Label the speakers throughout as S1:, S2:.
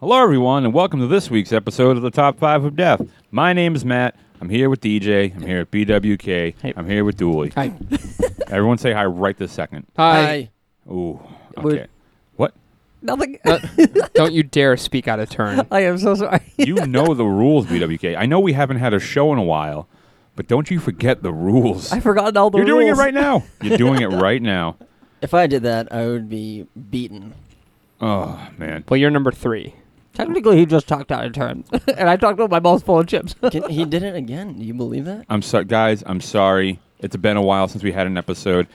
S1: Hello, everyone, and welcome to this week's episode of the Top Five of Death. My name is Matt. I'm here with DJ. I'm here at BWK.
S2: Hey.
S1: I'm here with Dooley.
S2: Hi.
S1: Everyone say hi right this second.
S2: Hi.
S1: Ooh.
S3: We're-
S1: Okay. What?
S3: Nothing.
S2: Uh, don't you dare speak out of turn.
S3: I am so sorry.
S1: You know the rules, BWK. I know we haven't had a show in a while, but don't you forget the rules.
S3: I've forgotten all the
S1: You're doing it
S3: rules.
S1: right now. You're doing it right now.
S4: If I did that, I would be beaten.
S1: Oh, man.
S2: Well, you're number three.
S3: Technically, he just talked out of turn, and I talked with my mouth full of chips.
S4: Can, he did it again. Do you believe that?
S1: I'm sorry, guys. I'm sorry. It's been a while since we had an episode,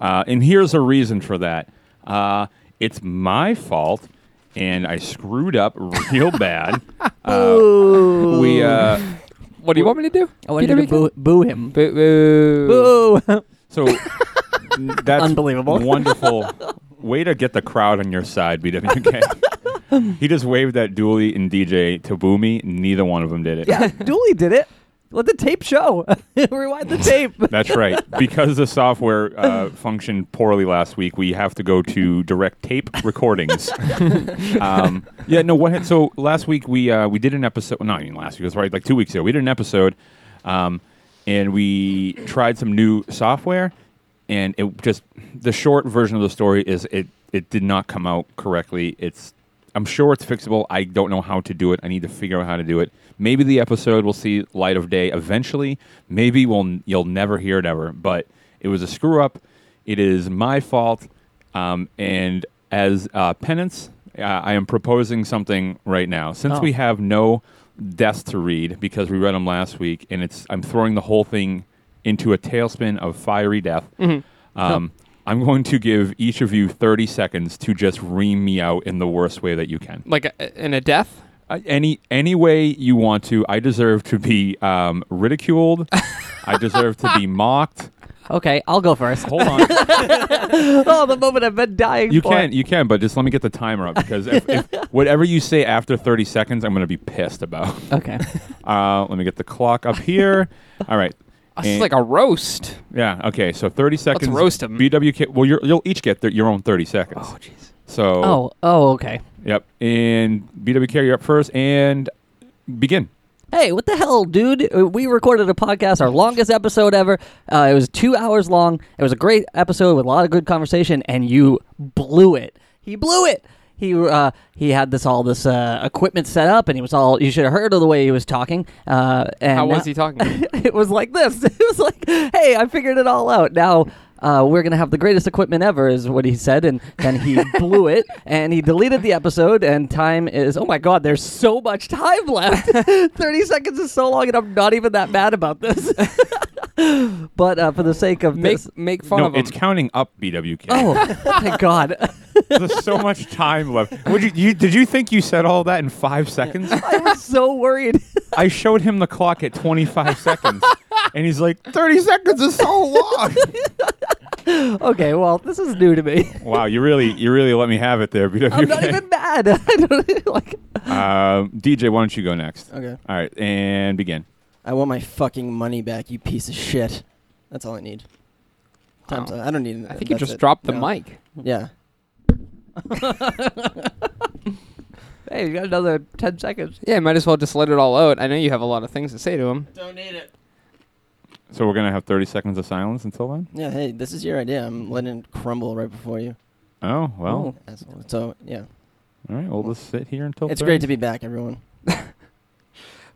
S1: uh, and here's a reason for that. Uh, it's my fault, and I screwed up real bad. Uh,
S3: Ooh.
S1: we uh,
S2: What do you want me to do?
S3: I wanted you to
S2: PWK?
S3: boo, boo him.
S2: Boo, boo.
S3: Boo.
S1: so that's
S3: Unbelievable.
S1: wonderful way to get the crowd on your side, BWK. he just waved at Dooley and DJ to boo me. Neither one of them did it.
S3: yeah, Dooley did it. Let the tape show. Rewind the tape.
S1: That's right. Because the software uh, functioned poorly last week, we have to go to direct tape recordings. um, yeah, no. What? had- So last week we uh, we did an episode. Not even last week. It was right like two weeks ago. We did an episode, um, and we tried some new software, and it just the short version of the story is it it did not come out correctly. It's I'm sure it's fixable. I don't know how to do it. I need to figure out how to do it. Maybe the episode will see light of day eventually. Maybe we'll you'll never hear it ever. But it was a screw up. It is my fault. Um, and as uh, penance, uh, I am proposing something right now. Since
S3: Oh.
S1: we have no deaths to read because we read them last week, and it's I'm throwing the whole thing into a tailspin of fiery death. Um, I'm going to give each of you 30 seconds to just ream me out in the worst way that you can.
S2: Like a, in a death?
S1: Uh, any any way you want to. I deserve to be um, ridiculed. I deserve to be mocked.
S3: Okay, I'll go first.
S1: Hold on,
S3: oh, the moment I've been dying
S1: you
S3: for.
S1: can you can, but just let me get the timer up because if, if whatever you say after 30 seconds, I'm going to be pissed about.
S3: Okay.
S1: Uh, let me get the clock up here. All right.
S2: This is
S1: And-
S2: Oh, like a roast.
S1: yeah. Okay. So 30 seconds.
S2: roast 'em.
S1: BWK. Well, you're, you'll each get th- your own 30 seconds.
S3: Oh, jeez.
S1: So.
S3: Oh, oh, okay.
S1: Yep. And BWK, you're up first, and begin.
S3: Hey, what the hell, dude? Uh, We recorded a podcast, our longest episode ever. Uh, it was two hours long. It was a great episode with a lot of good conversation, and you blew it. He blew it. He uh, he had this all this uh, equipment set up, and he was all. You should have heard of the way he was talking. Uh, and
S2: How
S3: now-
S2: was he talking?
S3: it was like this. It was like, hey, I figured it all out. Now uh, we're gonna have the greatest equipment ever, is what he said, and then he blew it, and he deleted the episode. And time is, oh my god, there's so much time left. Thirty seconds is so long, and I'm not even that mad about this. but uh, for the sake of
S2: make
S3: this,
S2: make fun
S1: no,
S2: of him.
S1: it's counting up, BWK.
S3: oh, thank God.
S1: There's so much time left. Would you, you did you think you said all that in five seconds?
S3: I was so worried.
S1: I showed him the clock at 25 seconds, and he's like, 30 seconds is so long.
S3: okay, well, this is new to me.
S1: wow, you really you really let me have it there, BWK.
S3: I'm not even mad. I don't like.
S1: Uh, DJ, why don't you go next?
S4: Okay.
S1: All right, and begin.
S4: I want my fucking money back, you piece of shit. That's all I need. Time's
S2: Wow.
S4: up. I don't need.
S2: I think you
S4: that's
S2: just
S4: it.
S2: dropped the
S4: No.
S2: mic.
S4: Yeah.
S3: Hey, you got another ten seconds.
S2: Yeah, might as well just let it all out. I know you have a lot of things to say to him.
S4: Don't need it.
S1: So we're gonna have 30 seconds of silence until then.
S4: Yeah. Hey, this is your idea. I'm letting it crumble right before you.
S1: Oh well.
S4: Asshole. So yeah,
S1: All right, we'll just sit here
S2: Oh,
S1: until.
S4: it's
S1: 30.
S4: great to be back, everyone.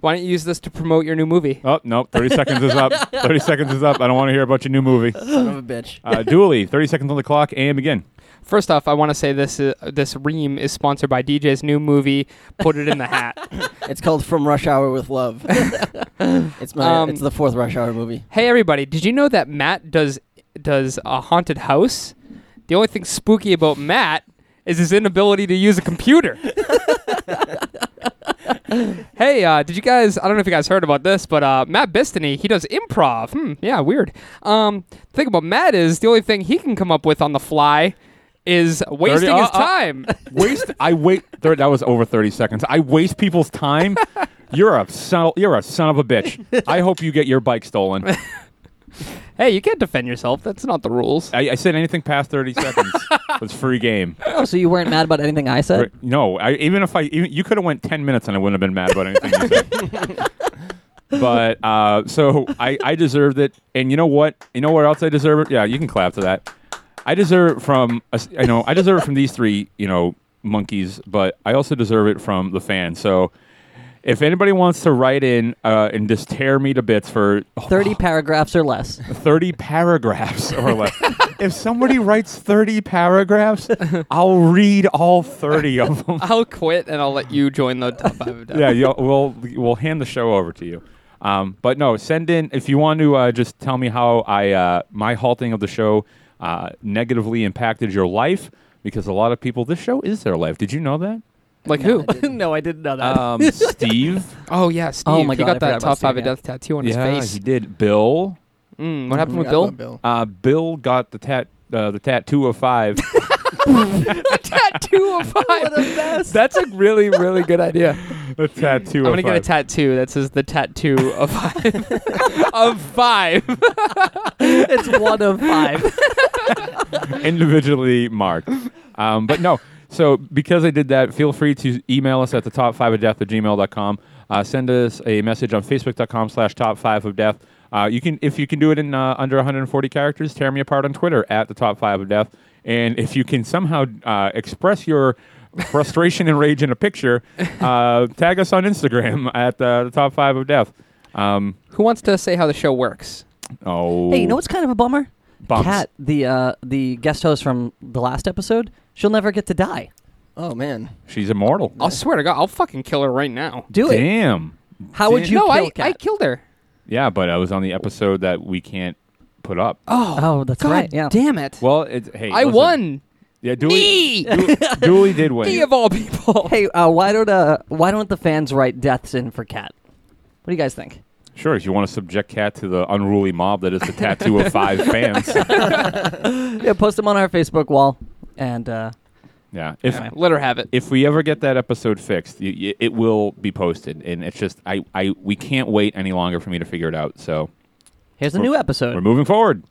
S2: Why don't you use this to promote your new movie?
S1: Oh no! Thirty seconds is up. Thirty seconds is up. I don't want to hear about your new movie.
S4: Son of a bitch.
S1: Uh, Dooley, thirty seconds on the clock, and begin.
S2: First off, I want to say this uh, this ream is sponsored by DJ's new movie. Put it in the hat.
S4: It's called From Rush Hour with Love. it's my.
S2: Um,
S4: it's the fourth Rush Hour movie.
S2: Hey everybody, did you know that Matt does does a haunted house? The only thing spooky about Matt is his inability to use a computer. hey, uh, did you guys? I don't know if you guys heard about this, but uh, Matt Bistany he does improv. Hmm, yeah, weird. Um, the thing about Matt is the only thing he can come up with on the fly is wasting
S1: uh,
S2: his
S1: uh.
S2: time.
S1: Waste. I wait. Thir- that was over thirty seconds. I waste people's time. You're a son. You're a son of a bitch. I hope you get your bike stolen.
S2: Hey, you can't defend yourself. That's not the rules.
S1: I, I said anything past thirty seconds was free game.
S3: Oh, so you weren't mad about anything I said?
S1: No, I, even if I even, you could have went ten minutes and I wouldn't have been mad about anything you said. but uh, so I, I deserved it, and you know what? You know what else I deserve it? Yeah, you can clap to that. I deserve it from a s- I know I deserve it from these three you know monkeys, but I also deserve it from the fans. So. If anybody wants to write in uh, and just tear me to bits for
S3: 30 paragraphs or less.
S1: 30 paragraphs or less. if somebody writes 30 paragraphs, I'll read all 30 of them.
S2: I'll quit and I'll let you join the top five. of death.
S1: yeah, you'll, we'll we'll hand the show over to you. Um, but no, send in if you want to uh, just tell me how I uh, my halting of the show uh, negatively impacted your life because a lot of people this show is their life. Did you know that?
S2: Like who?
S3: no, I didn't know that.
S1: Um, Steve,
S2: Oh yeah, Steve.
S3: my
S2: he
S3: God,
S2: got
S3: I forgot
S2: that
S3: about
S2: top
S3: Steve,
S2: five of
S3: yeah.
S2: death tattoo on
S1: yeah,
S2: his
S1: he
S2: face.
S1: did. Bill,
S2: Mm, what happened with
S4: Forgot
S2: Bill?
S4: about Bill.
S1: uh, Bill got the tat uh, the tattoo of five.
S2: tattoo of five. That's a really, really good idea.
S1: the tattoo.
S2: I'm
S1: of
S2: gonna get a
S1: five.
S2: tattoo that says the tattoo of five. of five.
S3: it's one of five.
S1: individually marked. Um, but no, so because I did that, feel free to email us at the top five of death at gmail.com. Uh, send us a message on facebook.com slash top five of death. Uh, you can if you can do it in uh, under 140 characters, tear me apart on Twitter at the top five of death. And if you can somehow uh, express your frustration and rage in a picture, uh, tag us on Instagram at uh, the top five of death. Um,
S2: Who wants to say how the show works?
S1: oh,
S3: hey, you know what's kind of a bummer?
S1: Bumps.
S3: Kat, the uh, the guest host from the last episode, she'll never get to die.
S4: Oh man.
S1: She's immortal.
S2: I'll swear to God, I'll fucking kill her right now.
S3: Do it.
S1: Damn.
S3: How would you
S2: no,
S3: kill
S2: I,
S3: Kat?
S2: I killed her.
S1: Yeah, but I was on the episode that we can't put up.
S3: Oh, that's
S2: God
S3: right. Yeah.
S2: Damn it.
S1: Well, it's hey,
S2: I
S1: listen.
S2: won.
S1: Yeah, Dooley,
S2: Me.
S1: Dooley did win.
S2: Me of all people.
S3: Hey, uh, why don't uh, why don't the fans write deaths in for Kat? What do you guys think?
S1: Sure, if you want to subject Cat to the unruly mob that is the tattoo of five fans.
S3: Yeah, post them on our Facebook wall, and uh,
S1: Yeah, if
S2: Let her have it.
S1: if we ever get that episode fixed, y- y- it will be posted, and it's just I, I we can't wait any longer for me to figure it out. So
S3: here's a new episode.
S1: we're moving forward.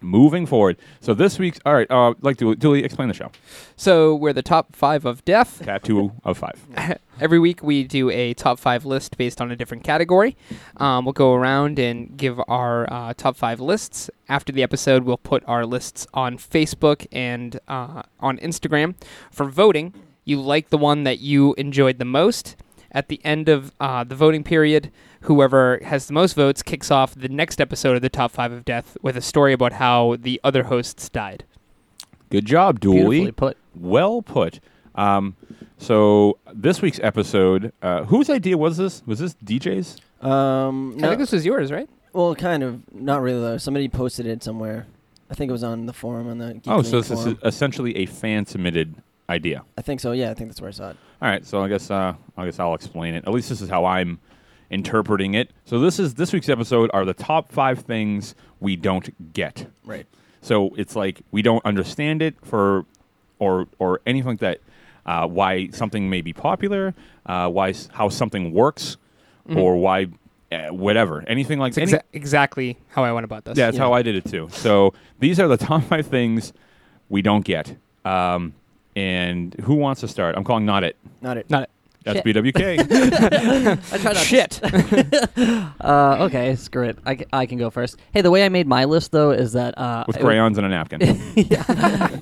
S1: Moving forward. So this week's all right. Uh, like Dooley, Dooley, explain the show.
S2: So we're the top five of death.
S1: Tattoo of five.
S2: Every week we do a top five list based on a different category. Um, we'll go around and give our uh, top five lists. After the episode, we'll put our lists on Facebook and uh, on Instagram for voting. You like the one that you enjoyed the most. At the end of uh, the voting period, whoever has the most votes kicks off the next episode of the Top Five of Death with a story about how the other hosts died.
S1: Good job,
S3: Beautifully
S1: Dooley.
S3: put.
S1: Well put. Um, so this week's episode, uh, whose idea was this? Was this DJ's?
S4: Um.
S2: I
S4: no-
S2: think this was yours, right?
S4: well, kind of. Not really though. Somebody posted it somewhere. I think it was on the forum on the. Geek
S1: oh,
S4: Link
S1: so this is
S4: forum.
S1: essentially a fan submitted idea.
S4: I think so. Yeah, I think that's where I saw it.
S1: All right, so I guess uh, I guess I'll explain it. At least this is how I'm interpreting it. So this is this week's episode are the top five things we don't get.
S4: Right.
S1: So it's like we don't understand it for, or or anything like that. Uh, why something may be popular, uh, why s- how something works,
S3: Mm-hmm.
S1: or why uh, whatever anything like
S2: It's
S1: any-
S2: exa- exactly how I went about this.
S1: yeah, that's
S4: Yeah.
S1: how I did it too. So these are the top five things we don't get. Um, and who wants to start? I'm calling not it.
S4: Not it.
S2: Not it.
S1: That's
S3: Shit.
S1: BWK.
S3: I try not to
S2: Shit.
S3: Uh, okay, screw it. I, c- I can go first. Hey, the way I made my list though is that uh,
S1: With
S3: it was-
S1: crayons and a napkin.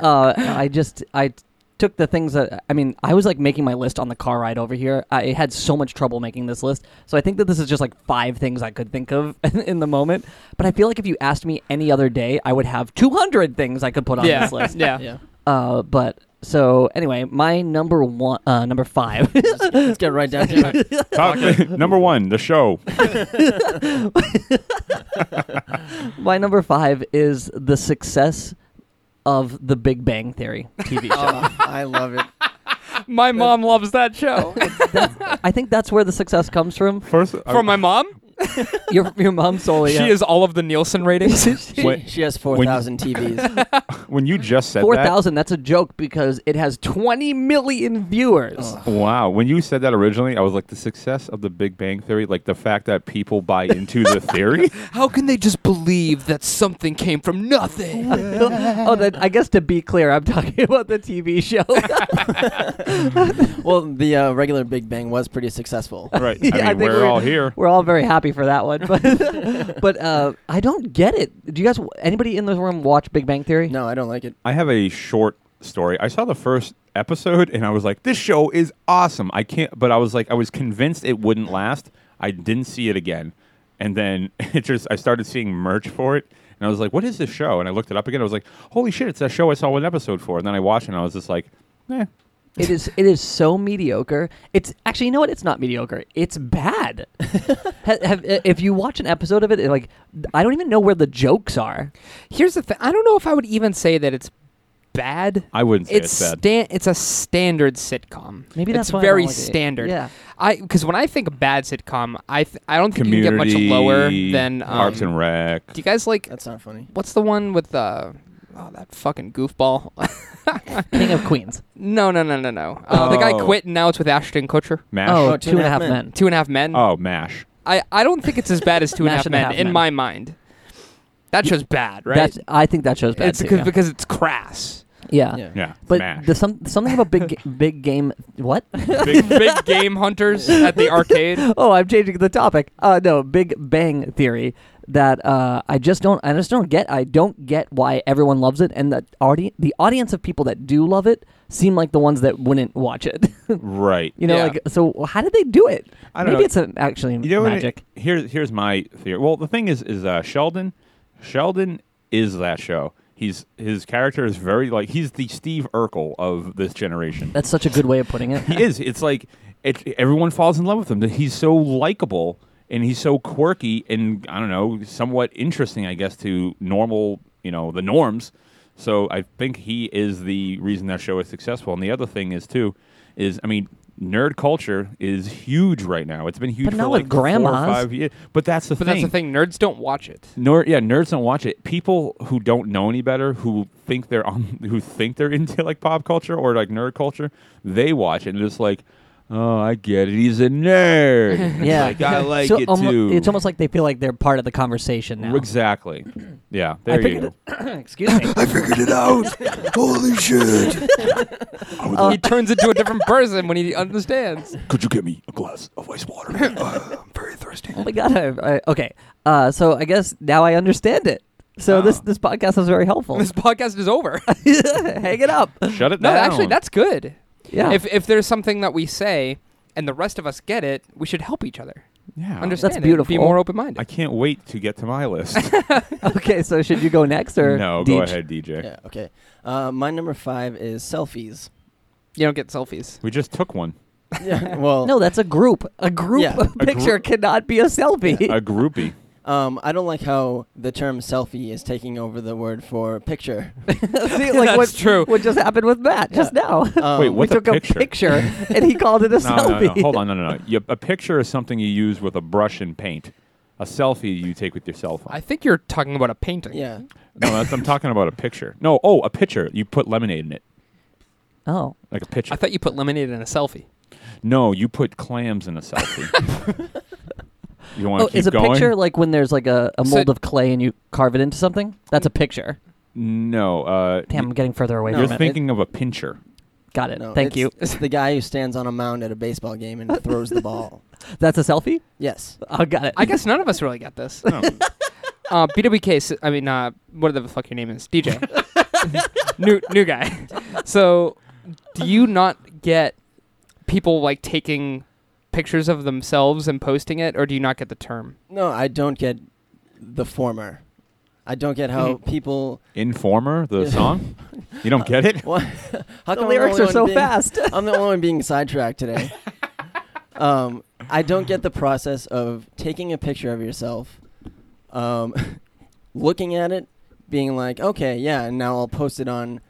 S3: uh, I just I t- took the things that I mean. I was like making my list on the car ride over here. I had so much trouble making this list, so I think that this is just like five things I could think of in the moment. But I feel like if you asked me any other day, I would have two hundred things I could put on
S2: yeah.
S3: this list.
S2: yeah.
S4: Yeah.
S3: Uh, but so anyway, my number one, uh, number five.
S4: Let's get right down to it.
S1: top number one, the show.
S3: my number five is the success of the Big Bang Theory TV show.
S4: Oh, I love it.
S2: Uh, My mom loves that show.
S3: I think that's where the success comes from.
S1: First,
S2: From my mom?
S3: your your mom solely.
S2: She is all of the Nielsen ratings.
S4: She,
S1: When-
S4: she has 4,000 TVs.
S1: When you just said
S3: four
S1: that,
S3: thousand. That's a joke because it has twenty million viewers.
S1: Oh. Wow. When you said that originally, I was like, the success of the Big Bang Theory, like the fact that people buy into the theory.
S2: How can they just believe that something came from nothing?
S3: oh, that, I guess to be clear, I'm talking about the TV show.
S4: well, the uh, regular Big Bang was pretty successful.
S1: Right.
S3: Yeah, I
S1: I mean,
S3: think
S1: we're,
S3: we're-
S1: all here.
S3: We're all very happy for that one, but but uh, I don't get it. Do you guys? Anybody in this room watch Big Bang Theory?
S4: No, I don't like it.
S1: I have a short story. I saw the first episode and I was like, this show is awesome. I can't, but I was like, I was convinced it wouldn't last. I didn't see it again. And then it just, I started seeing merch for it. And I was like, what is this show? And I looked it up again. I was like, holy shit, it's that show I saw one episode for. And then I watched it and I was just like, eh.
S3: It is. It is so mediocre. It's actually, you know what? It's not mediocre. It's bad. have, have, if you watch an episode of it, it, like I don't even know where the jokes are.
S2: Here's the thing. I don't know if I would even say that it's bad.
S1: I wouldn't say
S2: It's
S1: it's, bad.
S2: sta- it's a standard sitcom.
S3: Maybe that's
S2: it's
S3: why I don't
S2: very
S3: like it.
S2: standard.
S3: Yeah.
S2: I because when I think bad sitcom, I th- I don't think
S1: Community,
S2: you can get much lower than um,
S1: Parks and Rec.
S2: Do you guys like
S4: That's not funny.
S2: what's the one with uh oh that fucking goofball?
S3: King of Queens.
S2: no, no, no, no, no. Uh, The guy
S1: Oh.
S2: quit and now it's with Ashton Kutcher.
S1: MASH.
S3: Oh,
S4: Oh,
S3: two and a half men.
S2: Two and a Half Men.
S1: oh MASH.
S2: I I don't think it's as bad as Two and a
S3: Mash
S2: Half
S3: and a
S2: Men
S3: Half
S2: in
S3: Men.
S2: my mind. That show's bad, right?
S3: That's. I think that show's bad.
S2: it's
S3: too,
S2: because,
S3: yeah.
S2: because it's crass.
S3: yeah.
S4: Yeah.
S1: Ah. Yeah.
S3: But
S1: MASH.
S3: the, some, something about big Ga- big game. What?
S2: big, big game hunters at the arcade.
S3: oh, I'm changing the topic. Uh, no, Big Bang Theory. That uh, I just don't. I just don't get. I don't get why everyone loves it, and the audi- the audience of people that do love it seem like the ones that wouldn't watch it.
S1: right.
S3: You know,
S2: Yeah.
S3: like so. How did they do it?
S1: I don't
S3: Maybe
S1: know.
S3: it's a, actually
S1: You know what?
S3: magic.
S1: here's here's my theory. Well, the thing is, is uh, Sheldon. Sheldon is that show. He's his character is very like he's the Steve Urkel of this generation.
S3: That's such a good way of putting it.
S1: he is. It's like it, everyone falls in love with him. That He's so likable and he's so quirky and I don't know, somewhat interesting, I guess, to normal, you know, the norms. So I think he is the reason that show is successful. And the other thing is too, is I mean, nerd culture is huge right now. It's been huge
S3: But
S1: for
S3: not
S1: like
S3: with
S1: four or
S3: grandmas.
S1: five years. But that's the
S2: But that's
S1: thing.
S2: the thing. Nerds don't watch it.
S1: Nor yeah, nerds don't watch it. People who don't know any better, who think they're on, who think they're into like pop culture or like nerd culture, they watch it and it's like, oh, I get it. He's a nerd. And it's
S3: Yeah.
S1: like, I like
S3: So
S1: it
S3: almo-
S1: too.
S3: It's almost like they feel like they're part of the conversation now.
S1: exactly. Yeah,
S3: I
S1: there you
S3: figured
S1: go.
S3: it- excuse me.
S5: I figured it out. Holy shit.
S3: Uh,
S2: he turns into a different person when he understands.
S5: Could you get me a glass of ice water? Uh, I'm very thirsty.
S3: Oh my god. I, I, okay. Uh, so I guess now I understand it. So this this podcast was very helpful.
S2: This podcast is over.
S3: Hang it up.
S1: Shut it
S2: no,
S1: down.
S2: actually, that's good.
S3: Yeah.
S2: If if there's something that we say and the rest of us get it, we should help each other.
S1: yeah.
S2: Understand it, Be
S3: beautiful.
S2: more open minded.
S1: I can't wait to get to my list.
S3: okay. So should you go next or
S1: no, go
S3: Deej?
S1: ahead, DJ.
S4: Yeah, okay. Uh, my number five is selfies.
S2: You don't get selfies.
S1: We just took one.
S4: yeah, well,
S3: No, that's a group. A group
S4: Yeah. A
S3: picture cannot be a selfie.
S1: A groupie.
S4: um, I don't like how the term selfie is taking over the word for picture.
S3: See, like
S2: That's
S3: what,
S2: true.
S3: What just happened with Matt just
S4: Yeah.
S3: now?
S4: Um,
S1: Wait, what
S3: we
S1: the
S3: took
S1: picture?
S3: a picture and he called it a
S1: No, no,
S3: selfie.
S1: no. Hold on, no, no, no. You, a picture is something you use with a brush and paint. A selfie you take with your cell phone.
S2: I think you're talking about a painting.
S4: Yeah.
S1: No, that's, I'm talking about a picture. No, oh, a pitcher. You put lemonade in it,
S3: Oh,
S1: like a pitcher.
S2: I thought you put lemonade in a selfie.
S1: no, you put clams in a selfie. you want to
S3: oh,
S1: keep
S3: is a
S1: going?
S3: picture like when there's like a, a
S2: So-
S3: mold of clay and you carve it into something? That's a picture.
S1: No. Uh,
S3: Damn, I'm
S1: y-
S3: getting further away
S4: No,
S1: you're
S3: from it.
S1: thinking of a pincher.
S3: Got it.
S4: No, it's-
S3: Thank you.
S4: It's the guy who stands on a mound at a baseball game and throws the ball.
S3: That's a selfie.
S4: Yes.
S3: Oh, got it.
S2: I guess none of us really got this.
S1: No.
S2: uh, BWK, s- I mean, uh, whatever the fuck your name is, DJ, new new guy. So, do you not get people like taking pictures of themselves and posting it, or do you not get the term?
S4: No, I don't get the former. I don't get how
S2: Mhm.
S4: people.
S1: Informer, the
S4: Yeah.
S1: song. You don't get it?
S4: What? How
S3: the
S4: come I'm
S3: lyrics
S4: only
S3: are
S4: one
S3: so
S4: being-
S3: fast.
S4: I'm the only one being sidetracked today. Um, I don't get the process of taking a picture of yourself, um, looking at it, being like, okay, yeah, and now I'll post it on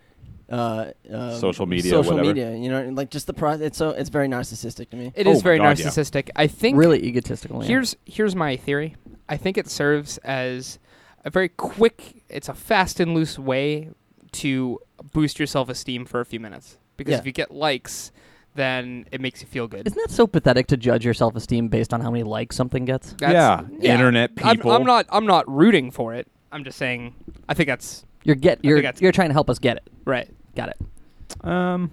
S4: uh, um,
S1: Social media,
S4: social
S1: whatever.
S4: media. You know, and, like just the process. It's so it's very narcissistic to me.
S2: It
S1: Oh
S2: is
S1: my
S2: very
S1: God, yeah.
S2: narcissistic. I think
S3: really egotistical. yeah.
S2: Here's here's my theory. I think it serves as a very quick, it's a fast and loose way to boost your self-esteem for a few minutes. Because
S4: Yeah.
S2: if you get likes, then it makes you feel good.
S3: Isn't that so pathetic to judge your self esteem based on how many likes something gets?
S1: yeah. internet
S2: I'm-
S1: people.
S2: I'm, not I'm not rooting for it. I'm just saying I think that's
S3: You're get you're
S2: that's-
S3: you're trying to help us get it.
S2: right.
S3: Got it.
S1: Um,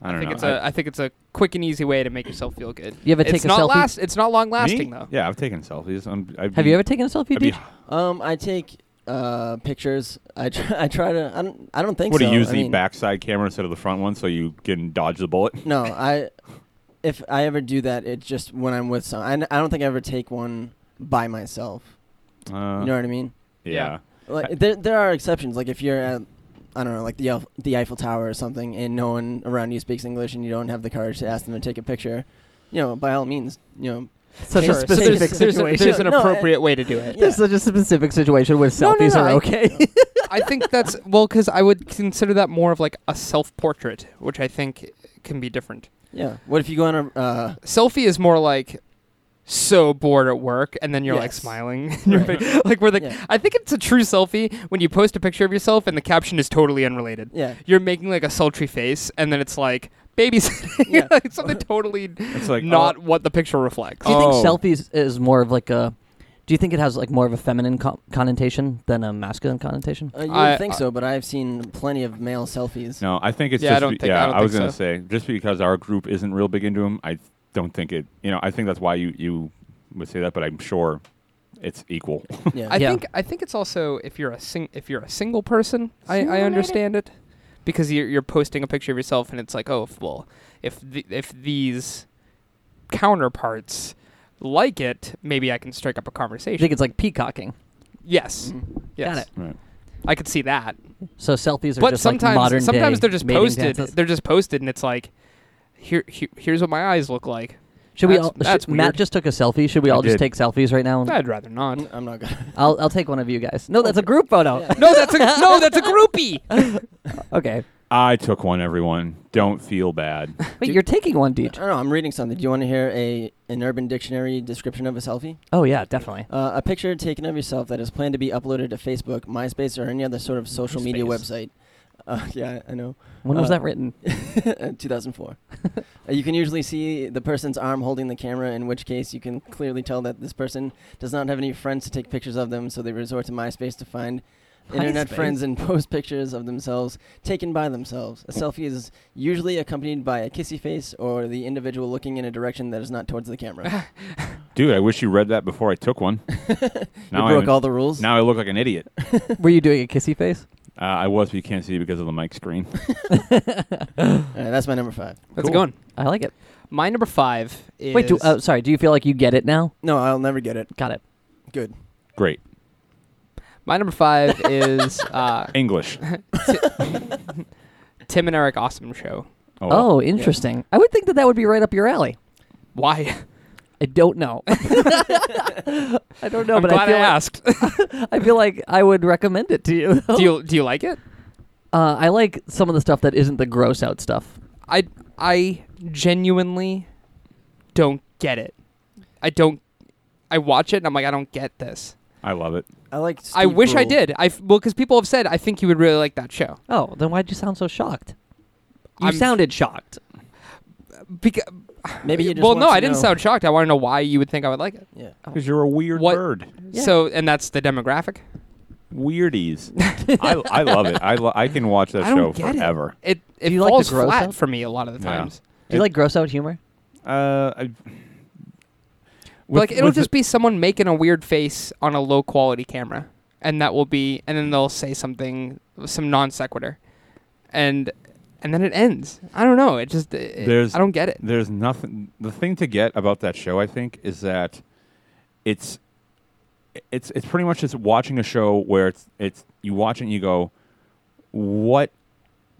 S1: I
S2: I,
S1: don't
S2: think
S1: know.
S2: it's a I think it's a quick and easy way to make yourself feel good.
S3: You ever
S2: it's
S3: take a
S2: not
S3: selfie?
S2: last it's not long
S1: Me?
S2: lasting though.
S1: Yeah, I've taken selfies. I'm, I'd
S3: Have
S1: be-
S3: you ever taken a selfie,
S1: I'd be-
S3: dude?
S4: Um, I take uh pictures. I try, I try to. I don't. I don't think
S1: What do
S4: so.
S1: you use
S4: I
S1: the
S4: mean,
S1: backside camera instead of the front one so you can dodge the bullet?
S4: No, I. If I ever do that, it's just when I'm with some. I, n- I don't think I ever take one by myself.
S1: Uh,
S4: You know what I mean?
S1: yeah.
S4: Like there, there are exceptions. Like if you're at, I don't know, like the Elf, the Eiffel Tower or something, and no one around you speaks English, and you don't have the courage to ask them to take a picture. You know, by all means, you know.
S3: Such
S2: Sure,
S3: a
S2: so
S3: specific
S2: there's, there's, a-
S3: situation.
S2: there's an
S4: No, I-
S2: appropriate way to do it.
S4: Yeah.
S3: There's such a specific situation where
S2: No, no,
S3: selfies
S2: no,
S3: are
S2: I-
S3: okay.
S2: I think that's well because I would consider that more of like a self-portrait, which I think can be different.
S4: Yeah. What if you go on a? Uh,
S2: Selfie is more like so bored at work, and then you're like
S4: Yes.
S2: smiling. in your face. like where the
S4: Yeah.
S2: I think it's a true selfie when you post a picture of yourself and the caption is totally unrelated.
S4: yeah.
S2: You're making like a sultry face, and then it's like babysitting,
S4: Yeah.
S2: like something totally
S1: It's like
S2: not
S1: oh,
S2: what the picture reflects.
S3: Do you
S1: Oh.
S3: think selfies is more of like a? Do you think it has like more of a feminine co- connotation than a masculine connotation?
S4: Uh, you would
S2: I-
S4: think
S2: I-
S4: so, but I've seen plenty of male selfies.
S1: No, I think it's
S2: Yeah, I
S1: just
S2: don't
S1: be-
S2: think-
S1: yeah,
S2: I don't
S1: was
S2: think
S1: gonna
S2: so.
S1: say just because our group isn't real big into them, I don't think it. You know, I think that's why you you would say that, but I'm sure it's equal.
S4: Yeah.
S2: I
S3: Yeah.
S2: think I think it's also if you're a sing if you're a single person, I, I
S3: Single
S2: understand it because you're you're posting a picture of yourself and it's like oh if, well if the, if these counterparts like it, maybe I can strike up a
S3: You
S2: conversation.
S3: think it's like peacocking?
S2: Yes,
S4: Mhm.
S2: yes,
S3: it.
S1: Right.
S2: I could see that.
S3: So selfies are
S2: but
S3: just
S2: sometimes
S3: like modern
S2: sometimes
S3: day
S2: they're just
S3: mating
S2: posted.
S3: dances?
S2: They're just posted and it's like here, here here's what my eyes look like.
S3: Should we
S2: That's-
S3: all?
S2: that's
S3: should, Matt
S2: weird.
S3: just took a selfie. Should we
S1: I
S3: all just
S1: did.
S3: take selfies right now?
S2: I'd rather not.
S4: N- I'm not gonna.
S3: I'll I'll take one of you guys. No, that's a group photo.
S4: Yeah.
S2: No, that's a no, that's a groupie.
S3: okay,
S1: I took one. Everyone, don't feel bad.
S3: wait, you're taking one,
S4: I
S3: Deej.
S4: don't know. I'm reading something. Do you want to hear a an Urban Dictionary description of a selfie?
S3: Oh yeah, definitely.
S4: Uh, a picture taken of yourself that is planned to be uploaded to Facebook, MySpace, or any other sort of social media
S2: MySpace.
S4: website. Uh, yeah, I know.
S3: When was
S4: Uh,
S3: that written?
S4: 2004. Uh, you can usually see the person's arm holding the camera, in which case you can clearly tell that this person does not have any friends to take pictures of them, so they resort to MySpace to find internet
S3: MySpace?
S4: friends and post pictures of themselves taken by themselves. A selfie is usually accompanied by a kissy face or the individual looking in a direction that is not towards the camera.
S1: Dude, I wish you read that before I took one.
S4: you
S1: now,
S4: broke
S1: I,
S4: all the rules.
S1: now I look like an idiot.
S3: Were you doing a kissy face?
S1: Uh, I was, but you can't see because of the mic screen.
S4: All right, that's my number five.
S2: That's
S1: Cool.
S2: it going.
S3: I like it.
S2: My number five is
S3: Wait, do, uh, sorry. Do you feel like you get it now?
S4: No, I'll never get it.
S3: Got it.
S4: Good.
S1: Great.
S2: my number five is uh,
S1: English.
S2: Tim and Eric Awesome Show.
S1: Oh, well.
S3: Oh, interesting. I would think that that would be right up your alley.
S2: Why?
S3: I don't know. I don't know,
S2: I'm
S3: but
S2: glad
S3: I feel
S2: I
S3: like,
S2: asked.
S3: I feel like I would recommend it to you. though.
S2: do you do you like it?
S3: Uh, I like some of the stuff that isn't the gross out stuff.
S2: I I genuinely don't get it. I don't. I watch it and I'm like, I don't get this.
S1: I love it.
S4: I like.
S2: I
S4: Steve
S2: wish I
S4: Brule.
S2: did. I f- well, because people have said I think you would really like that show.
S3: Oh, then why'd you sound so shocked? You
S2: I'm-
S3: sounded shocked.
S2: Because
S4: Maybe he just
S2: well, no,
S4: wants to
S2: I didn't
S4: know.
S2: sound shocked. I want to know why you would think I would like it.
S4: Yeah.
S1: Because you're a weird
S2: What-
S1: bird.
S3: Yeah.
S2: So, and that's the demographic.
S1: Weirdies. I, I love it. I, lo- I can watch that
S2: I
S1: show
S2: don't get it.
S1: forever.
S2: It it
S3: you like the
S2: falls
S3: gross
S2: flat
S3: out?
S2: for me a lot of the
S1: Yeah.
S2: times.
S3: Do you
S1: It-
S3: like gross out humor?
S1: Uh, I,
S2: But, like it'll
S1: with
S2: just be someone making a weird face on a low quality camera, and that will be, and then they'll say something, some non sequitur, and and then it ends. I don't know. It just it,
S1: There's-
S2: I don't get it.
S1: there's nothing the thing to get about that show i think is that it's it's it's pretty much just watching a show where it's it's you watch it and you go what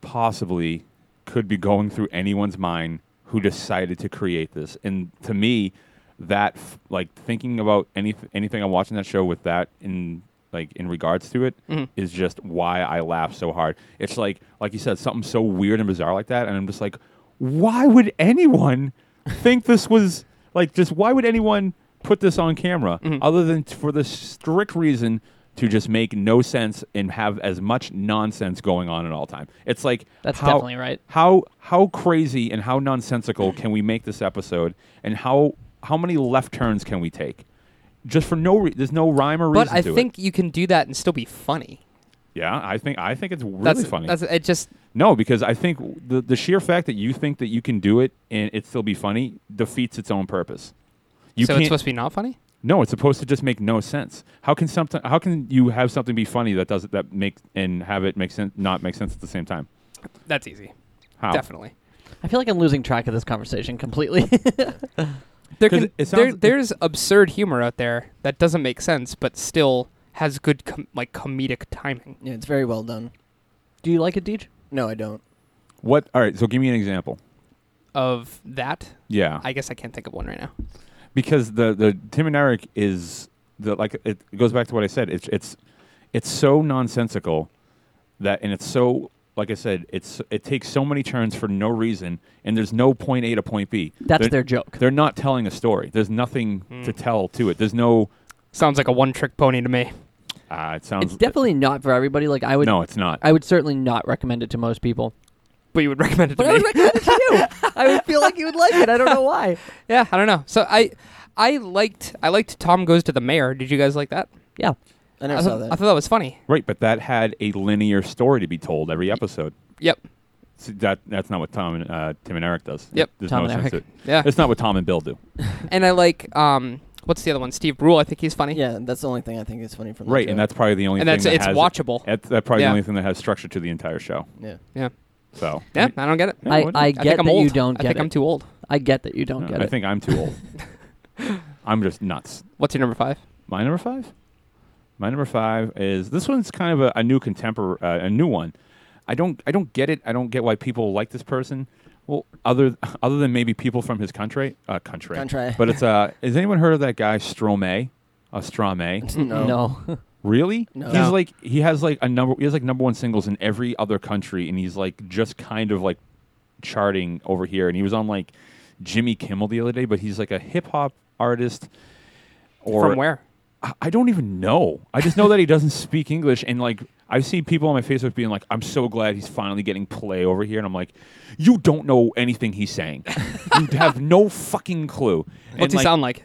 S1: possibly could be going through anyone's mind who decided to create this and to me that f- like thinking about any anything i'm watching that show with that in like in regards to it is
S2: Mhm.
S1: just why I laugh so hard. It's like like you said something so weird and bizarre like that, and I'm just like, why would anyone think this was like just why would anyone put this on camera
S2: Mm-hmm.
S1: other than t- for the strict reason to just make no sense and have as much nonsense going on at all time. It's like
S6: That's
S1: how-
S6: definitely right.
S1: how how crazy and how nonsensical can we make this episode, and how how many left turns can we take? Just for no, re- there's no rhyme or reason.
S2: But I
S1: to
S2: think you can do that and still be funny.
S1: it. yeah, I think I think it's really
S2: that's
S1: funny.
S2: That's it. Just
S1: no, because I think the the sheer fact that you think that you can do it and it still be funny defeats its own purpose. You
S2: so
S1: can't,
S2: it's supposed to be not funny.
S1: no, it's supposed to just make no sense. How can something? How can you have something be funny that does that make and have it make sense not make sense at the same time?
S2: That's easy.
S1: How?
S2: Definitely.
S3: I feel like I'm losing track of this conversation completely.
S1: 'Cause
S2: There can,
S1: it
S2: there,
S1: sounds-
S2: there's absurd humor out there that doesn't make sense, but still has good com- like comedic timing.
S4: Yeah, it's very well done.
S3: Do you like it, Deej?
S4: No, I don't.
S1: What? All right, so give me an example.
S2: Of that,
S1: Yeah.
S2: I guess I can't think of one right now.
S1: because the the Tim and Eric is the like it goes back to what I said. It's it's it's so nonsensical that and it's so like I said, it's it takes so many turns for no reason, and there's no point A to point B.
S3: That's
S1: They're-
S3: their joke.
S1: They're not telling a story. There's nothing
S2: Hmm.
S1: to tell to it. There's no.
S2: Sounds like a one-trick pony to me.
S1: Uh, it sounds.
S3: It's definitely not for everybody. Like I would,
S1: no, it's not.
S3: I would certainly not recommend it to most people.
S2: But you would recommend it to
S3: But I
S2: me?
S3: would recommend it to you. I would feel like you would like it. I don't know why.
S2: yeah, I don't know. So I, I liked I liked Tom Goes to the Mayor. Did you guys like that?
S3: Yeah,
S4: I never
S2: I,
S4: saw
S2: thought-
S4: that.
S2: Uh, I thought that was funny.
S1: right, but that had a linear story to be told every episode.
S2: Yep.
S1: So that that's not what Tom and uh, Tim and Eric does.
S2: Yep.
S1: There's no
S3: Tom and
S1: sense
S3: Eric.
S1: to it.
S2: Yeah.
S1: It's not what Tom and Bill do.
S2: and I like um what's the other one? Steve Brule. I think he's funny.
S4: yeah, that's the only thing I think is funny from
S1: Right,
S4: the
S1: and
S4: show.
S1: that's probably the only
S2: And
S1: thing
S2: that's
S1: that
S2: it's
S1: has-
S2: watchable.
S1: That's, that's probably
S2: Yeah.
S1: the only thing that has structure to the entire show.
S4: yeah.
S2: Yeah.
S1: So
S2: Yeah, I don't get it.
S1: Yeah,
S3: I,
S1: what-
S3: I
S2: I
S3: get
S2: think I'm
S3: that
S2: old.
S3: you don't
S2: I
S3: get
S2: think
S3: it.
S2: I'm too old.
S3: I get that you don't
S1: No,
S3: get
S1: I
S3: it.
S1: think I'm too old. I'm just nuts.
S2: What's your number five?
S1: My number five. My number five is this one's kind of a, a new contemporary, uh, a new one. I don't, I don't get it. I don't get why people like this person. Well, other other than maybe people from his country, uh, country.
S4: Country.
S1: But it's uh, has anyone heard of that guy Strome? Uh, Strome.
S4: no.
S3: no.
S1: Really?
S4: No.
S1: He's
S4: No.
S1: like he has like a number he has like number one singles in every other country and he's like just kind of like charting over here and he was on like Jimmy Kimmel the other day, but he's like a hip hop artist or
S2: From where?
S1: I- I don't even know. I just know that he doesn't speak English and like I see people on my Facebook being like, I'm so glad he's finally getting play over here and I'm like, You don't know anything he's saying. you have no fucking clue.
S2: What's he sound like?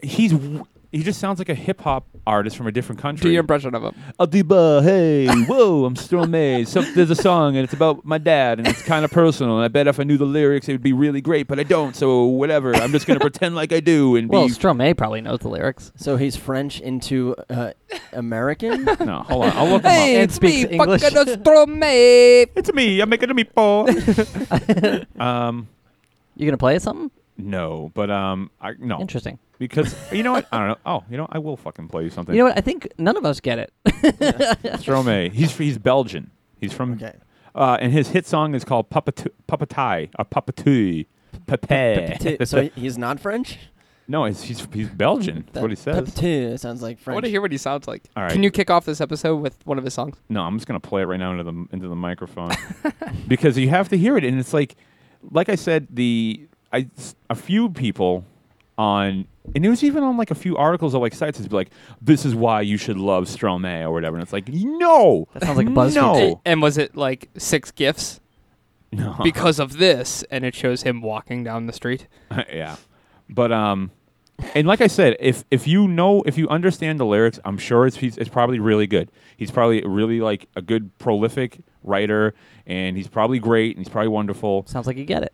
S1: He's w- he just sounds like a hip hop artist from a different country.
S2: Do your impression of him.
S1: Adiba, hey, whoa, I'm still amazed. So, there's a song and it's about my dad and it's kind of personal. And I bet if I knew the lyrics, it would be really great, but I don't. So whatever, I'm just gonna pretend like I do and
S3: Well,
S1: be.
S3: Stromae probably knows the lyrics.
S4: So he's French into uh, American?
S1: no, hold on, I'll look him up.
S2: Hey,
S3: And
S2: it's me,
S3: speaks English.
S2: Strome.
S1: It's me. I'm making a meatball. um,
S3: You gonna play something
S1: no, but um, I no
S3: interesting?
S1: because you know what? I don't know. Oh, you know, I will fucking play you something.
S3: You know what? I think none of us get it.
S1: Stromae. He's he's Belgian. He's from
S4: Okay.
S1: Uh, and his hit song is called Papatai or Papatui. Pepe.
S4: T- so he- he's not French?
S1: No, it's, he's he's Belgian. That's what he
S4: That
S1: says.
S4: P- sounds like
S2: I
S4: French.
S2: want to hear what he sounds like.
S1: All right.
S2: Can you kick off this episode with one of his songs?
S1: No, I'm just gonna play it right now into the into the microphone because you have to hear it, and it's like, like I said, the I s- a few people on, and it was even on like a few articles of like sites it's like, this is why you should love Stromae or whatever, and it's like, no,
S3: That sounds like a BuzzFeed
S1: No,
S2: And was it like six gifts
S1: no.
S2: because of this? And it shows him walking down the street.
S1: yeah. But um, and like I said, if if you know if you understand the lyrics, I'm sure it's he's, it's probably really good. He's probably really like a good prolific writer, and he's probably great, and he's probably wonderful.
S3: Sounds like you get it.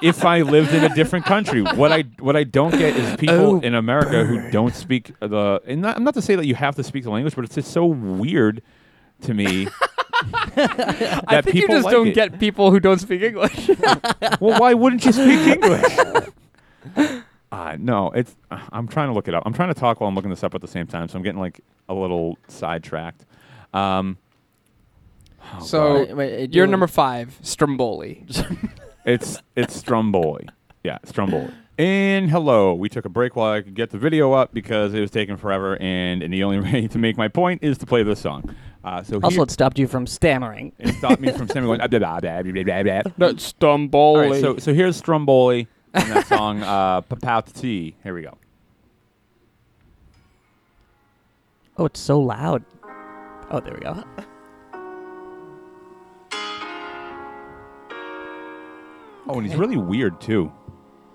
S1: if I lived in a different country. What I what I don't get is people
S2: Oh,
S1: in America who don't speak the. And not, I'm not to say that you have to speak the language, but it's just so weird to me. that
S2: I think you
S1: people
S2: just
S1: like
S2: don't
S1: it.
S2: get people who don't speak English.
S1: Well, why wouldn't you speak English? Uh, no, it's. I'm trying to look it up. I'm trying to talk while I'm looking this up at the same time, so I'm getting like a little sidetracked. Um, oh,
S2: So-
S1: God.
S4: Wait, wait, it-
S2: You're
S4: you-
S2: number five, Stromboli.
S1: it's it's Stromboli. Yeah, Stromboli. And hello, we took a break while I could get the video up because it was taking forever, and, and the only way to make my point is to play this song. Uh, so
S3: Also,
S1: here-
S3: it stopped you from stammering.
S1: it stopped me from saying going. "Ah, blah, blah, blah, blah, blah, blah."
S2: That's
S1: All
S2: Stromboli.
S1: right, so so here's Stromboli and that song uh, Papatati. Here we go.
S3: Oh, it's so loud. Oh, there we go.
S1: Oh, and he's really weird too.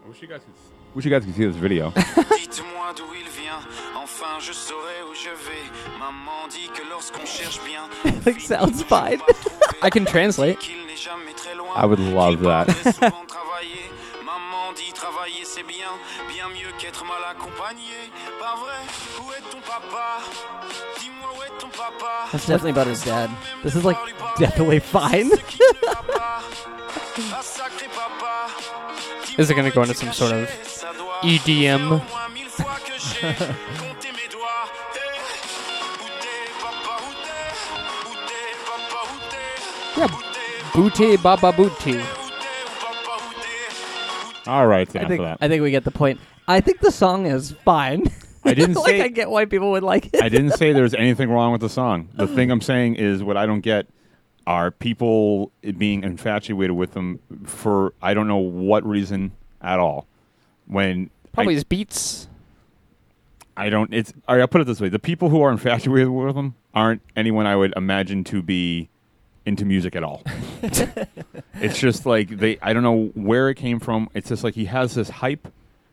S1: I wish you guys could. Wish you guys could see this video.
S6: Dites-moi d'où il vient, enfin je saurai où je vais. Maman dit que lorsqu'on cherche bien, on
S3: Like,
S6: finit
S3: sounds
S6: toujours
S3: fine.
S6: par trouver.
S2: I can translate.
S6: Qu'il n'est jamais très loin,
S1: I would love
S6: qu'il parle
S1: that.
S6: très souvent travailler. Maman dit travailler c'est bien, bien mieux qu'être mal accompagné. Pas vrai, où est ton papa Dis-moi où est ton papa
S4: That's definitely about his dad.
S3: This is like definitely fine.
S2: Is it gonna go into some sort of E EDM? Yeah, Booty Baba Booty.
S1: All right, then
S3: I
S1: after
S3: think,
S1: that,
S3: I think we get the point. I think the song is fine.
S1: I didn't
S3: like,
S1: say-
S3: I get why people would like it.
S1: I didn't say there's anything wrong with the song. The thing I'm saying is what I don't get are people being infatuated with them for I don't know what reason at all. When I,
S2: Probably his beats.
S1: I don't. It's all right. I'll put it this way: the people who are infatuated with them aren't anyone I would imagine to be into music at all. it's just like they. I don't know where it came from. It's just like he has this hype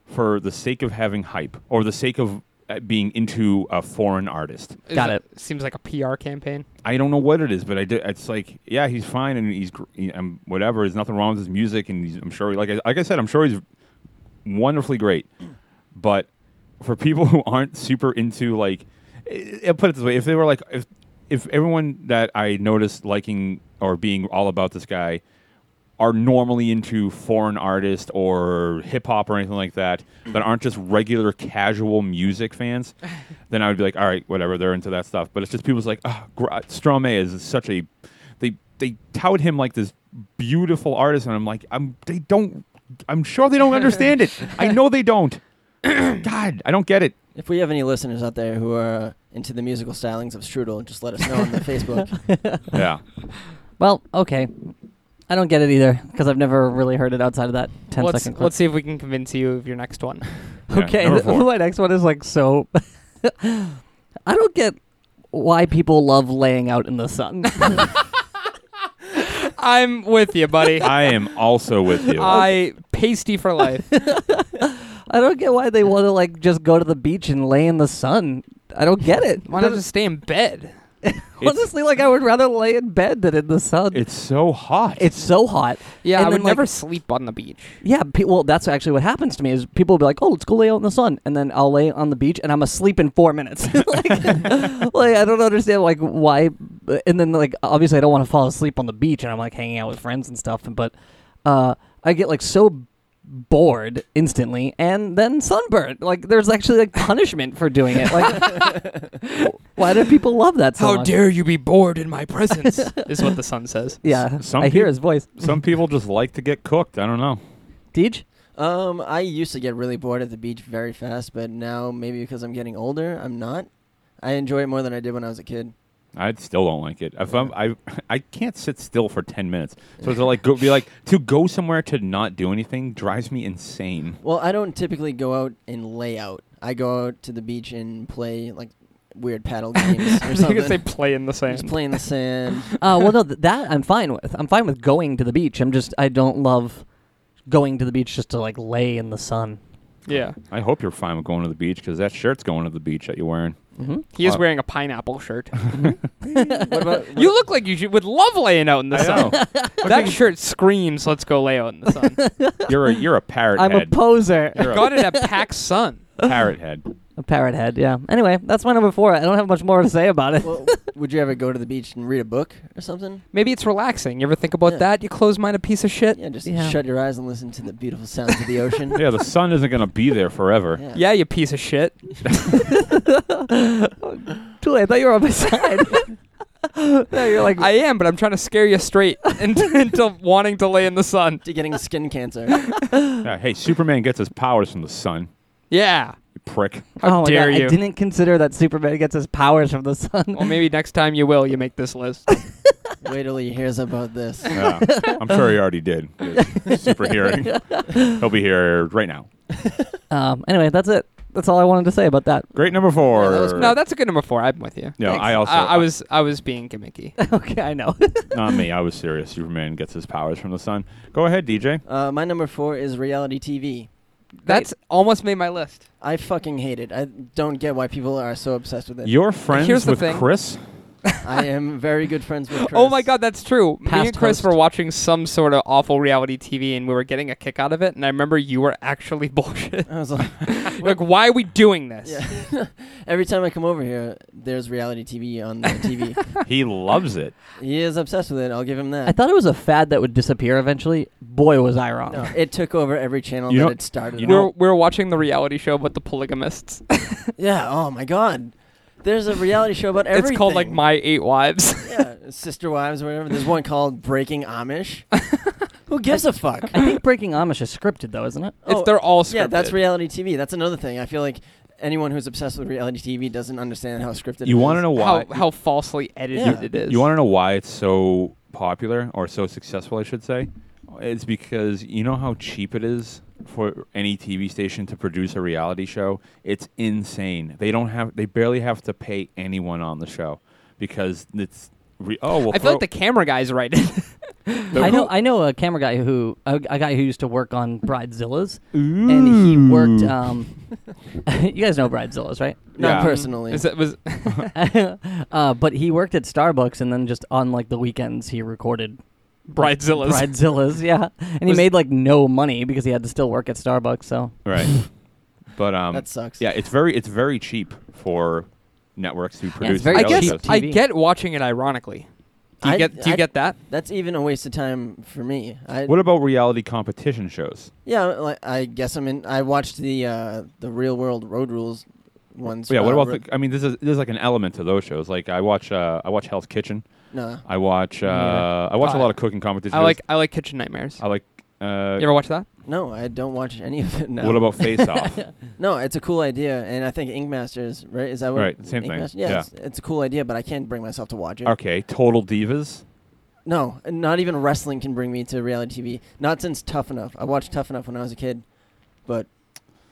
S1: for the sake of having hype or the sake of uh, being into a foreign artist.
S3: Got
S2: Is Seems like a PR campaign.
S1: I don't know what it is, but I do, it's like, yeah, he's fine and he's gr- he, um, whatever. There's nothing wrong with his music, and he's, I'm sure, like I, like I said, I'm sure he's wonderfully great. But for people who aren't super into like, I- I'll put it this way: if they were like, if if everyone that I noticed liking or being all about this guy are normally into foreign artists or hip hop or anything like that, that aren't just regular casual music fans, then I would be like, all right, whatever, they're into that stuff. But it's just people's like, oh, Gra- Stromae is such a, they they tout him like this beautiful artist, and I'm like, I'm they don't, I'm sure they don't understand it. I know they don't. God, I don't get it.
S4: If we have any listeners out there who are into the musical stylings of Strudel, just let us know on the Facebook.
S1: Yeah.
S3: Well, okay. I don't get it either because I've never really heard it outside of that 10
S2: let's,
S3: second clip.
S2: let's see if we can convince you of your next one.
S3: Okay,
S1: number
S3: th-
S1: four.
S3: my next one is like so. I don't get why people love laying out in the sun.
S2: I'm with you, buddy.
S1: I am also with you.
S3: Uh,
S2: I pasty for life.
S3: I don't get why they want to like just go to the beach and lay in the sun. I don't get it.
S2: Why not
S3: Doesn't-
S2: just stay in bed?
S1: it's,
S3: honestly, like I would rather lay in bed than in the sun.
S1: it's so hot.
S3: It's so hot.
S2: Yeah,
S3: And
S2: I
S3: then,
S2: would
S3: like-
S2: never sleep on the beach.
S3: Yeah, pe- well, that's actually what happens to me is people will be like, "Oh, let's go lay out in the sun," and then I'll lay on the beach and I'm asleep in four minutes. like, like, I don't understand like why. And then like obviously I don't want to fall asleep on the beach and I'm like hanging out with friends and stuff. But uh, I get like so bored instantly and then sunburned. Like there's actually like punishment for doing it. Like why do people love that so
S2: How
S3: much?
S2: dare you be bored in my presence? is what the sun says.
S3: Yeah,
S1: Some
S3: I hear
S1: peop-
S3: his voice.
S1: Some people just like to get cooked. I don't know.
S3: Deej?
S4: um, I used to get really bored at the beach very fast, but now maybe because I'm getting older, I'm not. I enjoy it more than I did when I was a kid.
S1: I still don't like it. If I'm, I I can't sit still for ten minutes. So to like go be like to go somewhere to not do anything drives me insane.
S4: Well, I don't typically go out and lay out. I go out to the beach and play like weird paddle games or
S2: You're gonna say
S4: something.
S2: play in the
S4: Just
S2: sand.
S4: play in the sand.
S3: Uh, well, no, th- that I'm fine with. I'm fine with going to the beach. I'm just I don't love going to the beach just to like lay in the sun.
S2: Yeah,
S1: I hope you're fine with going to the beach because that shirt's going to the beach that you're wearing.
S3: Mm-hmm.
S2: he is
S1: Uh,
S2: wearing a pineapple shirt.
S1: Mm-hmm.
S4: what about
S2: you look like you should, would love laying out in the sun. That shirt screams, "Let's go lay out in the sun."
S1: you're a you're a parrot
S3: I'm a
S1: head.
S3: poser.
S1: you're a
S2: Got it at PAX Sun.
S1: parrot head.
S3: A parrot head. Yeah. Anyway, that's my number four. I don't have much more to say about it.
S4: well, would you ever go to the beach and read a book or something?
S2: Maybe it's relaxing. You ever think about
S4: Yeah.
S2: that? You close-minded piece of shit.
S4: Yeah, just
S3: Yeah.
S4: shut your eyes and listen to the beautiful sounds of the ocean.
S1: Yeah, the sun isn't going to be there forever.
S4: Yeah.
S2: Yeah, you piece of shit.
S3: Julie, I thought you were on my side. You're like,
S2: I am, but I'm trying to scare you straight and, until wanting to lay in the sun.
S4: to getting skin cancer.
S1: Yeah, hey, Superman gets his powers from the sun.
S2: Yeah.
S1: You prick.
S2: How
S3: oh my
S2: dare
S3: God,
S2: you?
S3: I didn't consider that Superman gets his powers from the sun.
S2: Well, maybe next time you will. You make this list.
S4: Wait till he hears about this.
S1: Yeah. I'm sure he already did. Super hearing. He'll be here right now.
S3: Um, anyway, that's it. That's all I wanted to say about that.
S1: Great number four.
S4: that was-
S2: no, that's a good number four. I'm with you.
S1: No, I also
S2: I, I was I was being gimmicky.
S3: okay, I know.
S1: not me. I was serious. Superman gets his powers from the sun. Go ahead, DJ.
S4: Uh, my number four is reality TV.
S2: That's almost made my list.
S4: I fucking hate it. I don't get why people are so obsessed with it.
S1: You're friends
S2: Here's the
S1: with
S2: thing.
S1: Chris.
S4: I am very good friends with Chris.
S2: Oh my god, that's true. Me and
S3: Past
S2: Chris
S3: host.
S2: were watching some sort of awful reality TV, and we were getting a kick out of it. And I remember you were actually bullshit.
S4: I was like,
S2: like, why are we doing this?
S4: yeah. Every time I come over here, there's reality TV on the TV.
S1: He loves it.
S4: he is obsessed with it. I'll give him that.
S3: I thought it was a fad that would disappear eventually. Boy, was I wrong.
S4: No, it took over every channel
S1: You
S4: that
S1: know-
S4: it started.
S1: you
S4: on.
S2: we were, we were watching the reality show about the polygamists.
S4: yeah. Oh my god. There's a reality show about everything.
S2: it's called like My Eight Wives.
S4: yeah, Sister Wives or whatever. There's one called Breaking Amish. Who gives a fuck?
S3: I think Breaking Amish is scripted though, isn't it?
S2: It's
S4: Oh,
S2: they're all scripted.
S4: Yeah, that's reality TV. That's another thing. I feel like anyone who's obsessed with reality TV doesn't understand how scripted.
S1: You
S4: want to
S1: know why?
S2: how how falsely edited
S4: Yeah.
S2: it is.
S1: You want to know why it's so popular or so successful, I should say? It's because you know how cheap it is for any TV station to produce a reality show. It's insane. They don't have they barely have to pay anyone on the show because it's re- oh well.
S2: I feel like the camera guy's right.
S3: I know. I know a camera guy who a, a guy who used to work on Bridezillas, and he worked. Um, you guys know Bridezillas, right?
S4: Not
S1: Yeah.
S4: personally.
S2: Is it was
S3: uh, but he worked at Starbucks, and then just on like the weekends, he recorded
S2: Bridezilla's?
S3: Bridezillas. Yeah, and he
S2: Was-
S3: made like no money because he had to still work at Starbucks. So
S1: right. But um,
S4: that sucks.
S1: yeah, it's very it's very cheap for networks to produce.
S3: very
S2: I
S1: reality
S2: guess
S3: cheap
S1: shows.
S2: I
S3: TV.
S2: get watching it ironically. Do you
S4: I-
S2: get do you
S4: I-
S2: get that?
S4: That's even a waste of time for me. I,
S1: What about reality competition shows?
S4: yeah, like, I guess I'm in. I watched the uh, the Real World Road Rules ones.
S1: Yeah, what
S4: uh,
S1: about?
S4: ro-
S1: The, I mean, there's a, there's like an element to those shows. Like I watch uh, I watch Hell's Kitchen.
S4: no?
S1: I watch uh,
S3: Yeah.
S1: I watch a
S2: Oh,
S1: lot of cooking competitions.
S2: I like I like Kitchen Nightmares.
S1: I like. Uh,
S2: you ever watch that?
S4: No, I don't watch any of it now.
S1: What about Face Off?
S4: No, it's a cool idea, and I think Ink Masters, right? Is that what?
S1: Right, same
S4: Ink
S1: thing.
S4: Master- Yeah,
S1: Yeah.
S4: It's, it's a cool idea, but I can't bring myself to watch it.
S1: okay, Total Divas.
S4: No, not even wrestling can bring me to reality TV. Not since Tough Enough. I watched Tough Enough when I was a kid, but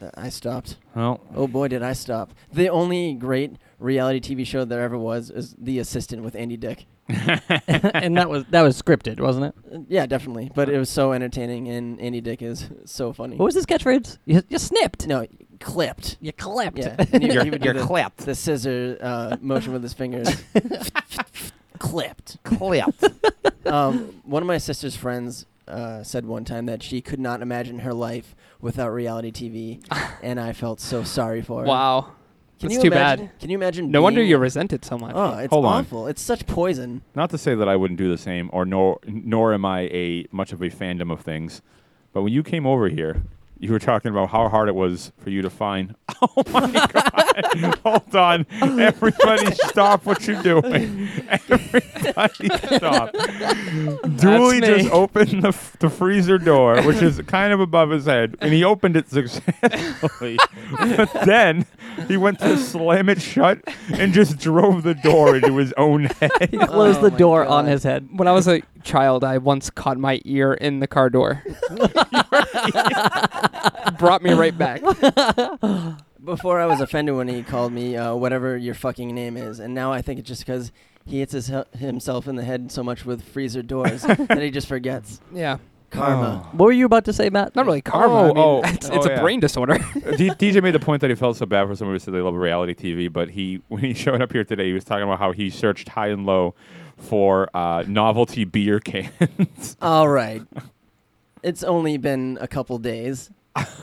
S4: th- I stopped.
S1: Well,
S4: Oh boy, did I stop! The only great reality TV show there ever was is The Assistant with Andy Dick.
S3: and that was that was scripted, wasn't it?
S4: Uh, Yeah, definitely. But it was so entertaining, and Andy Dick is so funny.
S3: What was his catchphrase? You, you snipped.
S4: No, clipped.
S3: You clapped.
S4: Yeah, and he-
S1: You're-
S4: he would do
S1: you're
S4: the-
S1: clipped.
S4: The scissor uh, motion with his fingers. clipped.
S3: clapped.
S4: um, one of my sister's friends uh, said one time that she could not imagine her life without reality TV, and I felt so sorry for her.
S2: Wow.
S4: Can
S2: That's
S4: you
S2: too
S4: imagine,
S2: bad.
S4: Can you imagine?
S2: No wonder
S4: being-
S2: you resent it so much.
S4: Oh, it's
S1: Hold on.
S4: awful. It's such poison.
S1: not to say that I wouldn't do the same, or nor nor am I a much of a fandom of things, but when you came over here, you were talking about how hard it was for you to find. Oh my God! Hold on, everybody, stop what you're doing. Everybody, stop. Dooley
S2: me.
S1: just opened the, f- the freezer door, which is kind of above his head, and he opened it successfully. but then he went to slam it shut and just drove the door into his own head.
S3: he closed
S4: Oh
S3: the
S4: my
S3: door on
S4: God.
S3: his head.
S2: When I was a child, I once caught my ear in the car door. Brought me right back.
S4: Before I was offended when he called me uh, whatever your fucking name is, and now I think it's just because he hits his, himself in the head so much with freezer doors that he just forgets
S2: Yeah.
S4: karma.
S3: What were you about to say, Matt?
S2: Not really karma. I
S1: Oh,
S2: mean,
S1: oh,
S2: it's,
S1: oh,
S2: it's a
S1: yeah.
S2: brain disorder.
S1: D- DJ made the point that he felt so bad for somebody who said they love reality TV, but he when he showed up here today, he was talking about how he searched high and low for uh, novelty beer cans.
S3: Oh.
S4: All right. It's only been a couple days.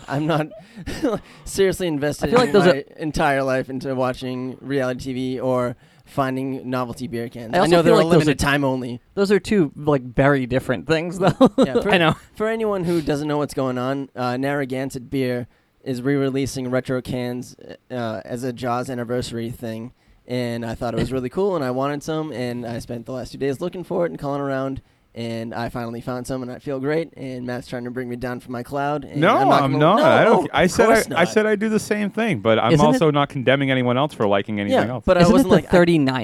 S4: I'm not seriously invested
S3: I feel like
S4: in
S3: those
S4: my
S3: are-
S4: entire life into watching reality TV or finding novelty beer cans.
S3: I
S4: I,
S3: also
S4: know they're
S3: feel
S4: a
S3: like those
S4: limited
S3: are-
S4: time only.
S3: Those are two like very different things, though.
S4: Yeah, for,
S2: I know.
S4: For anyone who doesn't know what's going on, uh, Narragansett uh, Beer is re-releasing retro cans uh, as a Jaws anniversary thing, and I thought it was really cool, and I wanted some, and I spent the last two days looking for it and calling around. And I finally found some, and I feel great. And Matt's trying to bring me down from my cloud. And
S1: No, I'm,
S4: gonna-
S1: not. I don't.
S4: No,
S1: I
S4: of
S1: said
S4: course
S1: I, I
S4: not.
S1: said I do the same thing, but I'm
S3: Isn't it-
S1: also not condemning anyone else for liking anything
S4: yeah,
S1: else.
S4: but I
S3: Isn't it
S4: wasn't
S3: the
S4: like I-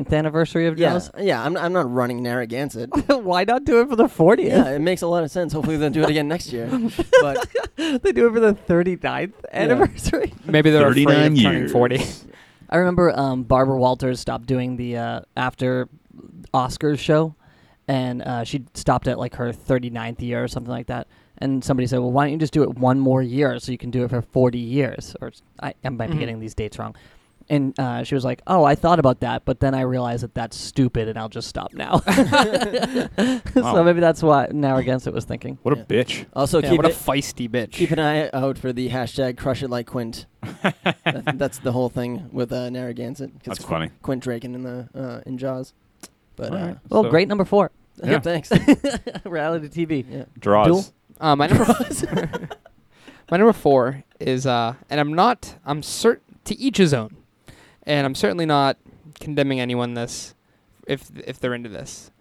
S3: 39th anniversary of
S4: yeah,
S3: Jaws?
S4: yeah. I'm, I'm not running there against it.
S3: Why not do it for the 40th?
S4: yeah, it makes a lot of sense. Hopefully they'll do it again next year. But
S3: they do it for the 39th anniversary.
S2: Maybe they're afraid of
S1: 39
S2: turning 40.
S3: I remember um, Barbara Walters stopped doing the uh, after Oscars show, and uh, she stopped at like her 39th year or something like that. And somebody said, "Well, why don't you just do it one more year so you can do it for 40 years?" Or s- I, I might be
S2: Mhm.
S3: getting these dates wrong. And uh, she was like, "Oh, I thought about that, but then I realized that that's stupid, and I'll just stop now."
S1: Wow.
S3: so maybe that's what now against it was thinking.
S1: what a
S4: Yeah.
S1: bitch!
S4: also
S2: Yeah,
S4: keep
S2: what a
S4: it,
S2: feisty bitch.
S4: keep an eye out for the hashtag Crush It Like Quint. That- that's the whole thing with uh, Narragansett. 'cause
S1: That's
S4: Qu-
S1: funny.
S4: Quint Draken in the uh, in Jaws. But uh,
S1: Alright,
S3: Well,
S1: so,
S3: great number four,
S1: Yeah.
S4: yeah, thanks.
S3: reality TV.
S4: yeah.
S1: draws.
S3: Duel.
S2: Uh, my number my number four is uh, and I'm not I'm cert to each his own, and I'm certainly not condemning anyone this if if they're into this,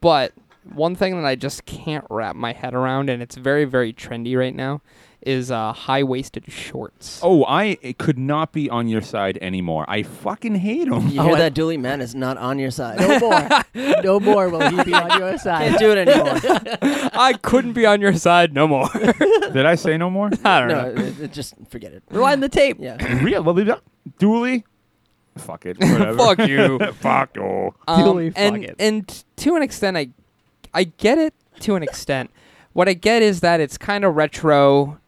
S2: but one thing that I just can't wrap my head around, and it's very very trendy right now, is uh, high waisted shorts.
S1: Oh, I it could not be on your side anymore. I fucking hate him.
S4: You
S3: Oh,
S4: hear
S3: and-
S4: that, Dooley? Man is not on your side.
S3: No more, no more will he be on your side.
S4: Can't do it anymore.
S2: I couldn't be on your side no more.
S1: Did I say no more?
S2: I don't
S4: no,
S2: know.
S4: it, it- just forget it.
S3: Rewind the tape.
S4: Yeah.
S1: Real, well, leave that. Dooley. Fuck it. Whatever.
S2: Fuck you.
S1: Fuck you.
S3: Dooley, fuck
S2: Um, and
S3: it.
S2: and to an extent, I I get it to an extent. what I get is that it's kind of retro.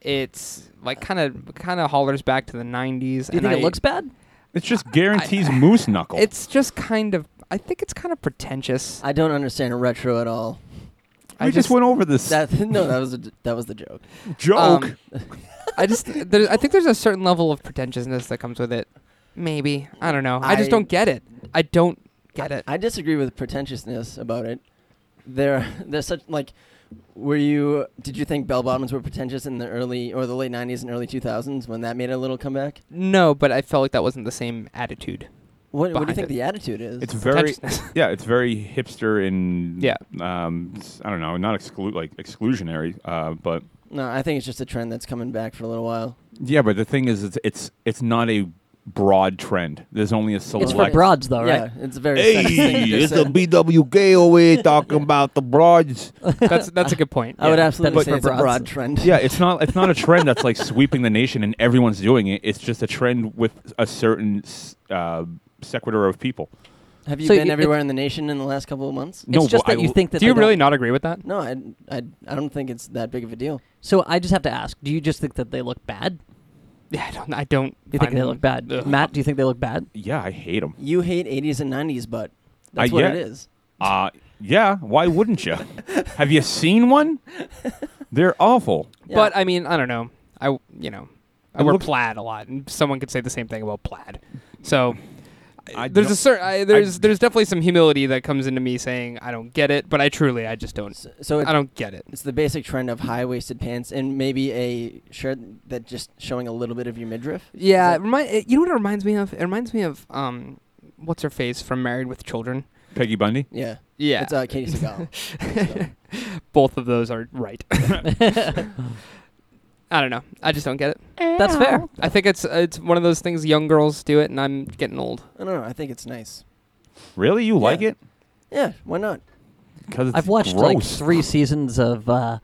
S2: It's like kind of kind of hollers back to the '90s.
S3: Do you
S2: and
S3: think
S2: I-
S3: it looks bad?
S1: It just guarantees moose knuckle.
S2: It's just kind of. I think it's kind of pretentious.
S4: I don't understand retro at all.
S1: we
S2: I
S1: just,
S2: just-
S1: went over this
S4: That no, that was a, that was the joke.
S1: joke.
S2: Um, I just. There's, I think there's a certain level of pretentiousness that comes with it. Maybe I don't know. I, just
S4: I-
S2: don't get it. I don't get it.
S4: I disagree with pretentiousness about it. There, there's such like, were you? Did you think bell bottoms were pretentious in the early or the late '90s and early 2000s when that made a little comeback?
S2: no, but I felt like that wasn't the same attitude.
S4: What, what do you
S2: Behind
S4: think
S2: it.
S4: the attitude is?
S1: it's very
S2: pretentiousness.
S1: yeah, it's very hipster and
S2: Yeah.
S1: Um, s- I don't know, not exclu- like exclusionary, uh, but
S4: no, I think it's just a trend that's coming back for a little while.
S1: yeah. But the thing is, it's it's, it's not a broad trend. There's only a
S3: It's
S1: select.
S3: for broads, though,
S4: yeah,
S3: right?
S4: it's a very. sexist thing to just say.
S1: BWK over here talking about the broads.
S2: that's that's a good point.
S4: I would
S3: Yeah,
S4: absolutely
S3: that's
S4: say
S3: for
S4: it's a
S3: broads.
S4: broad trend.
S1: Yeah, it's not it's not a trend that's like sweeping the nation and everyone's doing it. It's just a trend with a certain s- uh, sequitur of people.
S4: Have you
S3: So
S4: been
S3: you-
S4: everywhere in the nation in the last couple of months?
S1: No,
S3: it's just
S1: but
S3: that
S1: I
S3: you
S1: l-
S3: think that.
S2: Do
S3: they
S2: you
S3: don't-
S2: really not agree with that?
S4: No, I, I, I don't think it's that big of a deal.
S3: So I just have to ask: Do you just think that they look bad?
S2: Yeah, I don't. I don't.
S3: Do you think
S2: find
S3: they
S2: them-
S3: look bad?
S2: Ugh.
S3: Matt, do you think they look bad?
S1: Yeah, I hate them.
S4: You hate 80s and 90s, but that's
S1: I
S4: what
S1: get-
S4: it is.
S1: Uh, yeah, why wouldn't you? Have you seen one? They're awful.
S4: Yeah.
S2: But I mean, I don't know. I w- you know, I
S1: It
S2: wear
S1: looks-
S2: plaid a lot, and someone could say the same thing about plaid. So
S1: I
S2: there's a
S1: don't-
S2: certain I, there's there's definitely some humility that comes into me saying I don't get it, but I truly I just don't
S4: so, so it,
S2: I don't get it.
S4: It's the basic trend of high waisted pants and maybe a shirt that just showing a little bit of your midriff.
S2: Yeah,
S4: Is
S2: it remind, it- you know what it reminds me of? It reminds me of um, what's her face from Married with Children.
S1: Peggy Bundy.
S4: Yeah.
S2: Yeah,
S4: It's uh, Katie Seagal.
S2: both of those are right. I don't know. I just don't get it.
S3: That's fair.
S2: I think it's it's one of those things young girls do it, and I'm getting old.
S4: I don't know. I think it's nice.
S1: Really, you like
S4: Yeah.
S1: it?
S4: Yeah. Why not?
S1: Because
S3: I've watched like
S1: gross.
S3: three seasons of. Uh,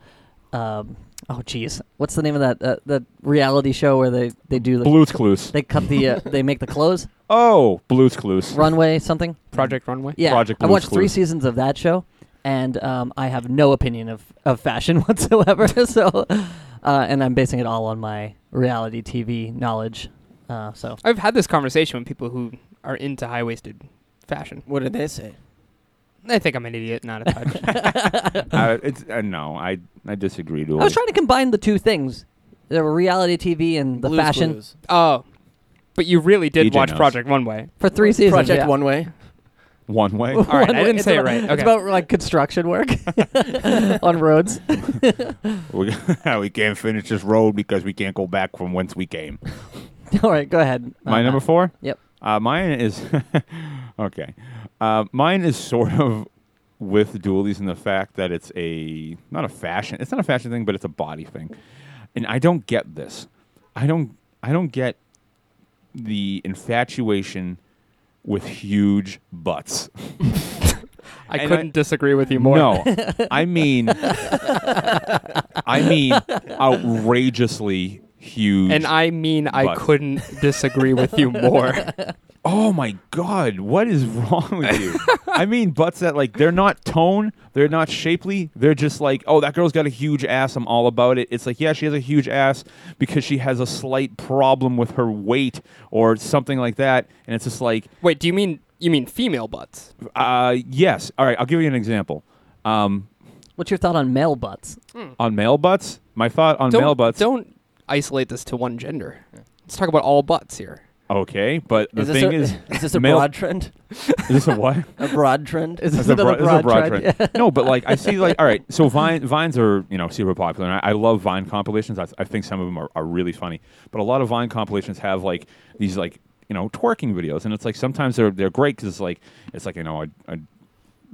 S3: um, oh, geez, what's the name of that uh, that reality show where they they do the
S1: Blue's Clues.
S3: they cut the uh, they make the clothes
S1: Oh, Blue's Clues.
S3: runway something?
S2: Project Runway.
S3: Yeah,
S1: Project
S3: I
S1: Blue's
S3: watched three
S1: Clues.
S3: seasons of that show, and um, I have no opinion of, of fashion whatsoever. so, uh, and I'm basing it all on my reality TV knowledge. Uh, so
S2: I've had this conversation with people who are into high waisted fashion.
S4: What did they say?
S2: They think I'm an idiot, not a touch.
S1: Uh, it's, uh, no, I I disagree.
S3: I was trying to combine the two things: the reality TV and the
S4: Blue's
S3: fashion
S4: Clues.
S2: oh, but you really did
S1: DJ
S2: watch
S1: E knows.
S2: Project Runway.
S3: for three seasons.
S4: Project
S3: yeah.
S4: One Way.
S1: one way.
S2: All right,
S3: One
S2: I
S3: way.
S2: didn't
S3: It's
S2: say it
S3: about-
S2: right.
S3: It's
S2: Okay.
S3: about like construction work on roads.
S1: we, we can't finish this road because we can't go back from whence we came.
S3: All right, go ahead.
S1: My
S3: Uh,
S1: number four.
S3: Yep.
S1: Uh, mine is okay. Uh, mine is sort of with dualies in the fact that it's a not a fashion. It's not a fashion thing, but it's a body thing. And I don't get this. I don't. I don't get the infatuation with huge butts.
S2: I
S1: And
S2: couldn't
S1: I-
S2: disagree with you more.
S1: No, I mean, I mean, outrageously huge.
S2: And I mean, I
S1: But-
S2: couldn't disagree with you more.
S1: oh my god, what is wrong with you? I mean, butts that like they're not tone, they're not shapely. They're just like, oh, that girl's got a huge ass. I'm all about it. It's like, yeah, she has a huge ass because she has a slight problem with her weight or something like that. And it's just like,
S2: Wait, do you mean you mean female butts?
S1: uh, yes. All right, I'll give you an example. Um,
S3: What's your thought on male butts?
S1: on male butts, my thought on
S2: Don't,
S1: male butts.
S2: Don't isolate this to one gender. Let's talk about all butts here.
S1: Okay, but the
S4: is this
S1: thing
S4: a,
S1: is,
S4: this a
S1: male-
S4: broad trend?
S1: is this a what?
S4: A broad trend?
S3: Is this
S1: It's a bro-
S3: another
S1: it's a
S3: broad, trend? Yeah.
S1: no, but like I see, like all right, so Vine Vines are you know super popular, and I, I love Vine compilations. I, I think some of them are, are really funny, but a lot of Vine compilations have like these like you know twerking videos, and it's like sometimes they're they're great because it's like it's like you know a, a,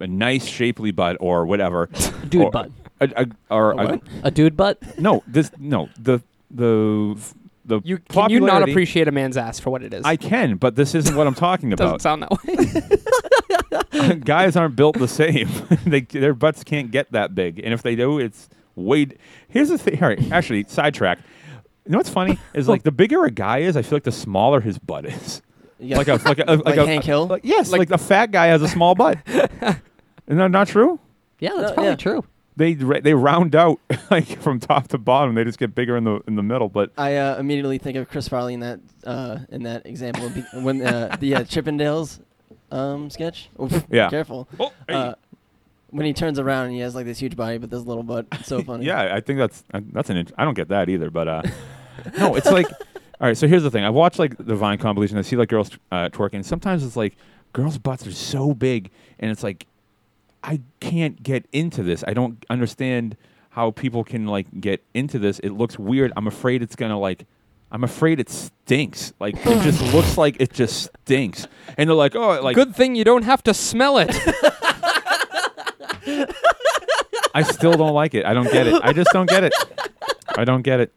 S1: a nice shapely butt or whatever,
S3: Dude
S1: or,
S3: butt.
S1: a, a, or a-
S3: A dude butt?
S1: no this no the the the
S2: You can you not
S1: popularity-
S2: appreciate a man's ass for what it is?
S1: I can, but this isn't what I'm talking
S2: doesn't
S1: about.
S2: sound that way.
S1: guys aren't built the same. they, their butts can't get that big, and if they do, it's way. d- Here's the thing. All right, actually, sidetrack. You know what's funny is like the bigger a guy is, I feel like the smaller his butt is.
S4: Yeah.
S1: Like a like a like,
S4: Like
S1: a,
S4: Hank Hill?
S1: like- yes,
S2: Like-
S1: like, the fat guy has a small butt. Isn't that not true?
S3: Yeah, that's
S4: No,
S3: probably
S4: yeah.
S3: true.
S1: They ra- they round out like from top to bottom. They just get bigger in the in the middle. But
S4: I uh, immediately think of Chris Farley in that uh, in that example be- when uh, the uh, Chippendales um, sketch. Oof,
S1: Yeah.
S4: careful.
S1: oh, hey.
S4: Uh, when he turns around and he has like this huge body but this little butt, it's so funny.
S1: Yeah, I think that's uh, that's an. Int- I don't get that either, but uh, no, it's like, all right. So here's the thing: I watch like the Vine compilation. I see like girls uh, twerking. and Sometimes it's like girls' butts are so big, and it's like I can't get into this. I don't understand how people can like get into this. It looks weird. I'm afraid it's gonna like. I'm afraid it stinks. Like it just looks like it just stinks, and they're like, oh, it, like
S2: Good thing you don't have to smell it.
S1: I still don't like it. I don't get it. I just don't get it. I don't get it.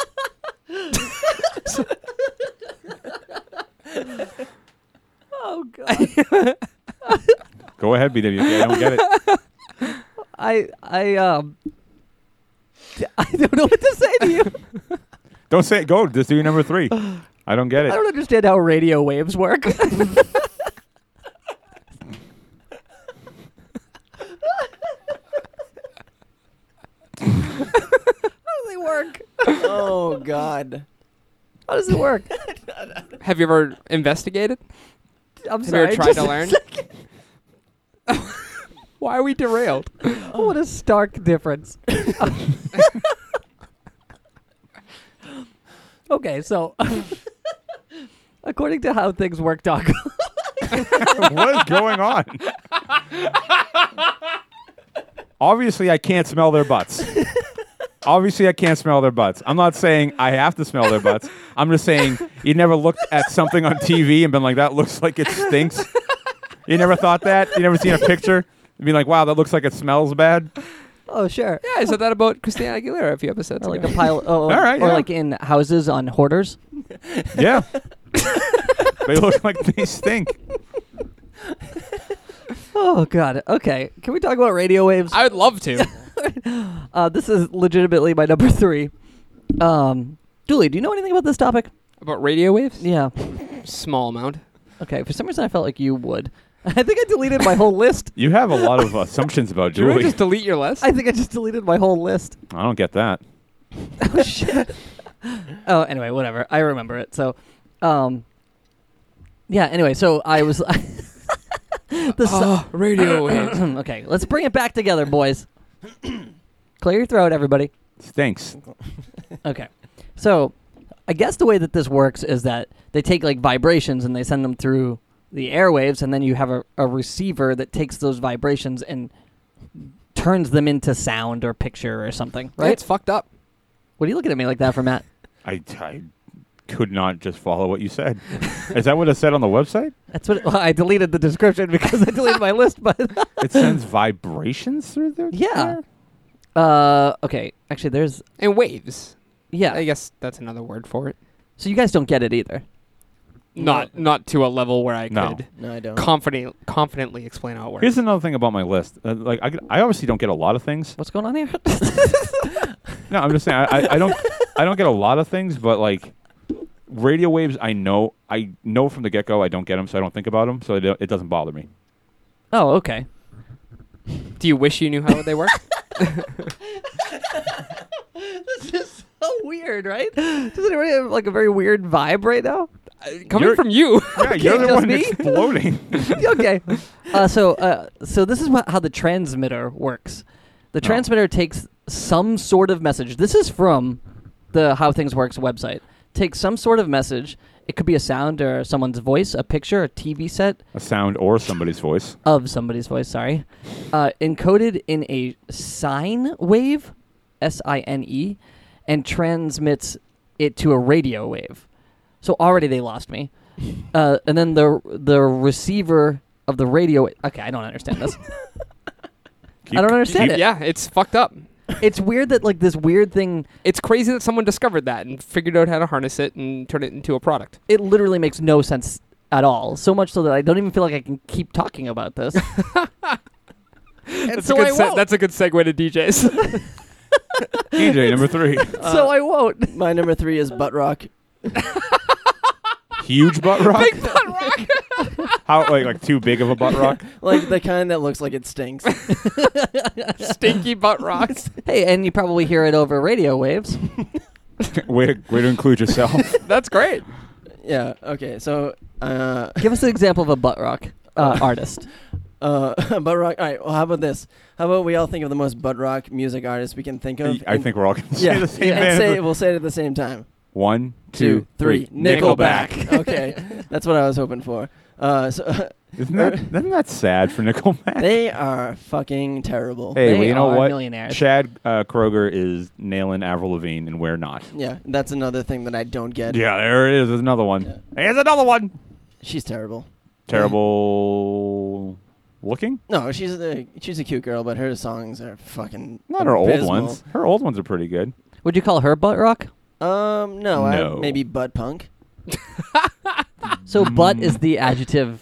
S3: Oh god.
S1: Go ahead, BW. I don't get it.
S3: I I um I don't know what to say to you.
S1: Don't say it. Go. Just do your number three. I don't get
S3: I
S1: it.
S3: don't understand how radio waves work. how do they work?
S4: oh God.
S3: How does it work?
S2: Have you ever investigated?
S3: I'm
S2: Have
S3: sorry.
S2: you ever tried
S3: just-
S2: to learn? Why are we derailed?
S3: Oh, What a stark difference. okay, so according to how things work, Doc,
S1: what is going on? Obviously, I can't smell their butts. Obviously, I can't smell their butts. I'm not saying I have to smell their butts. I'm just saying you never looked at something on TV and been like, that looks like it stinks. You never thought that? You never seen a picture? and Being like, wow, that looks like it smells bad.
S3: oh sure,
S2: Yeah, I said that about Christina Aguilera a few episodes
S3: or like
S2: ago.
S3: a pile. Oh,
S1: All right,
S3: or
S1: yeah.
S3: like in houses on hoarders.
S1: Yeah. they look like they stink.
S3: Oh god. Okay, can we talk about radio waves?
S2: I would love to.
S3: uh, this is legitimately my number three. Um, Julie, do you know anything about this topic?
S2: about radio waves?
S3: Yeah.
S2: Small amount.
S3: Okay. For some reason, I felt like you would. I think I deleted my whole list.
S1: You have a lot of assumptions about
S2: Do you wanna
S1: Julie.
S2: just delete your list?
S3: I think I just deleted my whole list.
S1: I don't get that.
S3: oh shit. oh, anyway, whatever. I remember it. So, um, yeah. Anyway, so I was. the
S1: Oh.
S3: so-
S2: Ah, radio waves.
S3: okay, let's bring it back together, boys. Clear your throat, everybody.
S1: Stinks.
S3: Okay, so I guess the way that this works is that they take like vibrations and they send them through the airwaves, and then you have a, a receiver that takes those vibrations and turns them into sound or picture or something,
S2: Right?
S3: right?
S2: It's fucked up.
S3: what are you looking at me like that for, Matt?
S1: I, I could not just follow what you said. Is that what it said on the website?
S3: That's what. Well, I deleted the description because I deleted my list. But
S1: It sends vibrations through there.
S3: yeah. Uh, okay. Actually, there's
S2: and waves.
S3: yeah.
S2: I guess that's another word for it.
S3: So you guys don't get it either.
S2: Not not to a level where I
S1: No.
S2: could
S4: No, I don't.
S2: confident confidently explain how it works.
S1: Here's another thing about my list. Uh, like I, could- I obviously don't get a lot of things.
S3: What's going on here?
S1: No, I'm just saying I, I, I don't I don't get a lot of things, but like radio waves, I know I know from the get go I don't get them, so I don't think about them, so it, it doesn't bother me.
S3: oh, okay.
S2: Do you wish you knew how they work?
S3: This is so weird, right? Does anybody have like a very weird vibe right now?
S2: Coming
S1: You're-
S2: from you.
S1: Yeah, you're the
S3: just
S1: one
S3: me?
S1: exploding.
S3: okay. Uh, so, uh, so this is wha- how the transmitter works. The
S1: Oh.
S3: transmitter takes some sort of message. This is from the How Things Works website. Takes some sort of message. It could be a sound or someone's voice, a picture, a TV set
S1: a sound or somebody's voice.
S3: of somebody's voice. Sorry, uh, encoded in a sine wave, S I N E, and transmits it to a radio wave. So already they lost me. Uh, and then the the receiver of the radio. Okay, I don't understand this.
S1: Keep-
S3: I don't understand it.
S2: yeah, it's fucked up.
S3: It's weird that like this weird thing.
S2: It's crazy that someone discovered that and figured out how to harness it and turn it into a product.
S3: It literally makes no sense at all. So much so that I don't even feel like I can keep talking about this. and
S2: That's,
S3: so
S2: a,
S3: I
S2: good se-
S3: won't.
S2: that's a good segue to DJs.
S1: DJ number three,
S3: so I won't.
S4: My number three is butt rock.
S1: huge butt rock. Big butt rock. How like like too big of a butt rock?
S4: like the kind that looks like it stinks.
S2: Stinky butt rocks.
S3: Hey, and you probably hear it over radio waves.
S1: way, to, way to include yourself.
S2: That's great.
S4: yeah. Okay. So, uh,
S3: Give us an example of a butt rock uh, artist.
S4: uh, butt rock. All right. Well, how about this? How about we all think of the most butt rock music artist we can think of?
S1: I
S4: and-
S1: think we're all going to say
S4: Yeah.
S1: the same
S4: and
S1: band.
S4: say we'll say it at the same time.
S1: One,
S4: Two,
S1: two,
S4: three.
S1: three.
S4: Nickelback. okay, that's what I was hoping for. Uh, so
S1: Isn't that isn't that sad for Nickelback?
S4: they are fucking terrible.
S1: hey,
S3: they
S1: well, you know
S3: are
S1: what?
S3: millionaires.
S1: Chad uh, Kroger is nailing Avril Lavigne, and we're not.
S4: Yeah, that's another thing that I don't get.
S1: Yeah, there it is. There's another one.
S4: Yeah.
S1: Here's another one.
S4: She's terrible.
S1: Terrible looking.
S4: No, she's a she's a cute girl, but her songs are fucking
S1: Not her old
S4: abysmal.
S1: ones. Her old ones are pretty good.
S3: Would you call her butt rock?
S4: Um, no,
S1: No.
S4: I, maybe butt punk.
S3: So
S2: Mm.
S3: butt is the adjective.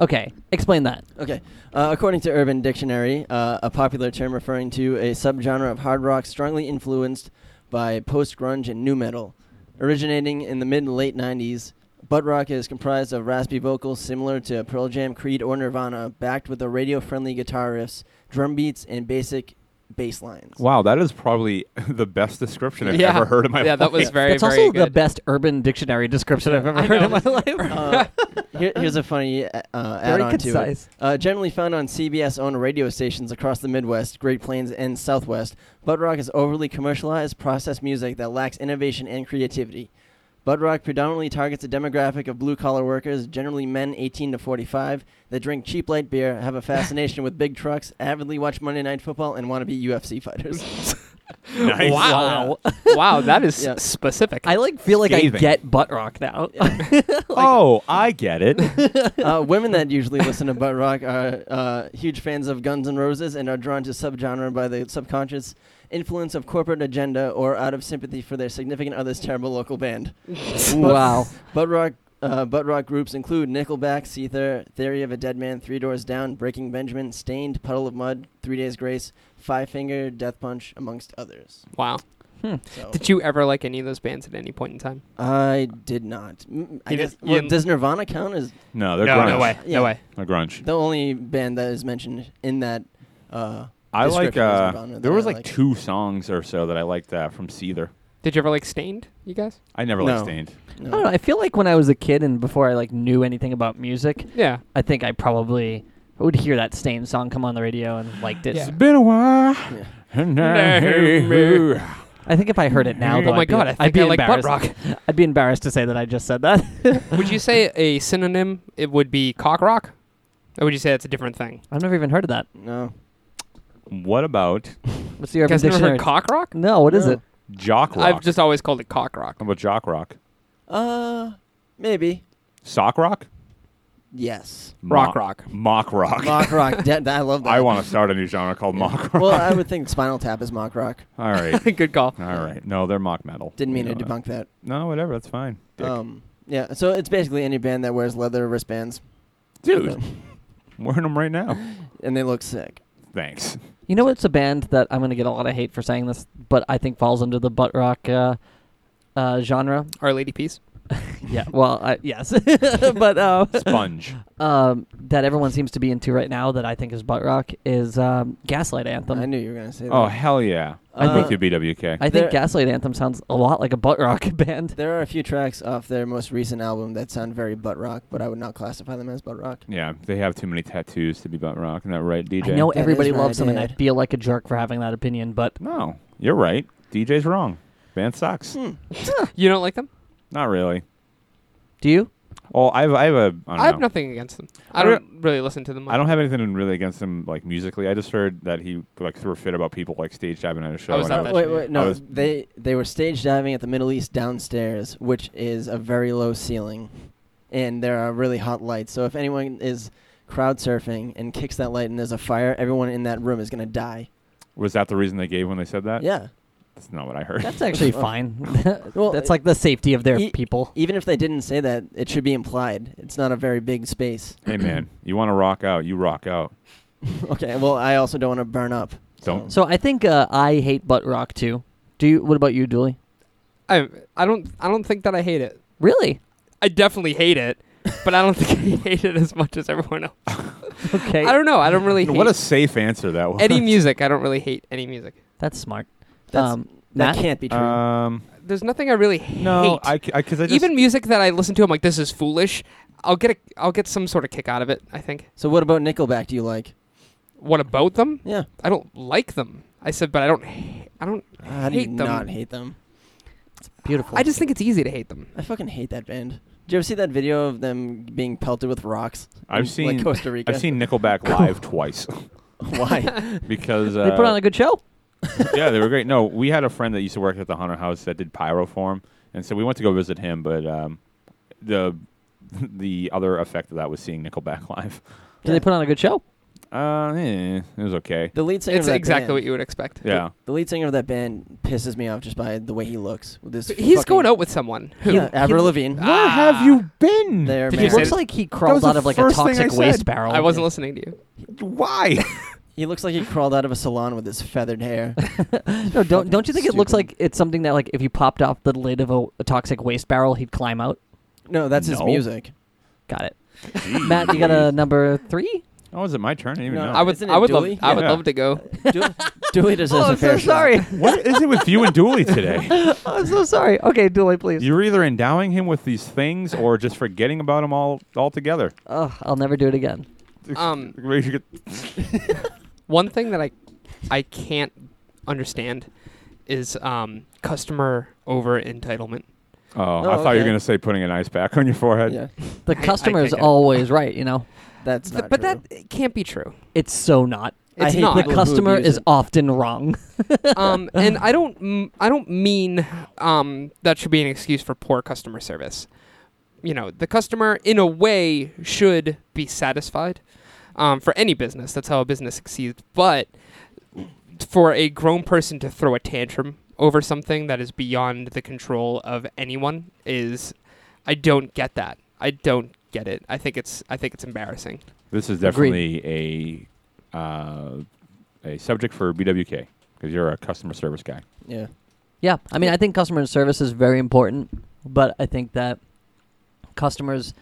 S3: Okay, explain that.
S4: Okay. Uh, according to Urban Dictionary, uh, a popular term referring to a subgenre of hard rock strongly influenced by post grunge and new metal. Originating in the mid and late 90s, butt rock is comprised of raspy vocals similar to Pearl Jam, Creed, or Nirvana, backed with the radio friendly guitar riffs, drum beats, and basic bass lines.
S1: Wow, that is probably the best description I've
S2: yeah.
S1: ever heard in my
S2: Yeah,
S1: life.
S2: that was very,
S3: That's
S2: very
S3: also
S2: good.
S3: the best Urban Dictionary description I've ever
S2: I
S3: heard in
S2: know.
S3: my life.
S4: Uh, here, here's a funny uh,
S3: Very
S4: add-on to it.
S3: concise.
S4: Uh, generally found on CBS-owned radio stations across the Midwest, Great Plains, and Southwest, butt rock is overly commercialized, processed music that lacks innovation and creativity. Butt rock predominantly targets a demographic of blue-collar workers, generally men 18 to 45, that drink cheap light beer, have a fascination with big trucks, avidly watch Monday Night Football, and want to be UFC fighters.
S1: Nice.
S2: Wow. wow, that is
S4: Yeah.
S2: specific.
S3: I like feel like I
S1: Scathing.
S3: get butt rock now.
S1: oh, I get it.
S4: uh, women that usually listen to butt rock are uh, huge fans of Guns N' Roses and are drawn to subgenre by the subconscious influence of corporate agenda or out of sympathy for their significant other's terrible local band.
S3: wow.
S4: Butt rock. Uh, butt rock groups include Nickelback, Seether, Theory of a Dead Man, Three Doors Down, Breaking Benjamin, Stained, Puddle of Mud, Three Days Grace, Five Finger, Death Punch, amongst others.
S2: wow.
S4: So,
S2: Did you ever like any of those bands at any point in time?
S4: I did not. Mm, I
S2: You
S4: guess.
S2: didn't- you
S4: Well,
S2: didn't-
S4: does Nirvana count as
S1: No, they're grunge.
S4: Yeah.
S1: They're grunge.
S4: the only band that is mentioned in that? Uh,
S1: I like.
S4: description was
S1: Uh,
S4: Nirvana that
S1: there was
S4: I
S1: like
S4: liked.
S1: two songs or so that I liked uh, from Seether.
S2: Did you ever like Stained, you guys?
S1: I never
S4: No.
S1: liked Stained.
S3: I
S4: no.
S3: don't know. I feel like when I was a kid and before I like knew anything about music,
S2: Yeah.
S3: I think I probably would hear that Stain song come on the radio and liked it.
S2: Yeah.
S1: Been a while.
S4: Yeah.
S1: And
S2: I
S1: I
S2: hear you.
S3: I think if I heard it now, though,
S2: oh my
S3: I'd be-
S2: god, I
S3: I'd
S2: think
S3: be
S2: I like butt
S3: embarrassed.
S2: rock.
S3: I'd be embarrassed to say that I just said that.
S2: would you say a synonym it would be cock rock? Or would you say that's a different thing?
S3: I've never even heard of that.
S4: No.
S1: What about
S3: What's the Urban
S2: guys never
S3: Dictionary?
S2: heard cock rock?
S3: no, what is
S4: No.
S3: it?
S1: Jock Rock?
S2: I've just always called it cock rock.
S1: How about Jock Rock?
S4: Uh, maybe.
S1: Sock rock?
S4: Yes.
S2: Rock
S1: Mock-
S2: rock.
S1: Mock rock.
S4: Mock rock. De- I love that.
S1: I want to start a new genre called mock rock.
S4: Well, I would think Spinal Tap is mock rock.
S1: All right.
S2: Good call.
S1: All right. No, they're mock metal.
S4: Didn't mean
S1: You
S4: to
S1: know that.
S4: debunk that.
S1: No, whatever. That's fine. Dick.
S4: Um, yeah. So it's basically any band that wears leather wristbands,
S1: Dude, I'm wearing them right now.
S4: and they look sick.
S1: Thanks.
S3: You know, it's a band that I'm going to get a lot of hate for saying this, but I think falls under the butt rock uh, uh, genre.
S2: Our Lady Peace.
S3: Yeah. Well, I, yes, but um,
S1: Sponge.
S3: um, that everyone seems to be into right now that I think is butt rock is um, Gaslight Anthem.
S4: I knew you were gonna say that.
S1: oh hell yeah!
S4: I
S1: I'm
S4: think-
S1: with you, BWK.
S3: I
S4: There-
S3: think Gaslight Anthem sounds a lot like a butt rock band.
S4: There are a few tracks off their most recent album that sound very butt rock, but I would not classify them as butt rock.
S1: yeah, they have too many tattoos to be butt rock. Isn't that right,
S3: I
S1: DJ?
S3: know
S4: That
S3: everybody
S4: is right,
S3: loves them, and I
S4: dude.
S3: feel like a jerk for having that opinion, but
S1: No, you're right. DJ's wrong. Band sucks.
S2: You don't like them?
S1: Not really.
S3: do you?
S1: Oh, I've I have a I don't
S2: I have
S1: know.
S2: nothing against them. I
S1: I
S2: don't really listen to them. much.
S1: I don't have anything really against him like musically. I just heard that he like threw a fit about people like stage diving at a show.
S2: I was
S1: and
S2: not
S1: I-
S2: that
S4: wait,
S2: true.
S4: wait,
S1: I
S4: no.
S1: was-
S4: They they were stage diving at the Middle East downstairs, which is a very low ceiling, and there are really hot lights. So if anyone is crowd surfing and kicks that light and there's a fire, everyone in that room is gonna die.
S1: was that the reason they gave when they said that?
S4: Yeah.
S1: that's not what I heard.
S3: That's actually fine.
S4: Well,
S3: That's like the safety of their
S4: e-
S3: people.
S4: Even if they didn't say that, it should be implied. It's not a very big space.
S1: hey man, you want to rock out? You rock out.
S4: okay. Well, I also don't want to burn up.
S1: Don't.
S3: So I think uh, I hate butt rock too. Do you? What about you, Dooley?
S2: I, I don't. I don't think that I hate it.
S3: Really?
S2: I definitely hate it, but I don't think I hate it as much as everyone else.
S3: Okay.
S2: I don't know. I don't really. Hate
S1: What a safe answer that was.
S2: any music. I don't really hate any music.
S3: That's smart.
S4: That's,
S3: um,
S4: that
S3: Matt?
S4: can't be true.
S1: Um,
S2: There's nothing I really hate.
S1: no, I because I, just
S2: even music that I listen to, I'm like, this is foolish. I'll get a, I'll get some sort of kick out of it. I think.
S4: so what about Nickelback? Do you like?
S2: What about them?
S4: Yeah.
S2: I don't like them. I said, but I don't. ha- I don't.
S4: How do you
S2: Hate them.
S4: not hate them?
S3: Beautiful.
S2: I just think it's easy to hate them.
S4: I fucking hate that band. Did you ever see that video of them being pelted with rocks? in,
S1: I've seen
S4: like Costa Rica.
S1: I've seen Nickelback live twice
S4: why.
S1: because uh,
S3: they put on a good show.
S1: yeah, they were great. No, we had a friend that used to work at the Hunter House that did pyro for him, and so we went to go visit him. But um, the the other effect of that was seeing Nickelback live.
S3: Did they put on a good show?
S1: Uh, eh, it was okay.
S4: The lead singer.
S2: It's
S4: of that
S2: exactly
S4: band,
S2: what you would expect.
S1: Yeah,
S4: The lead singer of that band pisses me off just by the way he looks. With this.
S2: He's
S4: fucking-
S2: going out with someone. Who?
S4: Yeah, Avril Lavigne.
S2: Ah. Where have you
S1: been?
S4: There,
S2: Did
S4: man.
S2: you
S3: It
S2: say
S3: looks
S2: that-
S3: like he crawled
S1: the
S3: out of like a
S1: first thing I
S3: toxic
S1: said.
S3: waste barrel.
S2: I wasn't listening to you.
S1: Why?
S4: He looks like he crawled out of a salon with his feathered hair.
S3: No, don't don't you think it looks
S4: Stupid.
S3: like it's something that like if you popped off the lid of a, a toxic waste barrel, he'd climb out?
S4: No, that's his
S1: No.
S4: music.
S3: Got it. Matt, you got a number three?
S1: Oh, is it my turn? I didn't even
S4: No,
S1: know.
S2: I would.
S4: Isn't it
S2: I would love.
S4: Dooley?
S2: I would
S1: Yeah.
S2: love to go.
S4: Du- Dooley
S3: Oh,
S4: deserves a fair shot.
S1: what is it with you and Dooley today?
S3: I'm so sorry. Okay, Dooley, please.
S1: You're either endowing him with these things or just forgetting about him all altogether.
S3: Ugh, I'll never do it again.
S2: Um,
S1: We should get-
S2: One thing that I, I can't understand, is um, customer over entitlement.
S1: Oh, I thought you were
S4: okay.
S1: gonna say putting an ice pack on your forehead.
S4: Yeah,
S3: The
S2: I- I
S3: customer's
S2: take it.
S3: always right, you know.
S4: that's
S2: Th-
S4: not
S2: but
S4: true.
S2: that it can't be true.
S3: It's so not.
S4: I
S2: It's
S4: hate
S2: not.
S3: The
S4: people who
S3: customer
S4: abuse
S3: is
S4: it.
S3: often wrong.
S2: um, and I don't, m- I don't mean um, that should be an excuse for poor customer service. You know, the customer, in a way, should be satisfied. Um, for any business, that's how a business succeeds. But for a grown person to throw a tantrum over something that is beyond the control of anyone is, I don't get that. I don't get it. I think it's, I think it's embarrassing.
S1: This is
S3: Agreed.
S1: definitely a uh, a subject for BWK because you're a customer service guy.
S4: Yeah.
S3: Yeah, I mean, I think customer service is very important, but I think that customers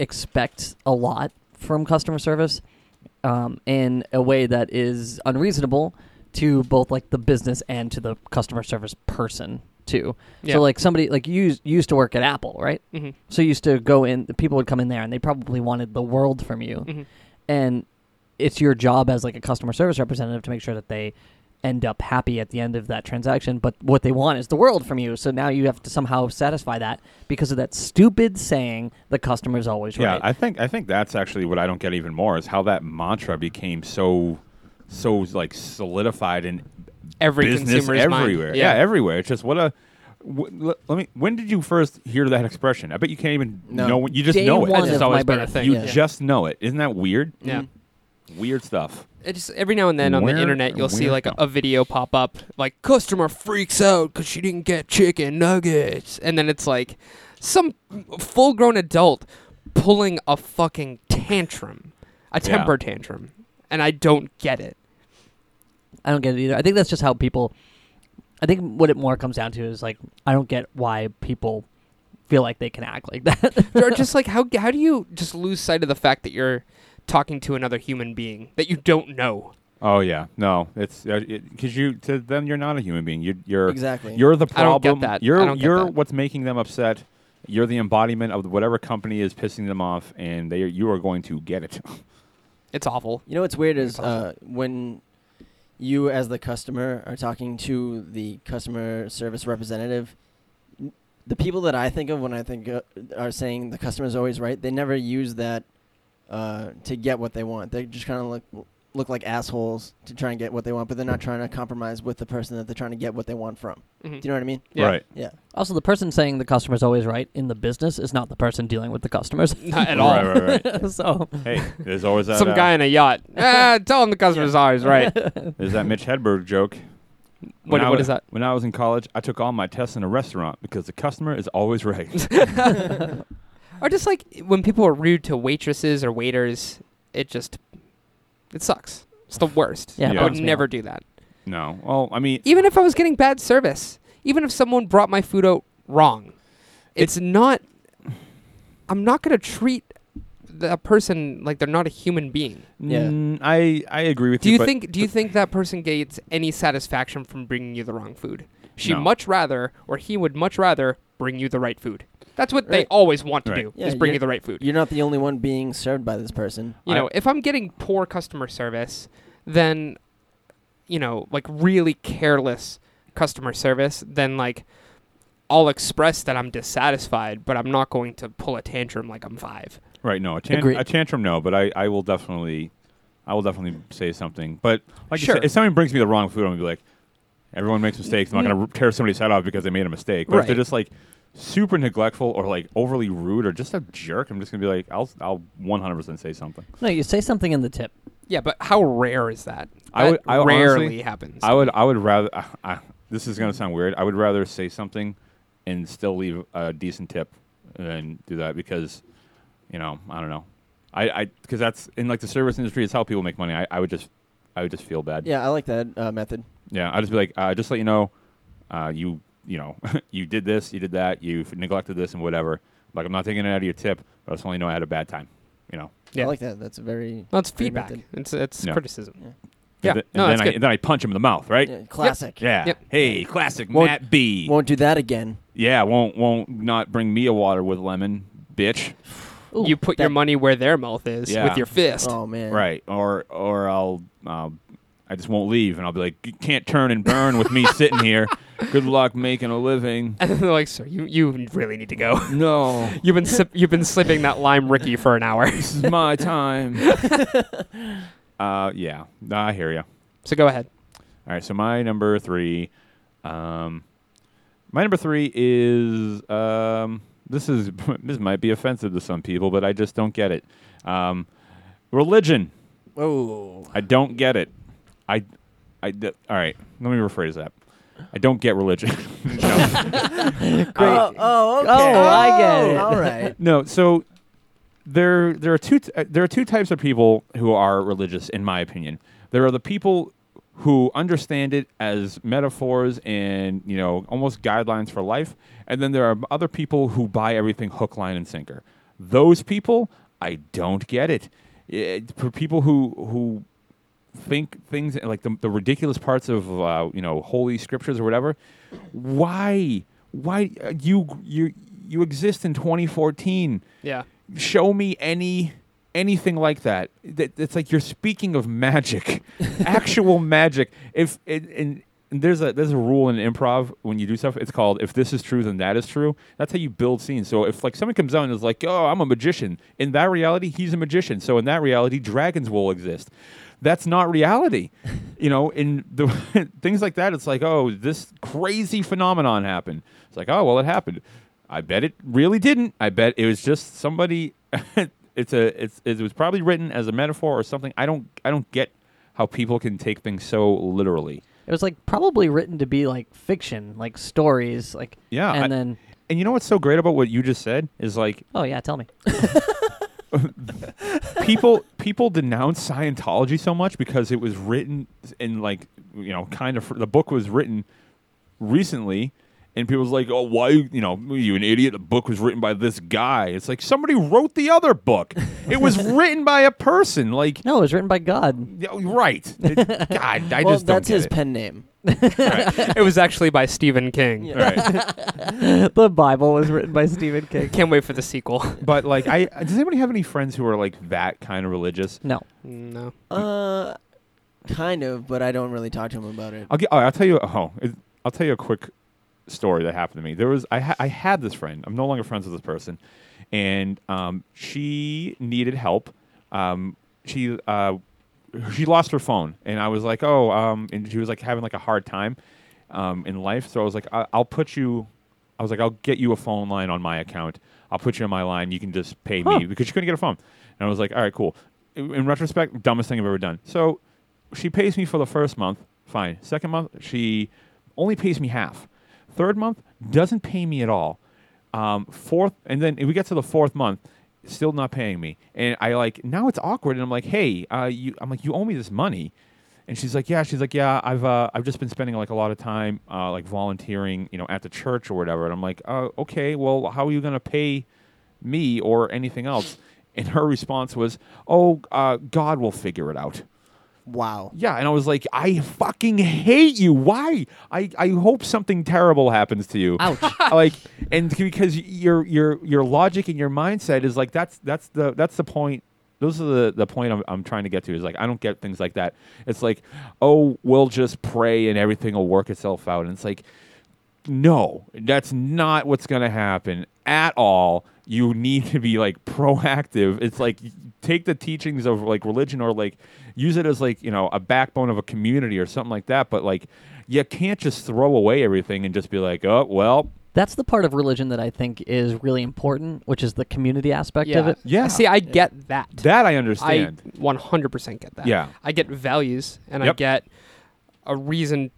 S3: expect a lot from customer service um, in a way that is unreasonable to both like the business and to the customer service person too.
S2: Yeah.
S3: So like somebody like you used- you used to work at Apple, right?
S2: hmm
S3: So you used to go in, the people would come in there and they probably wanted the world from you
S2: hmm
S3: and it's your job as like a customer service representative to make sure that they end up happy at the end of that transaction but what they want is the world from you so now you have to somehow satisfy that because of that stupid saying the customer's always
S1: Yeah,
S3: right
S1: I think I think that's actually what I don't get even more is how that mantra became so so like solidified in
S2: Every
S1: business
S2: consumer's mind.
S1: everywhere. Yeah. everywhere. It's just what a w- l- let me. When did you first hear that expression? I bet you can't even
S4: No.
S1: know. it. You just
S3: Day
S1: know it.
S3: one
S2: That's just
S3: of
S2: always
S3: my
S2: been a
S3: birth,
S2: thing.
S1: you
S3: yeah.
S1: just know it. Isn't that weird?
S2: Yeah.
S4: Mhm.
S1: Weird stuff.
S2: It just every now and then on
S1: Where-
S2: the internet you'll see
S1: where-
S2: like a, a video pop up like customer freaks out because she didn't get chicken nuggets and then it's like some full grown adult pulling a fucking tantrum a
S1: Yeah.
S2: temper tantrum and I don't get it
S3: I don't get it either. I think that's just how people. I think what it more comes down to is like I don't get why people feel like they can act like that.
S2: or just like how how do you just lose sight of the fact that you're talking to another human being that you don't know
S1: Oh yeah, no, it's because you to them you're not a human being. You're you're
S4: Exactly.
S1: you're the
S2: I
S1: problem.
S2: don't get that.
S1: You're
S2: I don't get
S1: you're
S2: that.
S1: what's making them upset. You're the embodiment of whatever company is pissing them off, and they you are going to get it.
S2: it's awful
S4: You know what's weird is uh, when you, as the customer, are talking to the customer service representative. n- The people that I think of when I think uh, are saying the customer's always right, they never use that uh, to get what they want. They just kind of look look like assholes to try and get what they want, but they're not trying to compromise with the person that they're trying to get what they want from.
S2: Mhm.
S4: Do you know what I mean?
S2: Yeah.
S1: Right.
S4: Yeah.
S3: also, the person saying the customer's always right in the business is not the person dealing with the customers
S2: not at all
S1: Right, right, right.
S3: so
S1: hey, there's always that.
S2: some
S1: uh,
S2: guy in a yacht ah tell him the customer's always right
S1: There's that Mitch Hedberg joke. When
S2: what,
S1: I
S2: what
S1: wa-
S2: is that
S1: When I was in college, I took all my tests in a restaurant because the customer is always right.
S2: Or just like when people are rude to waitresses or waiters, it just it sucks. It's the worst.
S1: it
S3: Yeah,
S2: I would
S1: bums
S3: me
S2: never
S3: out.
S2: do that.
S1: no. Well, I mean,
S2: Even if I was getting bad service, even if someone brought my food out wrong, it's not. I'm not gonna treat that person like they're not a human being.
S4: Yeah.
S1: mm, I I agree with
S2: Do
S1: you.
S2: you
S1: but
S2: think Do you think that person gets any satisfaction from bringing you the wrong food? She
S1: No.
S2: much rather, or he would much rather, bring you the right food. That's what they
S4: Right.
S2: always want to
S1: Right.
S2: do:
S4: Yeah,
S2: is bring
S4: you're-
S2: you the right food.
S4: You're not the only one being served by this person.
S2: you
S1: I-
S2: know if i'm getting poor customer service then you know like really careless customer service then like i'll express that i'm dissatisfied but i'm not going to pull a tantrum like i'm five
S1: Right. No. A, tan-
S3: Agree.
S1: a tantrum. No. But I, I will definitely, I will definitely say something. But like you
S2: Sure.
S1: said, if somebody brings me the wrong food, I'm gonna be like, everyone makes mistakes. I'm not gonna r- tear somebody's head off because they made a mistake. But if they're
S2: Mm. Right.
S1: just like super neglectful or like overly rude or just a jerk, I'm just gonna be like, I'll I'll 100% say something.
S3: no, you say something in the tip.
S2: yeah but how rare is that
S1: I
S2: That
S1: would- I honestly-
S2: rarely happens
S1: I would I would rather. I, I, this is gonna sound weird. I would rather say something and still leave a decent tip than do that because, you know, I don't know. I I because that's in like the service industry is how people make money. I, I would just I would just feel bad.
S4: Yeah, I like that uh, method.
S1: Yeah, I'll just be like, uh, just let you know, uh, you you know, you did this, you did that, you have neglected this and whatever. Like I'm not taking it out of your tip, but I just want you to know I had a bad time. You know.
S2: Yeah.
S4: I like that. That's a very
S2: no, it's
S4: Pretty
S2: feedback
S4: method.
S2: it's it's
S1: Yeah.
S2: criticism
S4: Yeah.
S2: yeah,
S1: And, th-
S2: no
S1: and then
S2: that's
S1: I
S2: good
S1: and then I punch him in the mouth, right?
S4: yeah, classic.
S1: Yeah.
S2: Yep.
S1: Hey, classic
S4: Won't-
S1: Matt B.
S4: Won't do that again.
S1: Yeah, won't won't not bring me a water with lemon, bitch.
S3: Ooh,
S2: you put your
S4: that-
S2: money where their mouth is
S1: Yeah.
S2: with your fist
S4: Oh man.
S1: Right. Or or I'll uh, I just won't leave and I'll be like you can't turn and burn with me sitting here. Good luck making a living.
S2: and then they're like sir you you really need to go
S1: No.
S2: you've been sip- you've been slipping that lime ricky for an hour
S1: This is my time. uh yeah. Nah, I hear you.
S2: so go ahead
S1: All right, so my number 3 um my number 3 is um this is this might be offensive to some people, but I just don't get it. Um religion.
S4: Whoa.
S1: I don't get it. I, I d- all right. Let me rephrase that. I don't get religion. no.
S4: Oh, oh, okay.
S3: Oh, I get it.
S4: All right.
S1: No, So there, there are two. T- uh, there are two types of people who are religious, in my opinion. There are the people who understand it as metaphors and you know almost guidelines for life, and then there are other people who buy everything hook, line, and sinker. Those people, I don't get it. it for people who who think things like the, the ridiculous parts of uh, you know holy scriptures or whatever. Why? Why uh, you you you exist in 2014?
S2: yeah
S1: Show me any anything like that. that. It's like you're speaking of magic, actual magic. If and, and there's a there's a rule in improv when you do stuff. It's called if this is true, then that is true. That's how you build scenes. So if like someone comes out and is like, "Oh, I'm a magician," in that reality, he's a magician. So in that reality, dragons will exist. That's not reality, you know. In the things like that, it's like, "Oh, this crazy phenomenon happened." It's like, "Oh, well, it happened." I bet it really didn't. I bet it was just somebody. it's a it's it was probably written as a metaphor or something. I don't I don't get how people can take things so literally.
S3: It was like probably written to be like fiction, like stories, like
S1: Yeah,
S3: And
S1: I-
S3: then
S1: And you know what's so great about what you just said is like
S3: oh yeah, tell me.
S1: people people denounce Scientology so much because it was written in like you know kind of the book was written recently and people's like oh why you know you an idiot the book was written by this guy it's like somebody wrote the other book it was written by a person like
S3: No, it was written by God.
S1: Yeah, oh, right It- god i
S4: well,
S1: just
S4: that's
S1: don't get
S4: his
S1: it.
S4: pen name.
S2: it was actually by Stephen King.
S4: Yeah.
S1: All right.
S3: the Bible was written by Stephen King.
S2: Can't wait for the sequel.
S1: but like i does anybody have any friends who are like that kind of religious
S3: No.
S2: no.
S4: Uh, kind of, but I don't really talk to him about it.
S1: I'll get. all right, I'll tell you. Oh, it- I'll tell you a quick story that happened to me. There was I. Ha- I had this friend. I'm no longer friends with this person, and um, she needed help. Um, she uh, she lost her phone, and I was like, oh, um, and she was like having like a hard time um, in life. So I was like, I- I'll put you. I was like, I'll get you a phone line on my account. I'll put you on my line. You can just pay me because she couldn't get a phone. And I was like, all right, cool. In in retrospect, dumbest thing I've ever done. So she pays me for the first month, fine. Second month, she only pays me half. Third month, doesn't pay me at all. Um, fourth, and then we get to the fourth month, still not paying me. And I like now it's awkward, and I'm like, hey, uh, you, I'm like, you owe me this money. And she's like, yeah, she's like, yeah, I've uh, I've just been spending like a lot of time uh, like volunteering, you know, at the church or whatever. And I'm like, uh, okay, well, how are you gonna pay me or anything else? And her response was, oh, uh, God will figure it out.
S4: Wow.
S1: Yeah, and I was like, I fucking hate you. Why? I, I hope something terrible happens to you. Ouch. like, and because your your your logic and your mindset is like that's that's the that's the point. Those are the the point I'm, I'm trying to get to is like I don't get things like that. It's like, oh, we'll just pray and everything will work itself out. And it's like, no, that's not what's going to happen at all. You need to be like proactive. It's like take the teachings of like religion or like use it as like, you know, a backbone of a community or something like that. But like, you can't just throw away everything and just be like, oh, well,
S3: That's the part of religion that I think is really important, which is the community aspect of
S2: Yeah.
S3: it.
S1: Yeah.
S2: See, I get that.
S1: that I
S2: I
S1: understand.
S2: 100% get that.
S1: Yeah.
S2: I get values and I
S1: Yep.
S2: get a reason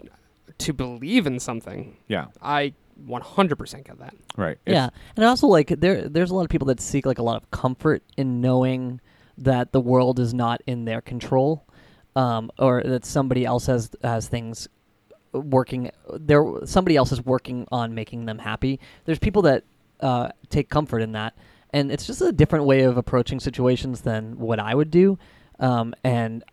S2: to believe in something.
S1: yeah.
S2: I 100% get that.
S1: Right.
S3: yeah. And also like there there's a lot of people that seek like a lot of comfort in knowing that the world is not in their control um, or that somebody else has has things working there somebody else is working on making them happy. There's people that uh, take comfort in that and it's just a different way of approaching situations than what I would do. Um, and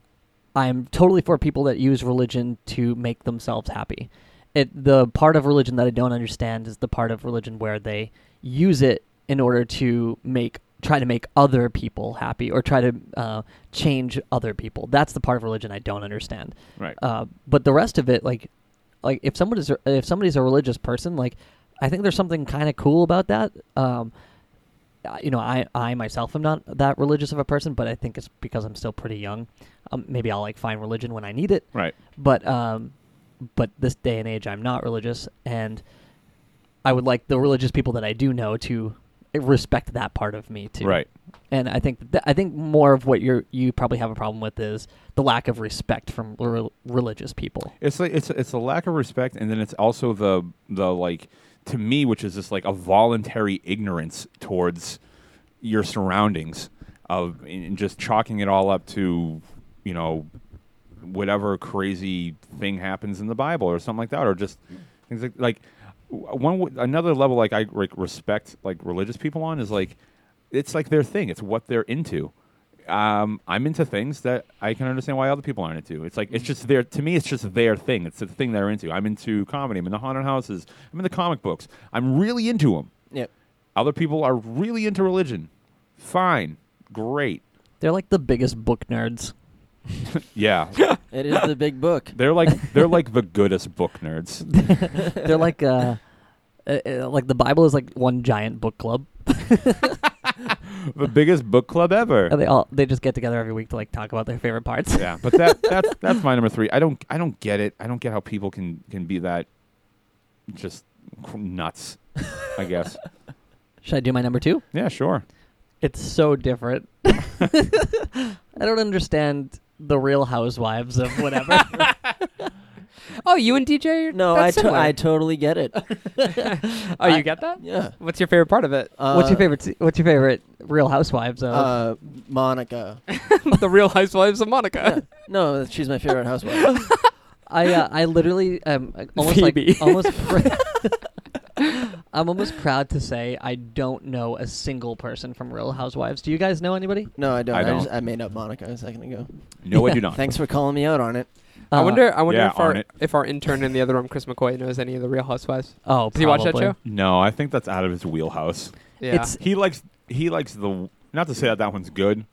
S3: I'm totally for people that use religion to make themselves happy. It the part of religion that I don't understand is the part of religion where they use it in order to make try to make other people happy or try to uh, change other people. That's the part of religion I don't understand.
S1: Right.
S3: Uh, but the rest of it, like, like if somebody's if somebody's a religious person, like, I think there's something kind of cool about that. Um, uh, you know, I, I myself am not that religious of a person, but I think it's because I'm still pretty young. Um, maybe I'll like find religion when I need it.
S1: Right.
S3: But um, but this day and age, I'm not religious, and I would like the religious people that I do know to respect that part of me too.
S1: Right.
S3: And I think th- I think more of what you you probably have a problem with is the lack of respect from rel religious people.
S1: It's like it's it's a lack of respect, and then it's also the the like to me, which is just like a voluntary ignorance towards your surroundings of and and just chalking it all up to you know whatever crazy thing happens in the Bible or something like that, or just things like like w- one w- another level like I like respect like religious people on is like it's like their thing. It's what they're into. Um, I'm into things that I can understand why other people aren't into. It's like it's just their to me. It's just their thing. It's the thing they're into. I'm into comedy. I'm in the haunted houses. I'm in the comic books. I'm really into them.
S4: Yep.
S1: Other people are really into religion. Fine, great.
S3: They're like the biggest book nerds.
S1: Yeah,
S4: It is the big book.
S1: they're like they're like the goodest book nerds.
S3: They're like uh, uh, uh, like the Bible is like one giant book club.
S1: The biggest book club ever.
S3: And they all they just get together every week to like talk about their favorite parts.
S1: Yeah, but that that's that's my number three. I don't I don't get it. I don't get how people can can be that just nuts. I guess.
S3: Should I do my number two?
S1: Yeah, sure.
S3: It's so different. I don't understand the Real Housewives of whatever.
S2: Oh, you and DJ? are-
S4: No, I,
S2: that's
S4: to-
S2: similar.
S4: I totally get it.
S2: Oh, you get that?
S4: Yeah.
S2: What's your favorite part of it?
S4: Uh,
S3: what's your favorite? se- What's your favorite Real Housewives of?
S4: Uh, Monica.
S2: the Real Housewives of Monica.
S4: No, she's my favorite housewife.
S3: I uh, I literally um like, almost like
S2: Phoebe.
S3: almost. pr- I'm almost proud to say I don't know a single person from Real Housewives. Do you guys know anybody?
S4: No, I don't.
S1: I
S4: I,
S1: don't.
S4: Just, I made up Monica a second ago.
S1: No, I do not.
S4: Thanks for calling me out on it.
S2: I
S3: Uh,
S2: wonder. I wonder
S1: yeah,
S2: if our
S1: on it.
S2: if our intern in the other room, Chris McCoy, knows any of the Real Housewives.
S3: Oh,
S2: Does he watch that
S3: probably.
S2: show?
S1: No, I think that's out of his wheelhouse.
S2: Yeah.
S3: It's
S1: He likes he likes the not to say that that one's good,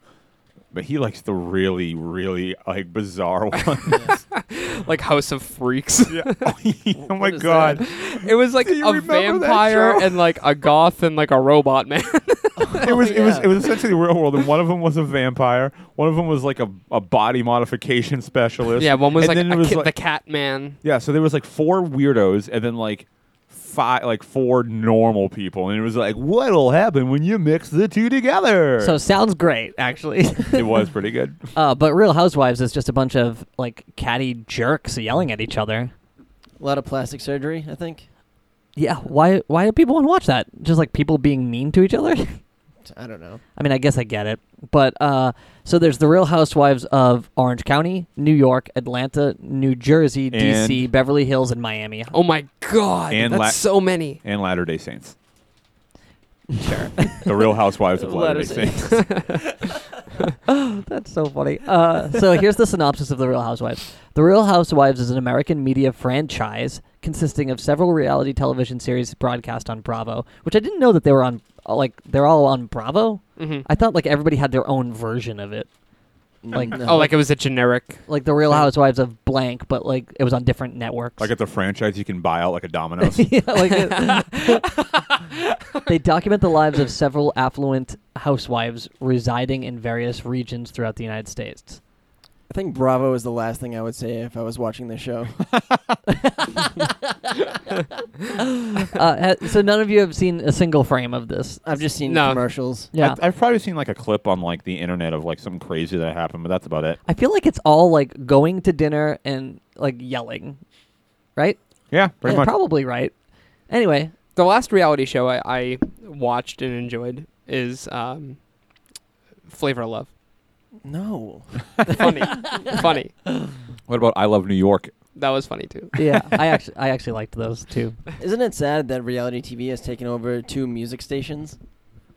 S1: but he likes the really really like bizarre one.
S2: like House of Freaks.
S1: oh my
S4: What is
S1: god.
S2: It was like
S1: Do you
S2: a
S1: remember that
S2: vampire
S1: show?
S2: and like a goth and like a robot man.
S1: It
S2: Oh,
S1: was it was
S4: yeah.
S1: it was essentially real world and one of them was a vampire, one of them was like a, a body modification specialist.
S2: yeah, one was
S1: and
S2: like,
S1: then it
S2: a
S1: was
S2: ki-
S1: like-
S2: the Cat Man.
S1: Yeah, so there was like four weirdos and then like five like four normal people and it was like what'll happen when you mix the two together.
S3: so sounds great actually.
S1: it was pretty good.
S3: uh, but Real Housewives is just a bunch of like catty jerks yelling at each other.
S4: A lot of plastic surgery, I think.
S3: Yeah, why why do people want to watch that? Just like people being mean to each other?
S4: I don't know.
S3: I mean, I guess I get it. But uh so there's the Real Housewives of Orange County, New York, Atlanta, New Jersey, DC, Beverly Hills and Miami.
S2: Oh my god,
S1: And
S2: that's
S1: la-
S2: so many.
S1: And Latter Day Saints. Sure. the Real Housewives of Latter Day
S4: Latter-day
S1: Saints.
S3: That's so funny. Uh, so here's the synopsis of The Real Housewives. The Real Housewives is an American media franchise consisting of several reality television series broadcast on Bravo, which I didn't know that they were on. Like they're all on Bravo.
S2: Mhm.
S3: I thought like everybody had their own version of it, Like-
S4: No.
S2: Oh, like it was a generic.
S3: like The Real Housewives of blank, but like it was on different networks.
S1: Like at the franchise, you can buy out like a Domino's.
S3: Yeah, like it- they document the lives of several affluent housewives residing in various regions throughout the United States.
S4: I think Bravo is the last thing I would say if I was watching this show.
S3: Uh, ha- so none of you have seen a single frame of this.
S4: I've just seen
S2: No.
S4: commercials.
S3: Yeah,
S1: I, I've probably seen like a clip on like the internet of like something crazy that happened, but that's about it.
S3: I feel like it's all like going to dinner and like yelling, right?
S1: Yeah, pretty
S3: Yeah,
S1: much.
S3: Probably right. Anyway,
S2: The last reality show I, I watched and enjoyed is um, Flavor of Love.
S4: No.
S2: Funny, funny.
S1: What about I Love New York?
S2: That was funny too.
S3: yeah, I actually I actually liked those too.
S4: Isn't it sad that reality TV has taken over two music stations?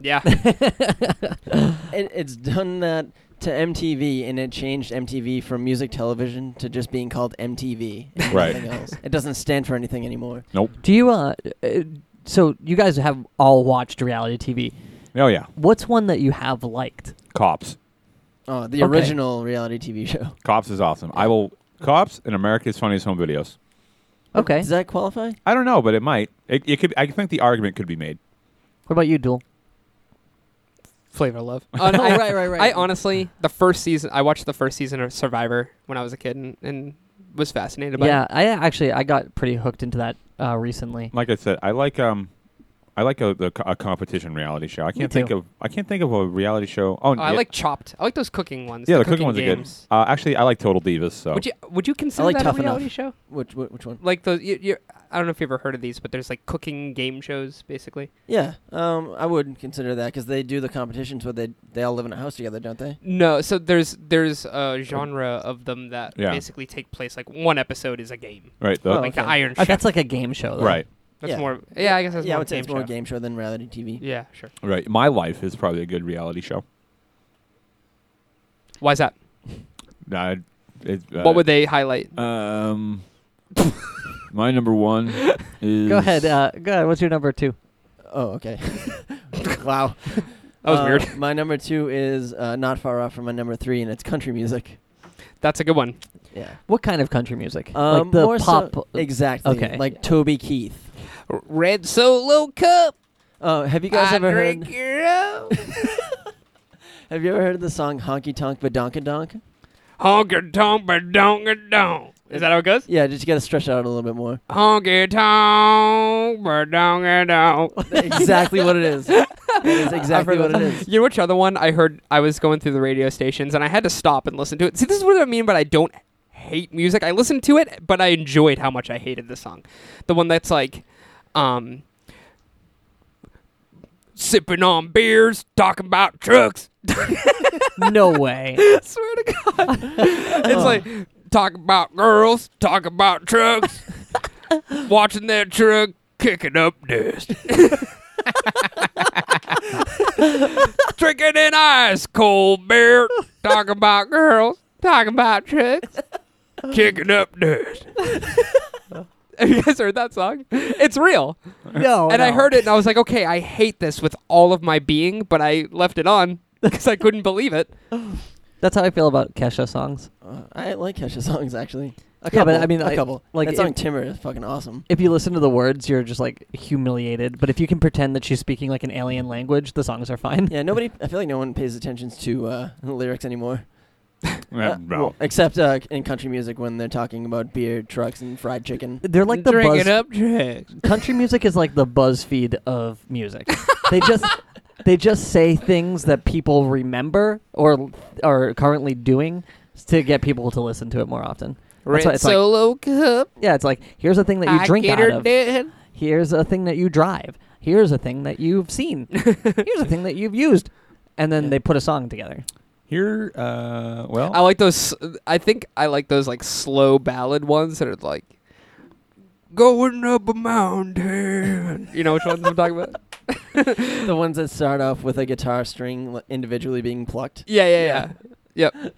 S2: Yeah,
S4: It, it's done that to MTV, and it changed MTV from music television to just being called MTV. and
S1: Right.
S4: nothing else. It doesn't stand for anything anymore.
S3: Do you uh, uh, so you guys have all watched reality TV.
S1: Oh yeah,
S3: What's one that you have liked?
S1: Cops.
S4: Oh, the
S3: Okay.
S4: original reality TV show.
S1: Cops is awesome. I will. Cops and America's Funniest Home Videos.
S3: Okay.
S2: Eh.
S4: Does that qualify?
S1: I don't know, but it might. It, it could. I think the argument could be made.
S3: What about you, Duel?
S2: Flavor of Love. Uh, no, I-
S4: right, right,
S2: I honestly, the first season, I watched the first season of Survivor when I was a kid and, and was fascinated by
S3: Yeah,
S2: it.
S3: I actually I got pretty hooked into that uh, recently.
S1: Like I said, I like um, I like a, the, a competition reality show. I can't think
S3: too.
S1: of. I can't think of a reality show. Oh,
S2: Oh, I
S1: yeah,
S2: like Chopped. I like those cooking ones.
S1: Yeah,
S2: the,
S1: the cooking ones
S2: games.
S1: are good. Uh, actually, I like Total Divas. So
S2: Would you would you consider
S4: like
S2: that
S4: Tough
S2: a
S4: Enough.
S2: reality show?
S4: Which, which which one?
S2: Like those, you, you, I don't know if you've ever heard of these, but there's like cooking game shows basically.
S4: Yeah, um, I would consider that because they do the competitions where they they all live in a house together, don't they?
S2: No, so there's there's a genre of them that
S1: Yeah.
S2: basically take place like one episode is a game,
S1: right? The,
S4: Oh,
S2: like the
S4: okay.
S2: Iron
S3: Uh,
S2: Chef.
S3: that's like a game show, though.
S1: Right.
S2: That's
S4: Yeah.
S2: more. Yeah, I guess that's
S4: yeah,
S2: more
S4: I would say it's
S2: game
S4: more
S2: show.
S4: game show than reality TV.
S2: Yeah, sure.
S1: Right. My life is probably a good reality show.
S2: Why is that?
S1: Uh, it, uh,
S2: what would they highlight?
S1: Um, my number one is.
S3: Go ahead. Uh, go ahead. What's your number two?
S4: Oh, okay. wow,
S2: That was
S4: Uh,
S2: weird.
S4: My number two is uh, not far off from my number three, and it's country music.
S2: That's a good one.
S4: Yeah.
S3: What kind of country music?
S4: Um,
S3: like the
S4: more so-
S3: pop. uh,
S4: exactly.
S3: okay.
S4: Like Toby Keith.
S2: R- Red Solo Cup.
S4: Oh, have you guys
S3: Ah,
S2: I
S4: ever
S2: drink
S4: heard?
S2: your own.
S4: Have you ever heard of the song Honky Tonk Badonka Donk?
S2: Honky tonk, but donk donk. Is that how it goes?
S4: Yeah, just you got to stretch it out a little bit more.
S2: Honky tonk, but donk donk.
S4: exactly what it is. That is exactly what it is.
S2: You know which other one I heard? I was going through the radio stations and I had to stop and listen to it. See, this is what I mean, but I don't hate music. I listen to it, but I enjoyed how much I hated the song. The one that's like, um, sipping on beers, talking about trucks.
S3: no way.
S2: I swear to God, it's like talking about girls, talking about trucks, watching that truck kicking up dust. Drinking an ice cold beer, talking about girls, talking about trucks, kicking up dust. Have you guys heard that song? It's real.
S3: No.
S2: and I
S3: Oh, no.
S2: heard it and I was like, okay, I hate this with all of my being, but I left it on because I couldn't believe it.
S3: That's how I feel about Kesha songs.
S4: Uh, I like Kesha songs actually. A
S3: Yeah,
S4: couple.
S3: but I mean,
S4: a
S3: I-
S4: couple.
S3: like,
S4: Like that song
S3: if-
S4: Timber is fucking awesome.
S3: If you listen to the words, you're just like humiliated. But if you can pretend that she's speaking like an alien language, the songs are fine.
S4: Yeah, nobody. I feel like no one pays attention to uh, the lyrics anymore.
S1: Uh,
S4: Uh,
S1: well,
S4: well, except uh, in country music when they're talking about beer, trucks, and fried chicken.
S3: They're like the
S2: Drink
S3: buzz.
S2: it up, Jax.
S3: Country music is like the BuzzFeed of music. they just they just say things that people remember or are currently doing to get people to listen to it more often. That's why
S2: Red
S3: it's like-
S2: Solo Cup.
S3: Yeah, it's like here's a thing that you
S2: I
S3: drink
S2: get
S3: out
S2: her
S3: of.
S2: dead.
S3: Here's a thing that you drive. Here's a thing that you've seen. here's a thing that you've used. And then
S4: Yeah.
S3: they put a song together.
S1: here, uh, well,
S2: I like those. I think I like those like slow ballad ones that are like going up a mountain. you know which ones I'm talking about?
S4: the ones that start off with a guitar string li- individually being plucked.
S2: Yeah, yeah, yeah.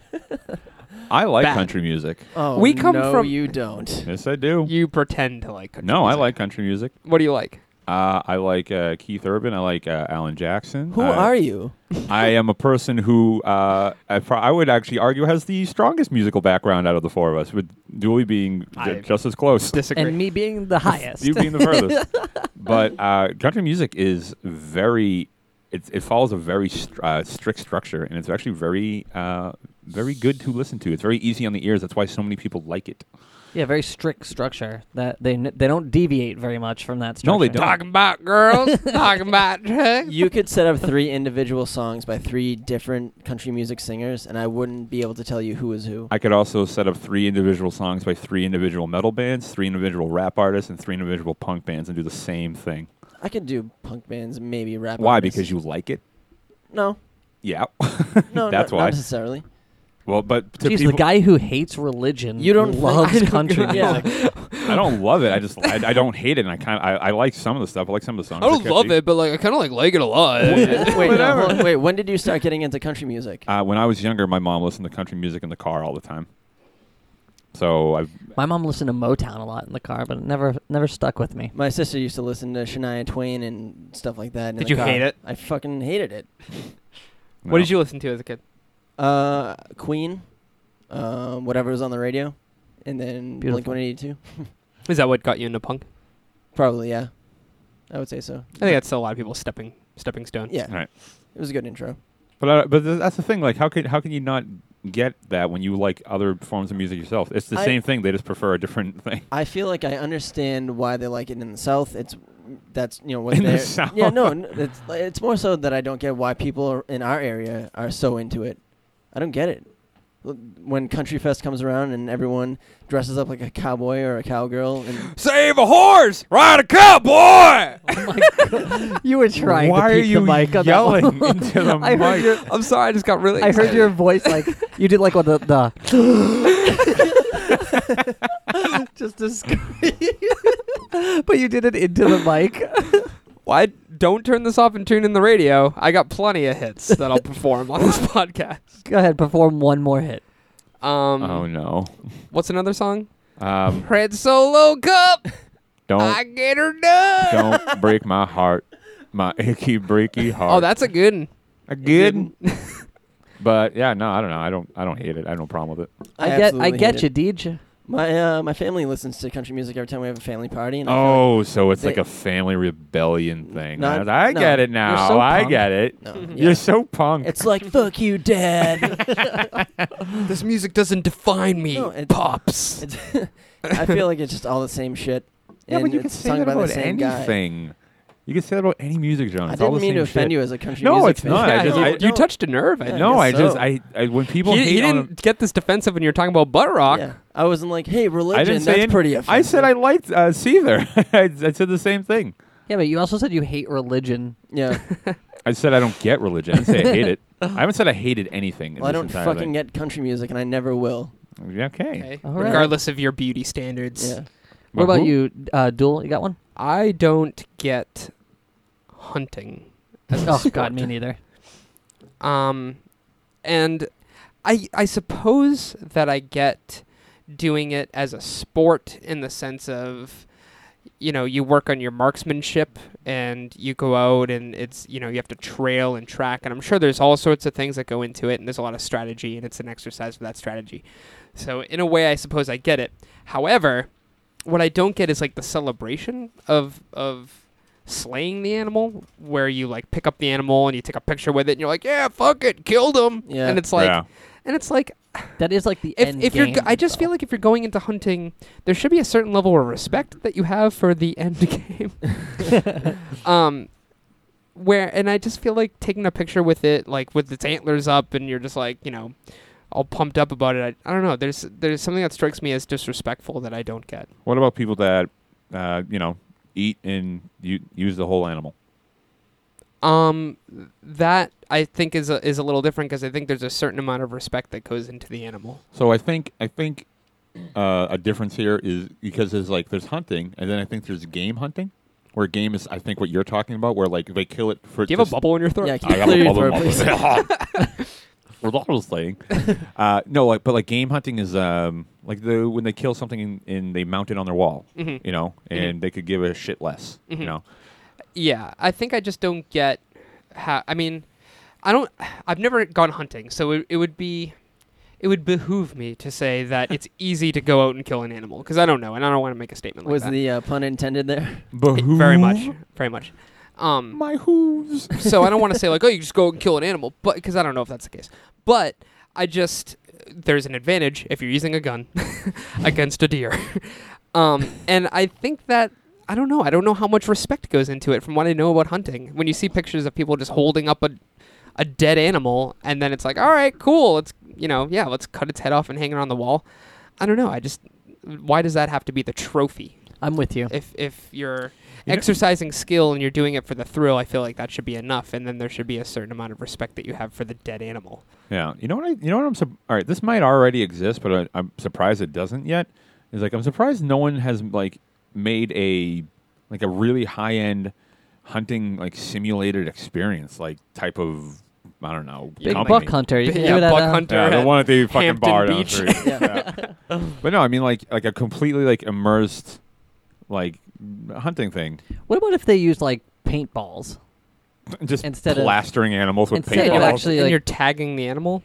S1: I like
S2: Bad.
S1: country music.
S4: Oh,
S2: We come
S4: no,
S2: from-
S4: You don't.
S1: Yes, I do.
S2: You pretend to like. country
S1: no, I
S2: music.
S1: like country music.
S2: What do you like?
S1: Uh, I like uh, Keith Urban. I like uh, Alan Jackson.
S4: Who
S1: uh,
S4: are you?
S1: I am a person who uh, I, pro- I would actually argue has the strongest musical background out of the four of us, with Dooley being ju-
S2: I-
S1: just as close.
S2: Disagree.
S3: And me being the highest.
S1: You being the furthest. but uh, country music is very. It, it follows a very str uh, strict structure, and it's actually very, uh, very good to listen to. It's very easy on the ears. That's why so many people like it.
S3: yeah, very strict structure that they n- they don't deviate very much from that structure.
S1: No, they don't.
S2: talking about girls. talking about trucks.
S4: You could set up three individual songs by three different country music singers, and I wouldn't be able to tell you who is who.
S1: I could also set up three individual songs by three individual metal bands, three individual rap artists, and three individual punk bands, and do the same thing.
S4: I could do punk bands, maybe rap.
S1: Why?
S4: artists.
S1: Because you like it.
S4: no,
S1: Yeah.
S4: no,
S1: That's
S4: not,
S1: why.
S4: Not necessarily.
S1: Well, but to
S3: Jeez,
S1: people,
S3: the guy who hates religion
S4: You don't think-
S3: loves
S4: I don't-
S3: country
S4: yeah.
S3: music.
S1: I don't love it. I just I, I don't hate it, and I kind of I, I like some of the stuff. I like some of the songs.
S2: I don't
S1: They're
S2: love
S1: catchy.
S2: it, but like I kind of like like it a lot.
S4: wait, no, hold on. wait. When did you start getting into country music?
S1: Uh, when I was younger, my mom listened to country music in the car all the time. So I
S3: My mom listened to Motown a lot in the car, but it never never stuck with me.
S4: My sister used to listen to Shania Twain and stuff like that. in
S2: Did
S4: the
S2: you
S4: car.
S2: hate it?
S4: I fucking hated it.
S2: What did you listen to as a kid?
S4: Uh, Queen, uh, whatever was on the radio, and then Blink
S3: Beautiful.
S4: One Eighty Two.
S2: Is that what got you into punk?
S4: Probably, yeah. I would say so.
S2: I think that's a lot of people stepping stepping stone.
S4: Yeah.
S1: All right.
S4: It was a good intro.
S1: But I, but th- that's the thing. Like, how could how can you not get that when you like other forms of music yourself? It's the
S4: I-
S1: same thing. They just prefer a different thing.
S4: I feel like I understand why they like it in the South. It's that's you know what
S1: In the
S4: they're-
S1: South.
S4: Yeah, no, n- it's like- it's more so that I don't get why people are- in our area are so into it. I don't get it. L- When Country Fest comes around and everyone dresses up like a cowboy or a cowgirl, and
S2: Save a horse, ride a cowboy.
S3: You were trying
S1: Why
S3: to
S1: are
S3: keep
S1: you
S3: the mic on
S1: yelling
S3: that one.
S1: into the
S3: I heard
S1: mic?
S3: your
S2: I'm sorry, I just got really.
S3: I heard
S2: excited.
S3: your voice like you did like what the, the just a scream. but you did it into the mic.
S2: Why don't turn this off and tune in the radio? I got plenty of hits that I'll perform on this podcast.
S3: Go ahead, perform one more hit.
S2: Um,
S1: oh no.
S2: what's another song?
S1: Um,
S2: Red Solo Cup. I
S1: don't
S2: get her done.
S1: Oh. don't break my heart, my icky breaky heart.
S2: Oh, that's a good. 'un.
S1: a good. But yeah, no, I don't know. I don't. I don't hate it. I have no problem with it.
S3: I get, I
S4: absolutely
S3: get
S4: hate
S3: you,
S4: it.
S3: Deej.
S4: My uh, my family listens to country music every time we have a family party. And I feel
S1: Oh, so it's
S4: They-
S1: like a family rebellion thing.
S4: Not-
S1: I, I
S4: no.
S1: get it
S4: You're
S1: now.
S3: so
S1: I
S3: punk.
S1: get it.
S4: like- no, yeah.
S1: You're so punk.
S4: It's like fuck you, dad.
S7: This music doesn't define me.
S4: No, it-
S7: Pops.
S4: It's- I feel like it's just all the same shit.
S1: Oh. yeah,
S4: and
S1: but you
S4: it's
S1: can say
S4: sung
S1: that
S4: by
S1: about
S4: the same guy.
S1: anything. You can say that about any music genre.
S4: I
S1: It's all
S4: didn't
S1: the
S4: mean to
S1: same
S4: offend
S1: shit.
S4: you as a country
S1: No,
S4: music
S1: it's
S4: fan.
S1: not. I
S2: Yeah,
S1: just-
S2: you,
S1: I-
S2: you touched a nerve. I
S4: Yeah.
S2: think.
S1: No, I
S4: guess
S1: just
S4: so.
S1: I, I when people
S2: he,
S1: hate
S2: he
S1: on a-
S2: didn't get this defensive when you're talking about butt rock.
S4: Yeah. I wasn't like, hey, religion.
S1: I didn't say
S4: that's
S1: any-
S4: pretty offensive.
S1: I said I liked uh, Seether. I, I said the same thing.
S3: Yeah, but you also said you hate religion.
S4: Yeah.
S1: I said I don't get religion. I say I hate it. I haven't said I hated anything. in
S4: Well, I
S1: this
S4: don't
S1: entire
S4: fucking
S1: thing.
S4: get country music, and I never will.
S1: Yeah, Okay.
S2: Okay.
S3: All right.
S2: Regardless of your beauty standards,
S4: Yeah.
S1: But
S3: What about
S1: who-
S3: you, uh, Duel? You got one?
S2: I don't get hunting. as a
S3: Oh
S2: sport.
S3: God, me neither.
S2: Um, and I I suppose that I get doing it as a sport in the sense of you know you work on your marksmanship and you go out and it's you know you have to trail and track and i'm sure there's all sorts of things that go into it and there's a lot of strategy and it's an exercise for that strategy so in a way i suppose i get it however what i don't get is like the celebration of of slaying the animal where you like pick up the animal and you take a picture with it and you're like yeah fuck it killed him
S4: Yeah.
S2: and it's like
S1: yeah.
S2: and it's like
S3: That is like the
S2: if,
S3: end
S2: if you're
S3: game.
S2: go- I just feel like if you're going into hunting there should be a certain level of respect that you have for the end game um where and I just feel like taking a picture with it like with its antlers up and you're just like you know all pumped up about it I, I don't know there's there's something that strikes me as disrespectful that I don't get
S1: What about people that uh, you know eat and you use the whole animal?
S2: Um, that I think is a, is a little different because I think there's a certain amount of respect that goes into the animal.
S1: So I think I think uh, a difference here is because there's like there's hunting, and then I think there's game hunting, where game is I think what you're talking about, where like they kill it for.
S2: Do you have a
S1: to-
S2: bubble in your throat?
S4: Yeah, can
S1: I
S4: you
S1: have
S4: clear
S1: a
S4: your
S1: bubble.
S4: throat, please?
S1: We're all slaying. Uh, no, like but like game hunting is um like the when they kill something and, and they mount it on their wall,
S2: Mhm.
S1: you know, and they could give a shit less,
S2: Mhm.
S1: you know.
S2: Yeah, I think I just don't get how. I mean, I don't. I've never gone hunting, so it, it would be, it would behoove me to say that it's easy to go out and kill an animal because I don't know, and I don't want to make a statement like
S4: Was
S2: that.
S4: the uh, pun intended there?
S1: Behoo-
S2: very much, very much. Um,
S1: my hooves.
S2: so I don't want to say like, oh, you just go and kill an animal, but because I don't know if that's the case. But I just there's an advantage if you're using a gun against a deer, um, and I think that I don't know. I don't know how much respect goes into it from what I know about hunting. When you see pictures of people just holding up a a dead animal, and then it's like, all right, cool. Let's you know, yeah, let's cut its head off and hang it on the wall. I don't know. I just why does that have to be the trophy?
S3: I'm with you.
S2: if if you're
S1: You know-
S2: exercising skill and you're doing it for the thrill, I feel like that should be enough, and then there should be a certain amount of respect that you have for the dead animal.
S1: Yeah, you know what I? You know what I'm? Su- all right, this might already exist, but I, I'm surprised it doesn't yet. Is like I'm surprised no one has like made a like a really high end hunting like simulated experience like type of I don't know
S2: Big
S3: Big
S1: company.
S3: buck hunter. You
S2: Yeah,
S3: can do uh, it at
S2: buck
S3: a-
S2: hunter.
S1: Yeah, the
S2: at-
S1: one at the fucking
S2: Hampton
S1: bar down the
S2: Beach.
S1: street. Yeah. But no, I mean like like a completely like immersed like hunting thing,
S3: What about if they used like paintballs
S1: just
S3: Instead of-
S1: plastering animals with
S3: instead of
S1: paintballs.
S3: actually
S2: and
S3: like
S2: you're tagging the animal.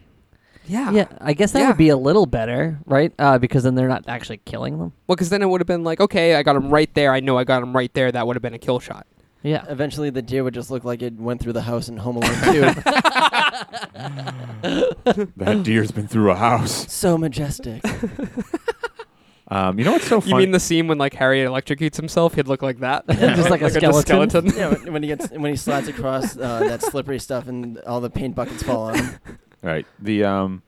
S2: Yeah.
S3: yeah, I guess that
S2: Ah. Yeah.
S3: would be a little better, right? Uh, because then they're not actually killing them.
S2: Well, because then it would have been like, okay, I got him right there. I know I got him right there. That would have been a kill shot.
S3: Yeah.
S4: Eventually, the deer would just look like it went through the house in Home Alone 2.
S1: that deer's been through a house.
S4: so majestic.
S1: Um, you know what's so funny?
S2: You mean the scene when like Harry electrocutes himself? He'd look like that,
S3: Just like a
S2: just
S3: skeleton.
S4: yeah, when, when he gets when he slides across uh, that slippery stuff and all the paint buckets fall on him.
S1: All right. The um,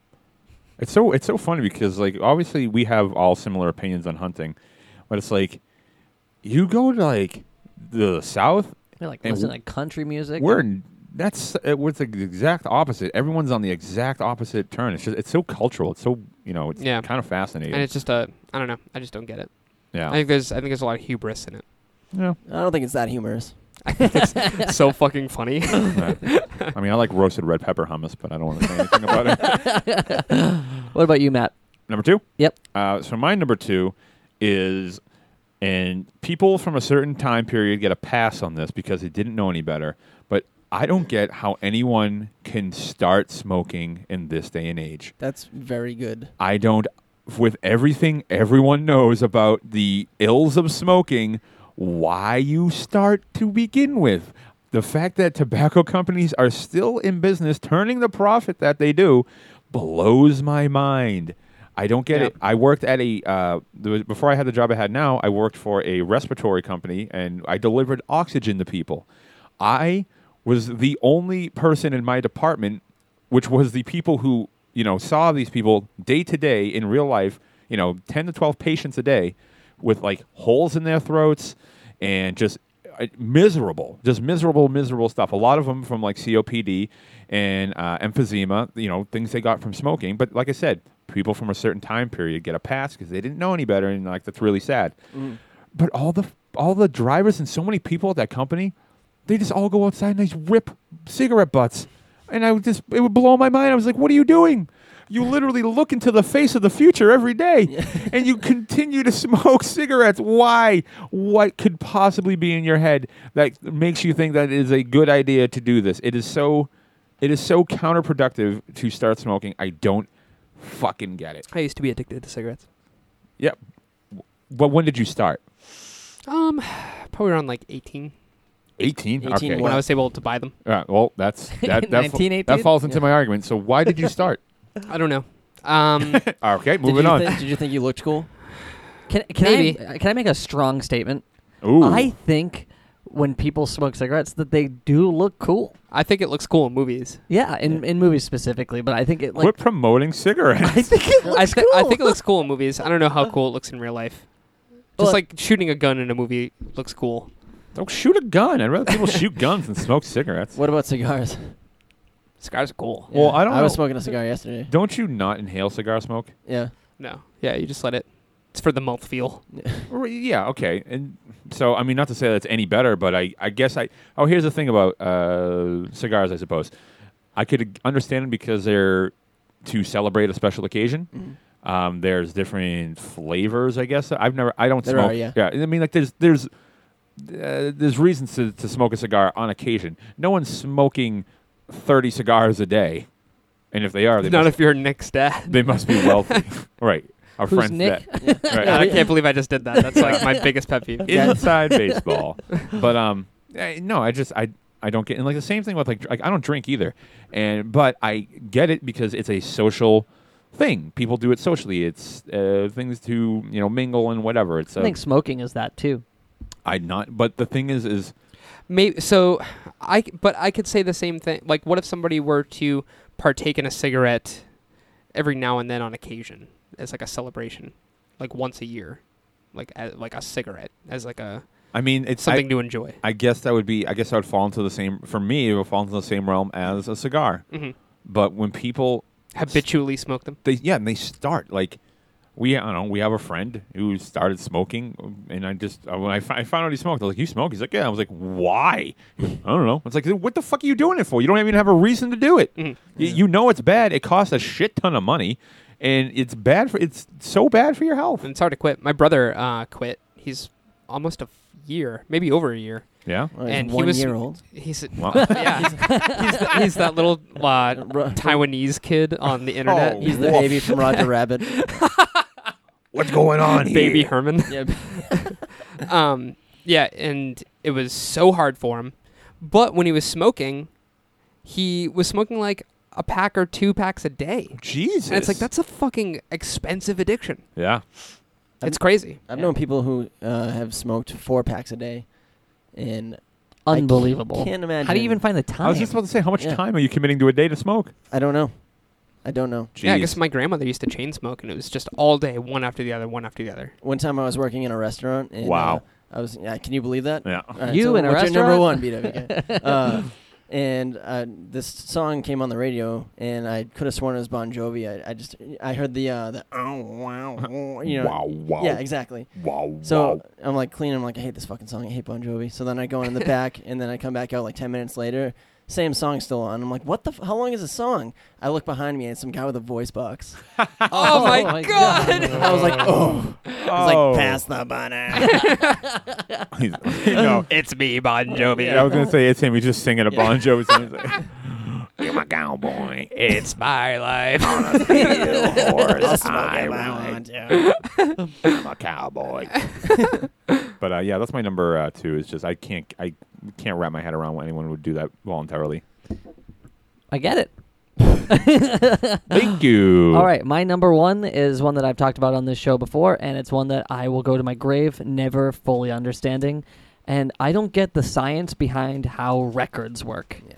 S1: it's so it's so funny because like obviously we have all similar opinions on hunting, but it's like you go to like the south,
S3: They like
S1: And
S3: listen to
S1: w-
S3: country music.
S1: we're in- that's it, it's like the exact opposite. Everyone's on the exact opposite turn. It's just it's so cultural. It's so you know it's
S2: Yeah.
S1: kind of fascinating.
S2: and it's just a I don't know. I just don't get it.
S1: yeah.
S2: I think there's I think there's a lot of hubris in it.
S1: yeah.
S4: I don't think it's that humorous.
S2: It's so fucking funny.
S1: Right. I mean, I like roasted red pepper hummus, but I don't want to say anything about it.
S3: What about you, Matt?
S1: Number two.
S3: Yep.
S1: Uh, so my number two is, and people from a certain time period get a pass on this because they didn't know any better. But I don't get how anyone can start smoking in this day and age.
S4: That's very good.
S1: I don't, with everything everyone knows about the ills of smoking, why you start to begin with. The fact that tobacco companies are still in business, turning the profit that they do, blows my mind. I don't get
S2: Yeah.
S1: it. I worked at a, uh, there was- before I had the job I had now, I worked for a respiratory company and I delivered oxygen to people. I was the only person in my department, which was the people who, you know, saw these people day to day in real life, you know, 10 to 12 patients a day with like holes in their throats and just uh, miserable, just miserable, miserable stuff. A lot of them from like COPD and uh, emphysema, you know, things they got from smoking. But like I said, people from a certain time period get a pass because they didn't know any better, and like that's really sad. But all the all the drivers and so many people at that company, they just all go outside and they just rip cigarette butts, and I would just it would blow my mind. I was like, what are you doing? You literally look into the face of the future every day, and you continue to smoke cigarettes. Why? What could possibly be in your head that makes you think that it is a good idea to do this? It is so, it is so counterproductive to start smoking. I don't fucking get it.
S2: I used to be addicted to cigarettes.
S1: Yep. But when did you start?
S2: Um, probably around like 18
S1: 18.
S4: 18
S1: okay.
S2: when
S4: What?
S2: I was able to buy them.
S1: All right, well, that's that. That, fa-
S3: 1918?
S1: that falls into
S4: Yeah.
S1: my argument. So why did you start?
S2: I don't know. Um,
S1: okay,
S4: Did
S1: moving
S4: you
S1: on.
S4: thi- did you think you looked cool?
S3: Can, can
S2: Maybe.
S3: I can I make a strong statement?
S1: Ooh.
S3: I think when people smoke cigarettes that they do look cool.
S2: I think it looks cool in movies.
S3: Yeah, in, in movies specifically, but I think it like
S1: Quit promoting cigarettes.
S3: I think it looks
S2: I, thi-
S3: cool. Uh.
S2: I think it looks cool in movies. I don't know how cool it looks in real life. Just
S3: Well-
S2: like shooting a gun in a movie looks cool.
S1: Don't shoot a gun. I'd rather people shoot guns than smoke cigarettes.
S4: What about cigars?
S2: Cigars are cool.
S1: Well, I don't
S4: I was
S1: know.
S4: smoking a cigar yesterday.
S1: Don't you not inhale cigar smoke?
S4: Yeah.
S2: No. Yeah, you just let it. It's for the mouth feel.
S1: Or- Yeah, okay. And so, I mean, not to say that's any better, but I, I guess I. Oh, here's the thing about uh, cigars, I suppose. I could understand them because they're to celebrate a special occasion.
S4: Mm-hmm.
S1: Um, there's different flavors, I guess. I've never, I don't
S4: There
S1: smoke.
S4: are, yeah.
S1: I mean, like there's, there's, uh, there's reasons to, to smoke a cigar on occasion. No one's smoking 30 cigars a day, and if they are, they
S2: Not
S1: must,
S2: if you're Nick's dad.
S1: they must be wealthy, right? Our
S3: Who's
S1: friends
S3: Nick?
S1: that, right?
S2: I can't believe I just did that. That's like my biggest pet peeve.
S1: inside baseball. But um, eh, no, I just I I don't get and like the same thing with like dr- like I don't drink either, and but I get it because it's a social thing. People do it socially. It's uh, things to you know mingle and whatever. It's
S3: I
S1: a-
S3: think smoking is that too.
S1: I not. But the thing is, is
S2: Maybe so. I c- but I could say the same thing. Like, what if somebody were to partake in a cigarette every now and then on occasion as like a celebration, like once a year, like a, like a cigarette as like a
S1: I mean it's I-
S2: something to enjoy.
S1: I guess that would be. I guess I would fall into the same. For me, it would fall into the same realm as a cigar.
S2: Mhm.
S1: But when people
S2: Habitually smoke them.
S1: they yeah, and they start like we I don't know. We have a friend who started smoking, and I just uh, when I, fi- I found out he smoked, I was like, "You smoke?" He's like, "Yeah." I was like, "Why?" He goes, I don't know. It's like, "What the fuck are you doing it for? You don't even have a reason to do it.
S2: Mhm.
S1: You, you know it's bad. It costs a shit ton of money, and it's bad for it's so bad for your health."
S2: And it's hard to quit. My brother uh, quit. He's almost a f- year, maybe over a year.
S1: Yeah.
S4: Well, Oh, he's
S2: And he
S4: one
S2: was-
S4: year old.
S2: He's
S1: Wow.
S2: yeah. he's, th- he's that little uh,
S4: Ru-
S2: Taiwanese kid on the internet.
S1: Oh.
S4: He's the baby from Roger Rabbit.
S5: What's going on here?
S2: Baby Herman.
S4: Yeah.
S2: um, yeah, and it was so hard for him. But when he was smoking, he was smoking like a pack or two packs a day.
S1: Jesus.
S2: And it's like that's a fucking expensive addiction.
S1: Yeah.
S2: It's crazy.
S4: I've
S3: Yeah.
S4: known people who uh, have smoked four packs a day, and I can't-
S3: Unbelievable.
S4: Can't imagine.
S3: How do you even find the time?
S1: I was just about to say, how much
S4: Yeah.
S1: time are you committing to a day to smoke?
S4: I don't know. I don't know.
S2: Yeah, I
S1: Jeez.
S2: guess my grandmother used to chain smoke, and it was just all day, one after the other, one after the other.
S4: One time I was working in a restaurant. And,
S1: Wow.
S4: uh, I was. Yeah. Can you believe that?
S1: Yeah.
S4: All right,
S3: You
S4: so
S3: in a
S4: what's Your number one
S3: restaurant?
S4: BWK. uh, and uh, this song came on the radio, and I could have sworn it was Bon Jovi. I, I just I heard the uh, the oh wow oh," you know
S1: wow. Wow.
S4: yeah exactly.
S1: Wow.
S4: So
S1: wow.
S4: I'm like cleaning. I'm like I hate this fucking song. I hate Bon Jovi. So then I go in the back, and then I come back out like ten minutes later. same song still on. I'm like, what the? F- how long is the song? I look behind me and it's some guy with a voice box.
S2: Oh, my, god.
S4: I was like, oh, I was
S1: Oh.
S4: like, pass the butter.
S1: no.
S2: it's me, Bon Jovi.
S1: Yeah, I was gonna say it's him. He's just singing a Bon Jovi song. He's like,
S5: You're my cowboy.
S2: It's my life.
S4: I'll
S5: horse.
S4: smoke
S5: I
S4: if I
S5: ride.
S4: want to.
S5: I'm a cowboy.
S1: But uh, yeah, that's my number uh, two. It's just I can't I can't wrap my head around why anyone would do that voluntarily.
S3: I get it.
S1: Thank you.
S3: All right, my number one is one that I've talked about on this show before, and it's one that I will go to my grave never fully understanding. And I don't get the science behind how records work.
S4: Yeah.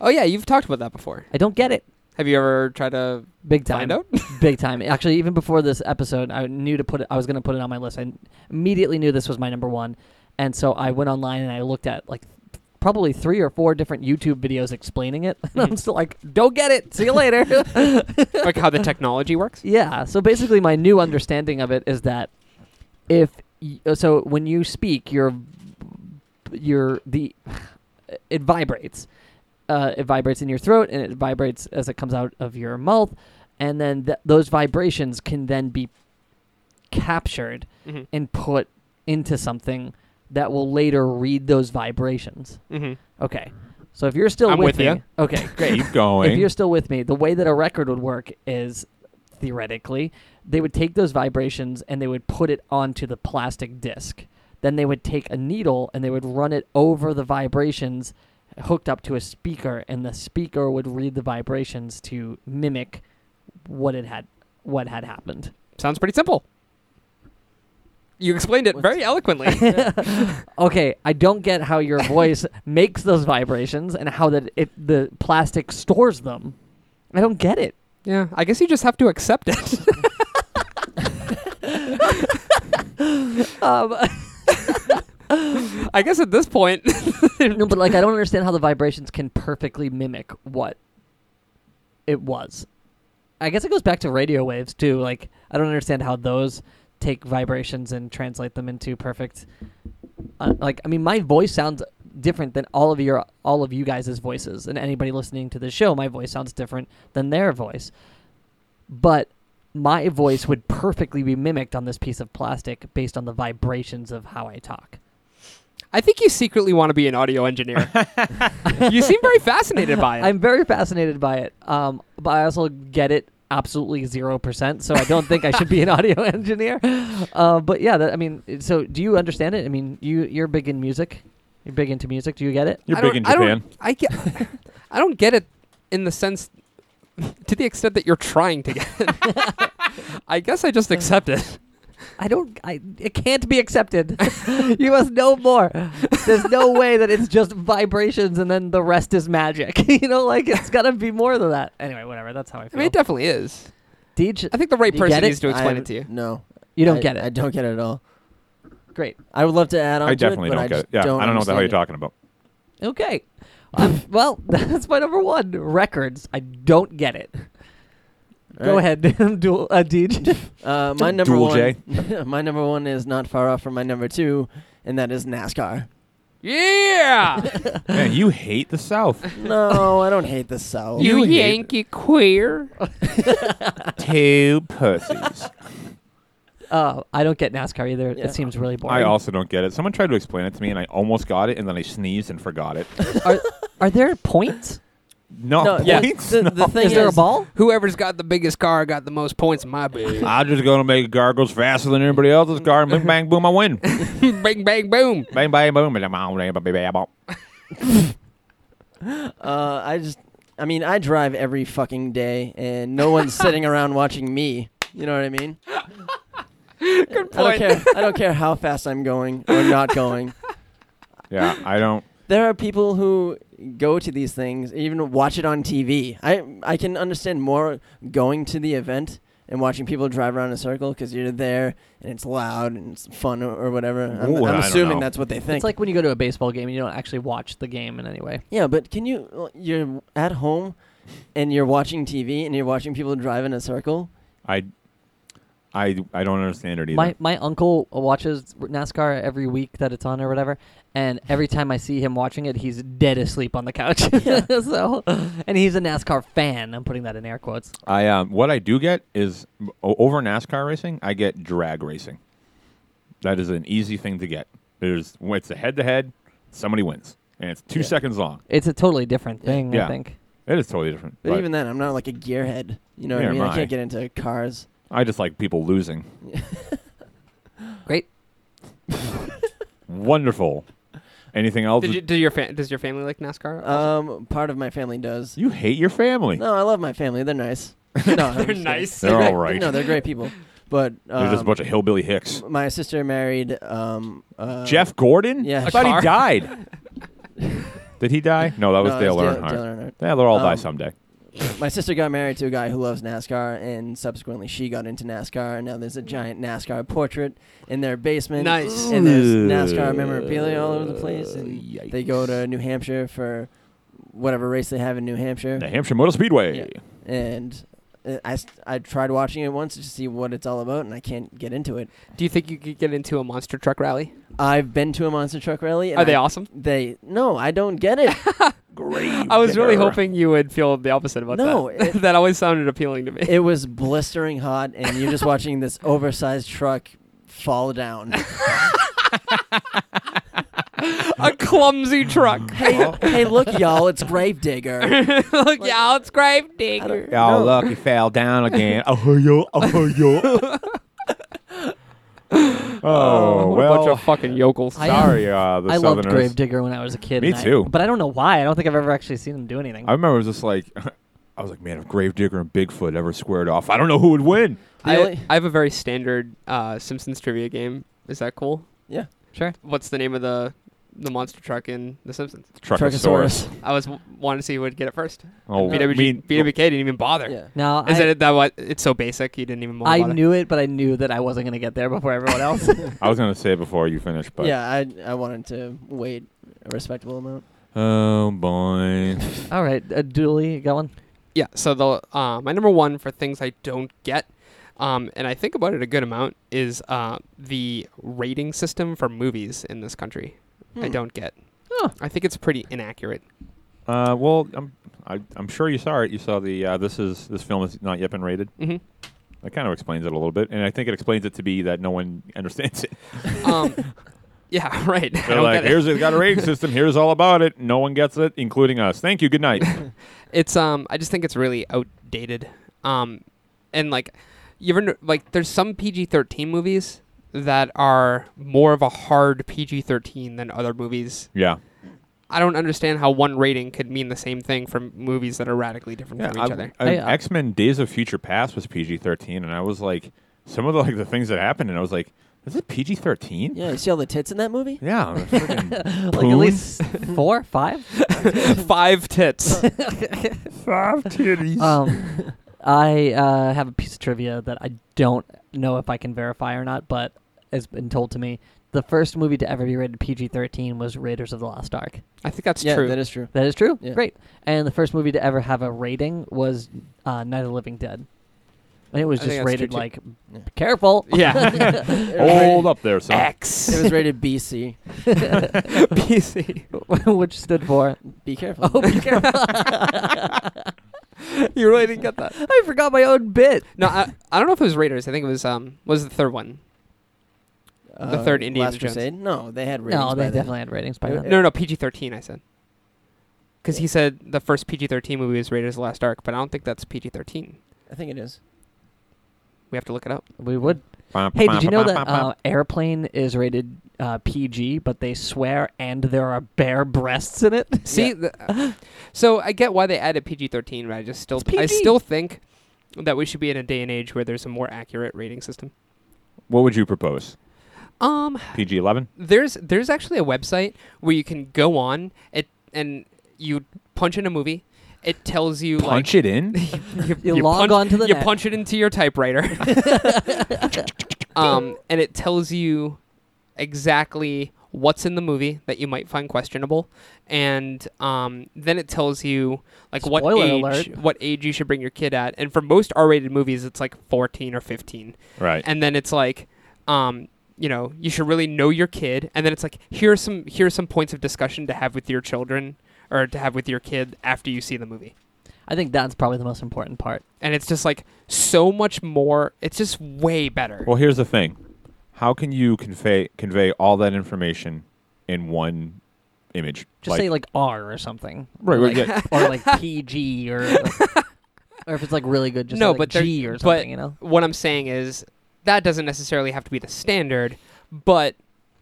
S2: oh yeah, you've talked about that before.
S3: I don't get it.
S2: Have you ever tried to
S3: Big time.
S2: find out?
S3: Big time. Actually, even before this episode, I knew to put it. I was going to put it on my list. I immediately knew this was my number one, and so I went online and I looked at like probably three or four different YouTube videos explaining it. And I'm still like, don't get it. See you later.
S2: like how the technology works?
S3: yeah. So basically, my new understanding of it is that if y- uh, so, when you speak, your your the it vibrates. Uh, it vibrates in your throat and it vibrates as it comes out of your mouth, and then th- those vibrations can then be captured
S2: Mhm.
S3: and put into something that will later read those vibrations.
S2: Mm-hmm.
S3: Okay. So if you're still
S2: I'm with
S3: me,
S2: ya.
S3: okay, great
S1: Keep going.
S3: if you're still with me, the way that a record would work is theoretically they would take those vibrations and they would put it onto the plastic disc. Then they would take a needle and they would run it over the vibrations hooked up to a speaker and the speaker would read the vibrations to mimic what it had what had happened.
S2: Sounds pretty simple. You explained it very eloquently.
S3: Okay, I don't get how your voice makes those vibrations and how that it the plastic stores them. I don't get it.
S2: yeah, I guess you just have to accept it.
S3: Um,
S2: I guess at this point,
S3: No, but like I don't understand how the vibrations can perfectly mimic what it was. I guess it goes back to radio waves too. Like I don't understand how those take vibrations and translate them into perfect. Uh, like I mean, my voice sounds different than all of your all of you guys' voices, and anybody listening to this show, my voice sounds different than their voice. But my voice would perfectly be mimicked on this piece of plastic based on the vibrations of how I talk.
S2: I think you secretly want to be an audio engineer. you seem very fascinated by it.
S3: I'm very fascinated by it. Um, but I also get it absolutely zero percent. So I don't think I should be an audio engineer. Uh, but yeah, that, I mean, it- so do you understand it? I mean, you you're big in music. You're big into music. Do you get it?
S1: You're
S2: I
S1: big
S2: don't-
S1: in
S2: I don't-
S1: Japan.
S2: I get, I don't get it in the sense, to the extent that you're trying to get it. I guess I just accept it.
S3: I don't. I it can't be accepted. you must know more. There's no way that it's just vibrations and then the rest is magic. you know, like it's gotta be more than that. Anyway, whatever. That's how I
S2: I
S3: feel.
S2: mean, it definitely is.
S3: Deej,
S2: I think the right
S3: Do you
S2: person
S3: get it?
S2: needs to explain
S4: I-
S2: it to you.
S4: No,
S3: you don't
S4: I-
S3: get
S4: I
S3: it.
S4: don't get it at all.
S3: Great.
S4: I would love to add on.
S1: I
S4: to
S1: definitely
S4: it, but
S1: don't
S4: I
S1: get
S4: just
S1: it. Yeah, I don't know what the hell you're
S4: understand
S1: talking about.
S3: Okay. Um, well, that's my number one. Records. I don't get it.
S4: it.
S3: Go
S4: Alright.
S3: ahead, Dual, uh, Deej.
S4: Uh, my number
S1: Dual J.
S4: one. my number one is not far off from my number two, and that is NASCAR.
S2: Yeah,
S1: Man, you hate the South.
S4: No, I don't hate the South.
S2: you,
S1: You hate it.
S2: Yankee queer.
S1: Two pussies.
S3: Uh, I don't get NASCAR either.
S4: Yeah.
S3: It seems really boring.
S1: I also don't get it. Someone tried to explain it to me, and I almost got it, and then I sneezed and forgot it.
S3: are, are there points?
S1: No,
S4: No, yeah,
S1: points.
S4: the-
S1: no.
S4: the thing
S3: Is there a
S4: is-
S3: ball?
S2: Whoever's got the biggest car got the most points in my book.
S1: I'm just gonna make gargles faster than everybody else's car. and Bing, bang, boom, I win.
S2: bang, bang, boom.
S1: bang, bang, boom, and I'm on, bang, bang, bang, bang.
S4: Uh, I just, I mean, I drive every fucking day, and no one's sitting around watching me. You know what I mean? Good I
S2: point.
S4: don't care. I don't care how fast I'm going or not going.
S1: Yeah, I don't.
S4: There are people who go to these things, even watch it on TV. I I can understand more going to the event and watching people drive around in a circle because you're there and it's loud and it's fun or, or whatever. I'm,
S1: Ooh, I
S4: I'm
S1: don't know.
S4: assuming that's what they think.
S3: It's like when you go to a baseball game and you don't actually watch the game in any way.
S4: Yeah, but can you? uh, You're at home, and you're watching TV, and you're watching people drive in a circle.
S1: I. I I don't understand it either.
S3: My my uncle watches NASCAR every week that it's on or whatever, and every time I see him watching it, he's dead asleep on the couch. so, and he's a NASCAR fan. I'm putting that in air quotes.
S1: I um, what I do get is o- over NASCAR racing, I get drag racing. That is an easy thing to get. There's when it's a head to head, somebody wins, and it's two seconds long.
S3: It's a totally different thing.
S1: Yeah.
S3: I think.
S1: It is totally different.
S4: But,
S1: but
S4: even then, I'm not like a gearhead. You know what
S1: Neither
S4: I mean?
S1: am
S4: I
S1: I.
S4: can't get into cars.
S1: I just like people losing.
S3: Great.
S1: Wonderful. Anything else?
S2: Did you, do your fa- does your family like NASCAR?
S4: Um, part of my family does.
S1: You hate your family.
S4: No, I love my family. They're nice. No, I'm just
S2: They're
S4: kidding.
S2: nice.
S1: They're
S4: great-
S1: all right.
S4: No, they're great people. But um, uh,
S1: They're just a bunch of hillbilly hicks.
S4: my sister married um, uh,
S1: Jeff Gordon?
S4: yeah.
S1: I thought
S2: Car.
S1: he died. Did he die? No, that was
S4: No,
S1: Dale
S4: it's
S1: Earnhardt.
S4: Dale Earnhardt.
S1: Yeah, they'll all die
S4: Um,
S1: someday.
S4: My sister got married to a guy who loves NASCAR, and subsequently she got into NASCAR. And now there's a giant NASCAR portrait in their basement.
S2: Nice.
S4: And there's
S1: Ooh.
S4: NASCAR memorabilia all over the place. And they go to
S1: Yikes.
S4: New Hampshire for whatever race they have in New Hampshire.
S1: New Hampshire Motor Speedway.
S4: Yeah. And uh, I, s- I tried watching it once to see what it's all about, and I can't get into it.
S2: do you think you could get into a monster truck rally?
S4: I've been to a monster truck rally. And
S2: Are they
S4: I-
S2: awesome?
S4: They no, I don't get it.
S1: Great.
S2: I was really hoping you would feel the opposite about
S4: No,
S2: that.
S4: it-
S2: that always sounded appealing to me.
S4: it was blistering hot, and you're just watching this oversized truck fall down.
S2: a clumsy truck.
S4: hey, hey, look, y'all, it's Gravedigger.
S2: Look, yeah, it's grave digger.
S1: Oh, look, he fell down again. Oh, yo, oh, yo. oh,
S2: what a
S1: well.
S2: bunch of fucking yokels.
S3: I-
S1: sorry, uh, the
S3: I loved
S1: Southerners.
S3: Gravedigger when I was a kid.
S1: Me
S3: and I-
S1: too.
S3: but I don't know why. I don't think I've ever actually seen him do anything.
S1: I remember it was just like, I was like, man, if Gravedigger and Bigfoot ever squared off, I don't know who would win.
S2: I,
S4: Really?
S2: I have a very standard uh, Simpsons trivia game. Is that cool?
S4: Yeah.
S3: Sure.
S2: What's the name of the the monster truck in The Simpsons?
S1: Truckosaurus.
S2: I was w- wanting to see who would get it first.
S1: Oh,
S2: BWG,
S1: mean-
S2: BWK didn't even bother.
S4: Yeah.
S3: Now
S2: Is
S3: I,
S2: it that what? It's so basic. You didn't even. wanna
S3: I
S2: bother.
S3: knew it, but I knew that I wasn't going to get there before everyone else.
S1: oh, I was going to say it before you finished, but.
S4: yeah, I I wanted to wait a respectable amount.
S1: Oh, boy.
S3: All right, uh, Dooley, you got one.
S2: Yeah. So the uh, my number one for things I don't get, um, and I think about it a good amount, is uh, the rating system for movies in this country. I
S4: Hmm.
S2: don't get.
S3: Huh.
S2: I think it's pretty inaccurate.
S1: Uh, well, I'm I, I'm sure you saw it. You saw the uh, this is this film has not yet been rated.
S2: hmm
S1: That kind of explains it a little bit, and I think it explains it to be that no one understands it.
S2: Um, yeah. Right. I
S1: They're
S2: don't
S1: like,
S2: get it.
S1: here's it got a rating system. Here's all about it. No one gets it, including us. Thank you. Good night.
S2: It's um I just think it's really outdated. Um and like you ever kn- like there's some PG-13 movies that are more of a hard PG-13 than other movies.
S1: yeah,
S2: I don't understand how one rating could mean the same thing from movies that are radically different from each other. uh,
S3: Hey, I-
S1: X Men: Days of Future Past was PG-13, and I was like, some of the like the things that happened, and I was like, this is PG-13.
S4: Yeah, you see all the tits in that movie?
S1: Yeah, I'm a freaking
S3: Like at
S1: Poon?
S3: least four, five.
S2: Five tits.
S1: five titties.
S3: Um, I uh, have a piece of trivia that I don't know if I can verify or not, but has been told to me. The first movie to ever be rated PG-13 was Raiders of the Lost Ark.
S2: I think that's
S4: yeah,
S2: true.
S4: that is true.
S3: That is true.
S4: Yeah.
S3: Great. And the first movie to ever have a rating was uh, Night of the Living Dead, and it was
S2: I think
S3: just
S2: that's true,
S3: rated
S2: too.
S3: like
S4: Yeah.
S3: careful.
S2: yeah.
S1: Hold up there, son.
S4: It
S2: X.
S4: was rated BC.
S2: PC.
S3: Which stood for
S4: Be careful.
S3: oh, be careful.
S2: You really didn't get that.
S3: I forgot my own bit.
S2: No, I, I don't know if it was Raiders. I think it was um what was the third one? the third Indiana
S4: Uh, Last
S2: Jones.
S4: Crusade? No, they had ratings
S3: No, they
S4: by then.
S3: definitely had ratings by
S4: Uh,
S3: then.
S2: No, no, no PG thirteen. I said. Because he said the first PG thirteen movie was Raiders of the Last Ark, but I don't think that's PG thirteen.
S4: I think it is.
S2: We have to look it up.
S3: We would.
S1: Bum,
S3: Hey,
S1: bum,
S3: did you know
S1: bum,
S3: that
S1: bum, bum.
S3: uh, Airplane is rated uh, PG, but they swear and there are bare breasts in it?
S2: See, the, so I get why they added PG thirteen, but I just still,
S3: It's
S2: I
S3: PG.
S2: still think that we should be in a day and age where there's a more accurate rating system.
S1: what would you propose?
S2: Um,
S1: PG-11.
S2: there's there's actually a website where you can go on it and you punch in a movie. It tells you
S1: Punch it in.
S2: like you,
S3: You log
S2: punch-
S3: on to the
S2: you
S3: net.
S2: punch it into your typewriter um, and it tells you exactly what's in the movie that you might find questionable, and um, then it tells you like what
S3: Spoiler
S2: age
S3: alert.
S2: what age you should bring your kid at. And for most R-rated movies, it's like 14 or 15
S1: Right.
S2: and then it's like um you know you should really know your kid and then it's like here are some here are some points of discussion to have with your children or to have with your kid after you see the movie
S3: I think that's probably the most important part.
S2: and it's just like so much more it's just way better
S1: Well, here's the thing: how can you convey convey all that information in one image?
S3: Just say like R or something,
S1: Right,
S3: Or
S1: right,
S3: like, or like PG or, or if it's like really good, just
S2: No,
S3: no, like
S2: but there-
S3: G or
S2: but-
S3: something. you know,
S2: what i'm saying is that doesn't necessarily have to be the standard but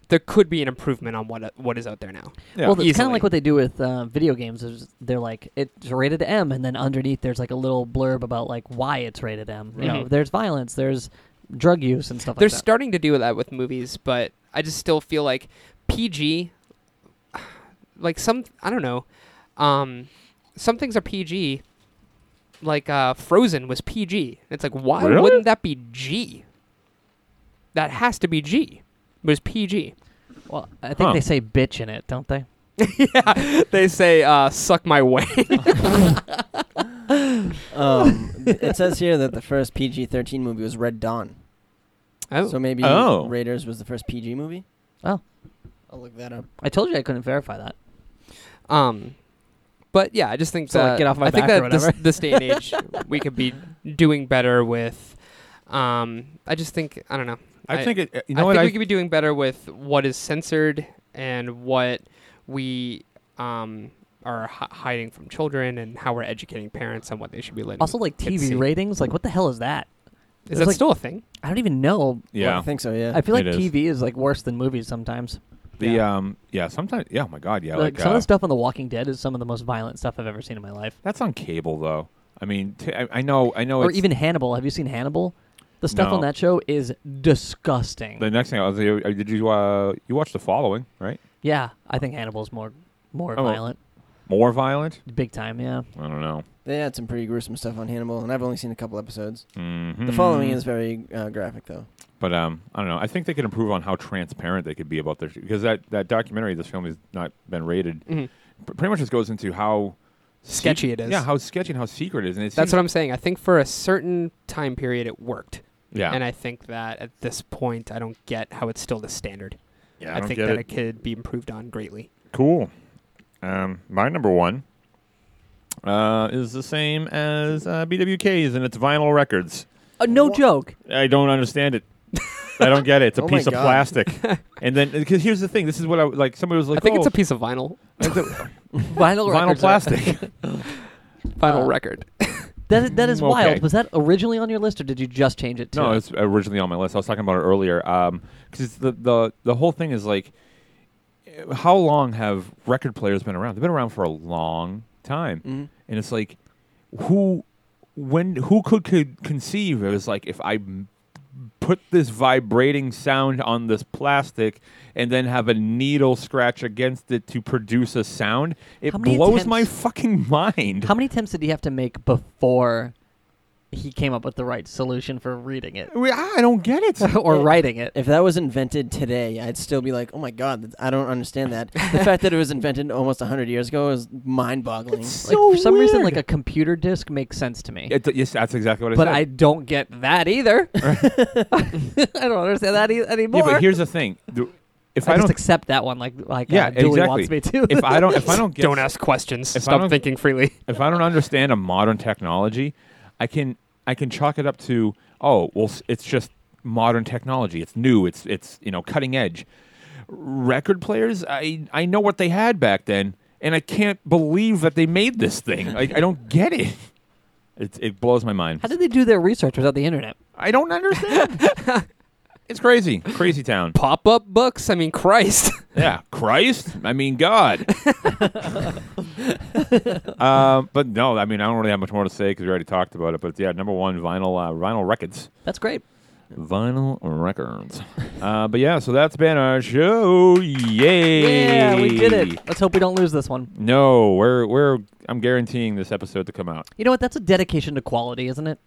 S2: there could be an improvement on what what is out there now
S1: yeah.
S3: well, it's kind
S2: easily.
S3: of like what they do with uh, video games. Is they're like it's rated M, and then underneath there's like a little blurb about like why it's rated M. You know,
S2: Mhm.
S3: there's violence, there's drug use and stuff
S2: They're
S3: like that.
S2: starting to do that with movies, but I just still feel like PG, like some I don't know, um, some things are PG. Like uh, Frozen was PG. It's like why
S1: Really?
S2: wouldn't that be G? That has to be G. It was PG.
S3: well, I think
S1: Huh.
S3: they say bitch in it, don't they?
S2: yeah, they say uh, suck my way.
S4: Um, th- it says here that the first PG 13 movie was Red Dawn.
S2: oh.
S4: So maybe
S1: Oh.
S4: Raiders was the first PG movie?
S3: Oh.
S4: I'll look that up.
S3: I told you I couldn't verify that.
S2: Um, but yeah, I just think
S3: So,
S2: that
S3: like, get off my
S2: I think
S3: back or
S2: that this,
S3: whatever.
S2: this day and age we could be doing better with. Um, I just think I don't know.
S1: I,
S2: I-
S1: think it, you know
S2: I
S1: what?
S2: think
S1: I,
S2: we could be doing better with what is censored and what we um, are h- hiding from children and how we're educating parents on what they should be letting.
S3: Also, like
S2: kids
S3: TV
S2: see.
S3: ratings, like what the hell is that?
S2: Is
S3: there's,
S2: that
S3: like-
S2: still a thing?
S3: I don't even know.
S4: Well,
S1: yeah.
S4: I think so, yeah.
S3: I feel like
S1: It is.
S3: TV is like worse than movies sometimes.
S1: The
S2: yeah.
S1: um yeah sometimes yeah oh my god yeah
S3: like,
S1: like,
S3: some of
S1: uh,
S3: the stuff on The Walking Dead is some of the most violent stuff I've ever seen in my life.
S1: that's on cable though. I mean t- I, I know I know
S3: or
S1: Oh, it's-
S3: even Hannibal. Have you seen Hannibal? The stuff on
S1: No.
S3: that show is disgusting.
S1: the next thing I was uh, did you uh you watch the following right
S3: yeah, I think Hannibal's more more
S1: Oh.
S3: violent,
S1: more violent
S3: big time. Yeah,
S1: I don't know
S4: They had some pretty gruesome stuff on Hannibal, and I've only seen a couple episodes.
S1: mm-hmm.
S4: The following is very uh, graphic, though.
S1: but um I don't know I think they could improve on how transparent they could be about their because that that documentary this film has not been rated
S2: Mhm.
S1: pr- pretty much just goes into how sec-
S2: Sketchy it is.
S1: yeah how sketchy and how secret it is and it's
S2: That's what I'm saying. I think for a certain time period it worked,
S1: yeah
S2: and I think that at this point I don't get how it's still the standard.
S1: yeah
S2: I,
S1: don't
S2: think
S1: get
S2: that
S1: it.
S2: it could be improved on greatly.
S1: Cool. Um, my number one uh, is the same as uh, BWK's, and it's vinyl records.
S3: Uh, no joke.
S1: I don't understand it. I don't get it. It's a
S4: Oh my
S1: piece of
S4: God.
S1: plastic. and then, because here's the thing, this is what I like. Somebody was like,
S2: I think
S1: oh,
S2: it's a piece of vinyl,
S1: it's a
S3: Vinyl,
S1: vinyl
S3: records are-
S1: plastic.
S2: vinyl
S3: Uh,
S2: record.
S3: That is, that is
S1: Mm, okay.
S3: wild. Was that originally on your list, or did you just change it? To
S1: no, it's originally on my list. I was talking about it earlier. Because the, the the whole thing is like, eh, how long have record players been around? They've been around for a long time.
S3: Mm-hmm.
S1: and it's like who when who could, could conceive it was like if i m- put this vibrating sound on this plastic and then have a needle scratch against it to produce a sound it
S3: How many
S1: blows my
S3: attempts-
S1: fucking mind
S3: How many attempts did he have to make before he came up with the right solution for reading it
S1: We- i don't get it
S3: or writing it?
S4: If that was invented today, I'd still be like, oh my god, that's- I don't understand that. the fact that it was invented almost 100 years ago is mind boggling.
S1: It's
S3: Like
S1: so
S3: for some reason,
S1: weird.
S3: like a computer disc makes sense to me.
S1: It- yes that's exactly what i
S3: but
S1: said
S3: I don't get that either. I don't understand that e-
S1: yeah
S3: anymore.
S1: but here's the thing The- if
S3: I,
S1: i,
S3: just
S1: don't
S3: accept that one, like like
S1: Yeah,
S3: uh, Dooley
S1: exactly.
S3: wants me to.
S1: if i don't if i don't get
S2: Don't ask questions.
S1: If I
S2: Stop
S1: don't-
S2: thinking freely.
S1: if I don't understand a modern technology, I can I can chalk it up to oh well s- it's just modern technology. It's new. It's it's you know cutting edge. Record players, I I know what they had back then, and I can't believe that they made this thing. I, I don't get it. It it blows my mind.
S3: How did they do their research without the internet?
S1: I don't understand. it's crazy, crazy town.
S2: Pop up books. I mean, Christ.
S1: Yeah, Christ. I mean, God. um, but no, I mean, I don't really have much more to say because we already talked about it. But yeah, number one, vinyl, uh, vinyl records,
S3: That's great.
S1: vinyl records. uh, but yeah, so that's been our show. Yay!
S3: Yeah, we did it. Let's hope we don't lose this one.
S1: No, we're we're. I'm guaranteeing this episode to come out.
S3: You know what? That's a dedication to quality, isn't it?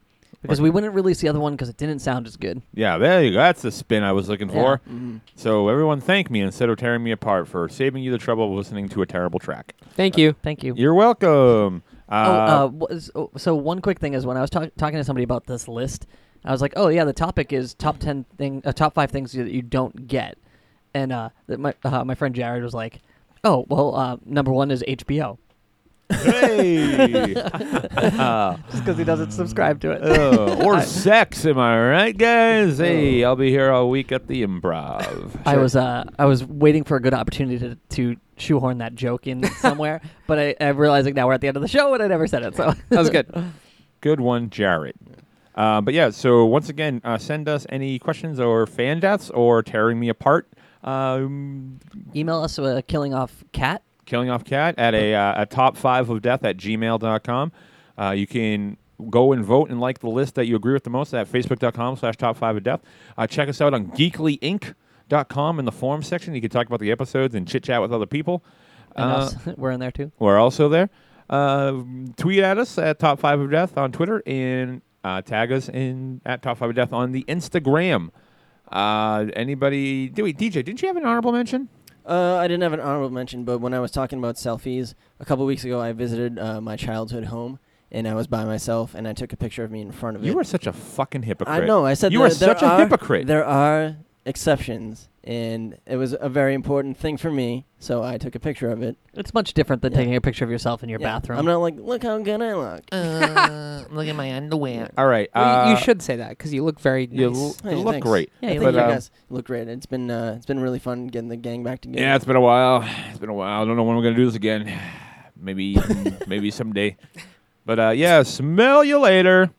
S3: because we wouldn't release the other one because it didn't sound as good.
S1: Yeah, there you go. That's the spin I was looking for.
S3: Mm-hmm.
S4: Mhm.
S1: So everyone thank me instead of tearing me apart for saving you the trouble of listening to a terrible track.
S2: Thank you.
S3: Thank you.
S1: You're welcome.
S3: Oh, uh,
S1: Uh,
S3: wha- is- oh, so one quick thing is when I was talk- talking to somebody about this list, I was like, "Oh yeah, the topic is top ten thing, uh, top five things that you don't get," and uh, th- my uh, my friend Jared was like, "Oh well, uh, number one is HBO,
S1: hey. Uh,
S3: just because he doesn't subscribe to it."
S1: uh, or sex, am I right, guys?
S2: Oh.
S1: Hey, I'll be here all week at the improv.
S3: I was uh, I was waiting for a good opportunity to, to shoehorn that joke in somewhere, but I, I'm realizing now we're at the end of the show and I never said it. So
S2: That was good.
S1: Good one, Jared. Uh, but yeah, so once again, uh, send us any questions or fan deaths or tearing me apart. Um,
S3: email us uh, killing off cat.
S1: killing off cat at a, uh, a top five of death at gmail.com. Uh, you can go and vote and like the list that you agree with the most at facebook.com slash top five of death. Uh, check us out on geeklyinc.com in the forum section. You can talk about the episodes and chit chat with other people.
S3: And
S1: Uh,
S3: us. we're in there too.
S1: We're also there. Uh, tweet at us at Top Five of Death on Twitter and uh, tag us in at Top Five of Death on the Instagram. Uh, anybody? Do we, DJ, didn't you have an honorable mention?
S4: Uh, I didn't have an honorable mention, but when I was talking about selfies a couple weeks ago, I visited uh, my childhood home and I was by myself and I took a picture of me in front of it.
S1: You are such a fucking hypocrite.
S4: I know. I said
S1: you
S4: there,
S1: are
S4: there
S1: such
S4: are,
S1: a hypocrite.
S4: There are exceptions, and it was a very important thing for me, so I took a picture of it.
S3: It's much different than
S4: Yeah.
S3: taking a picture of yourself in your
S4: Yeah,
S3: bathroom.
S4: I'm not like, look how good I look.
S7: Uh, look at my underwear.
S1: All right.
S2: Well, you-
S1: uh,
S2: you should say that because you look very nice.
S1: You, l-
S4: Hey,
S1: you look
S4: thanks.
S1: great.
S3: Yeah, you
S4: I
S1: but,
S4: think you
S1: um,
S4: guys look great. It's been uh, it's been really fun getting the gang back together.
S1: Yeah, it's been a while. It's been a while. I don't know when we're gonna do this again. Maybe, maybe someday. But uh, yeah, smell you later.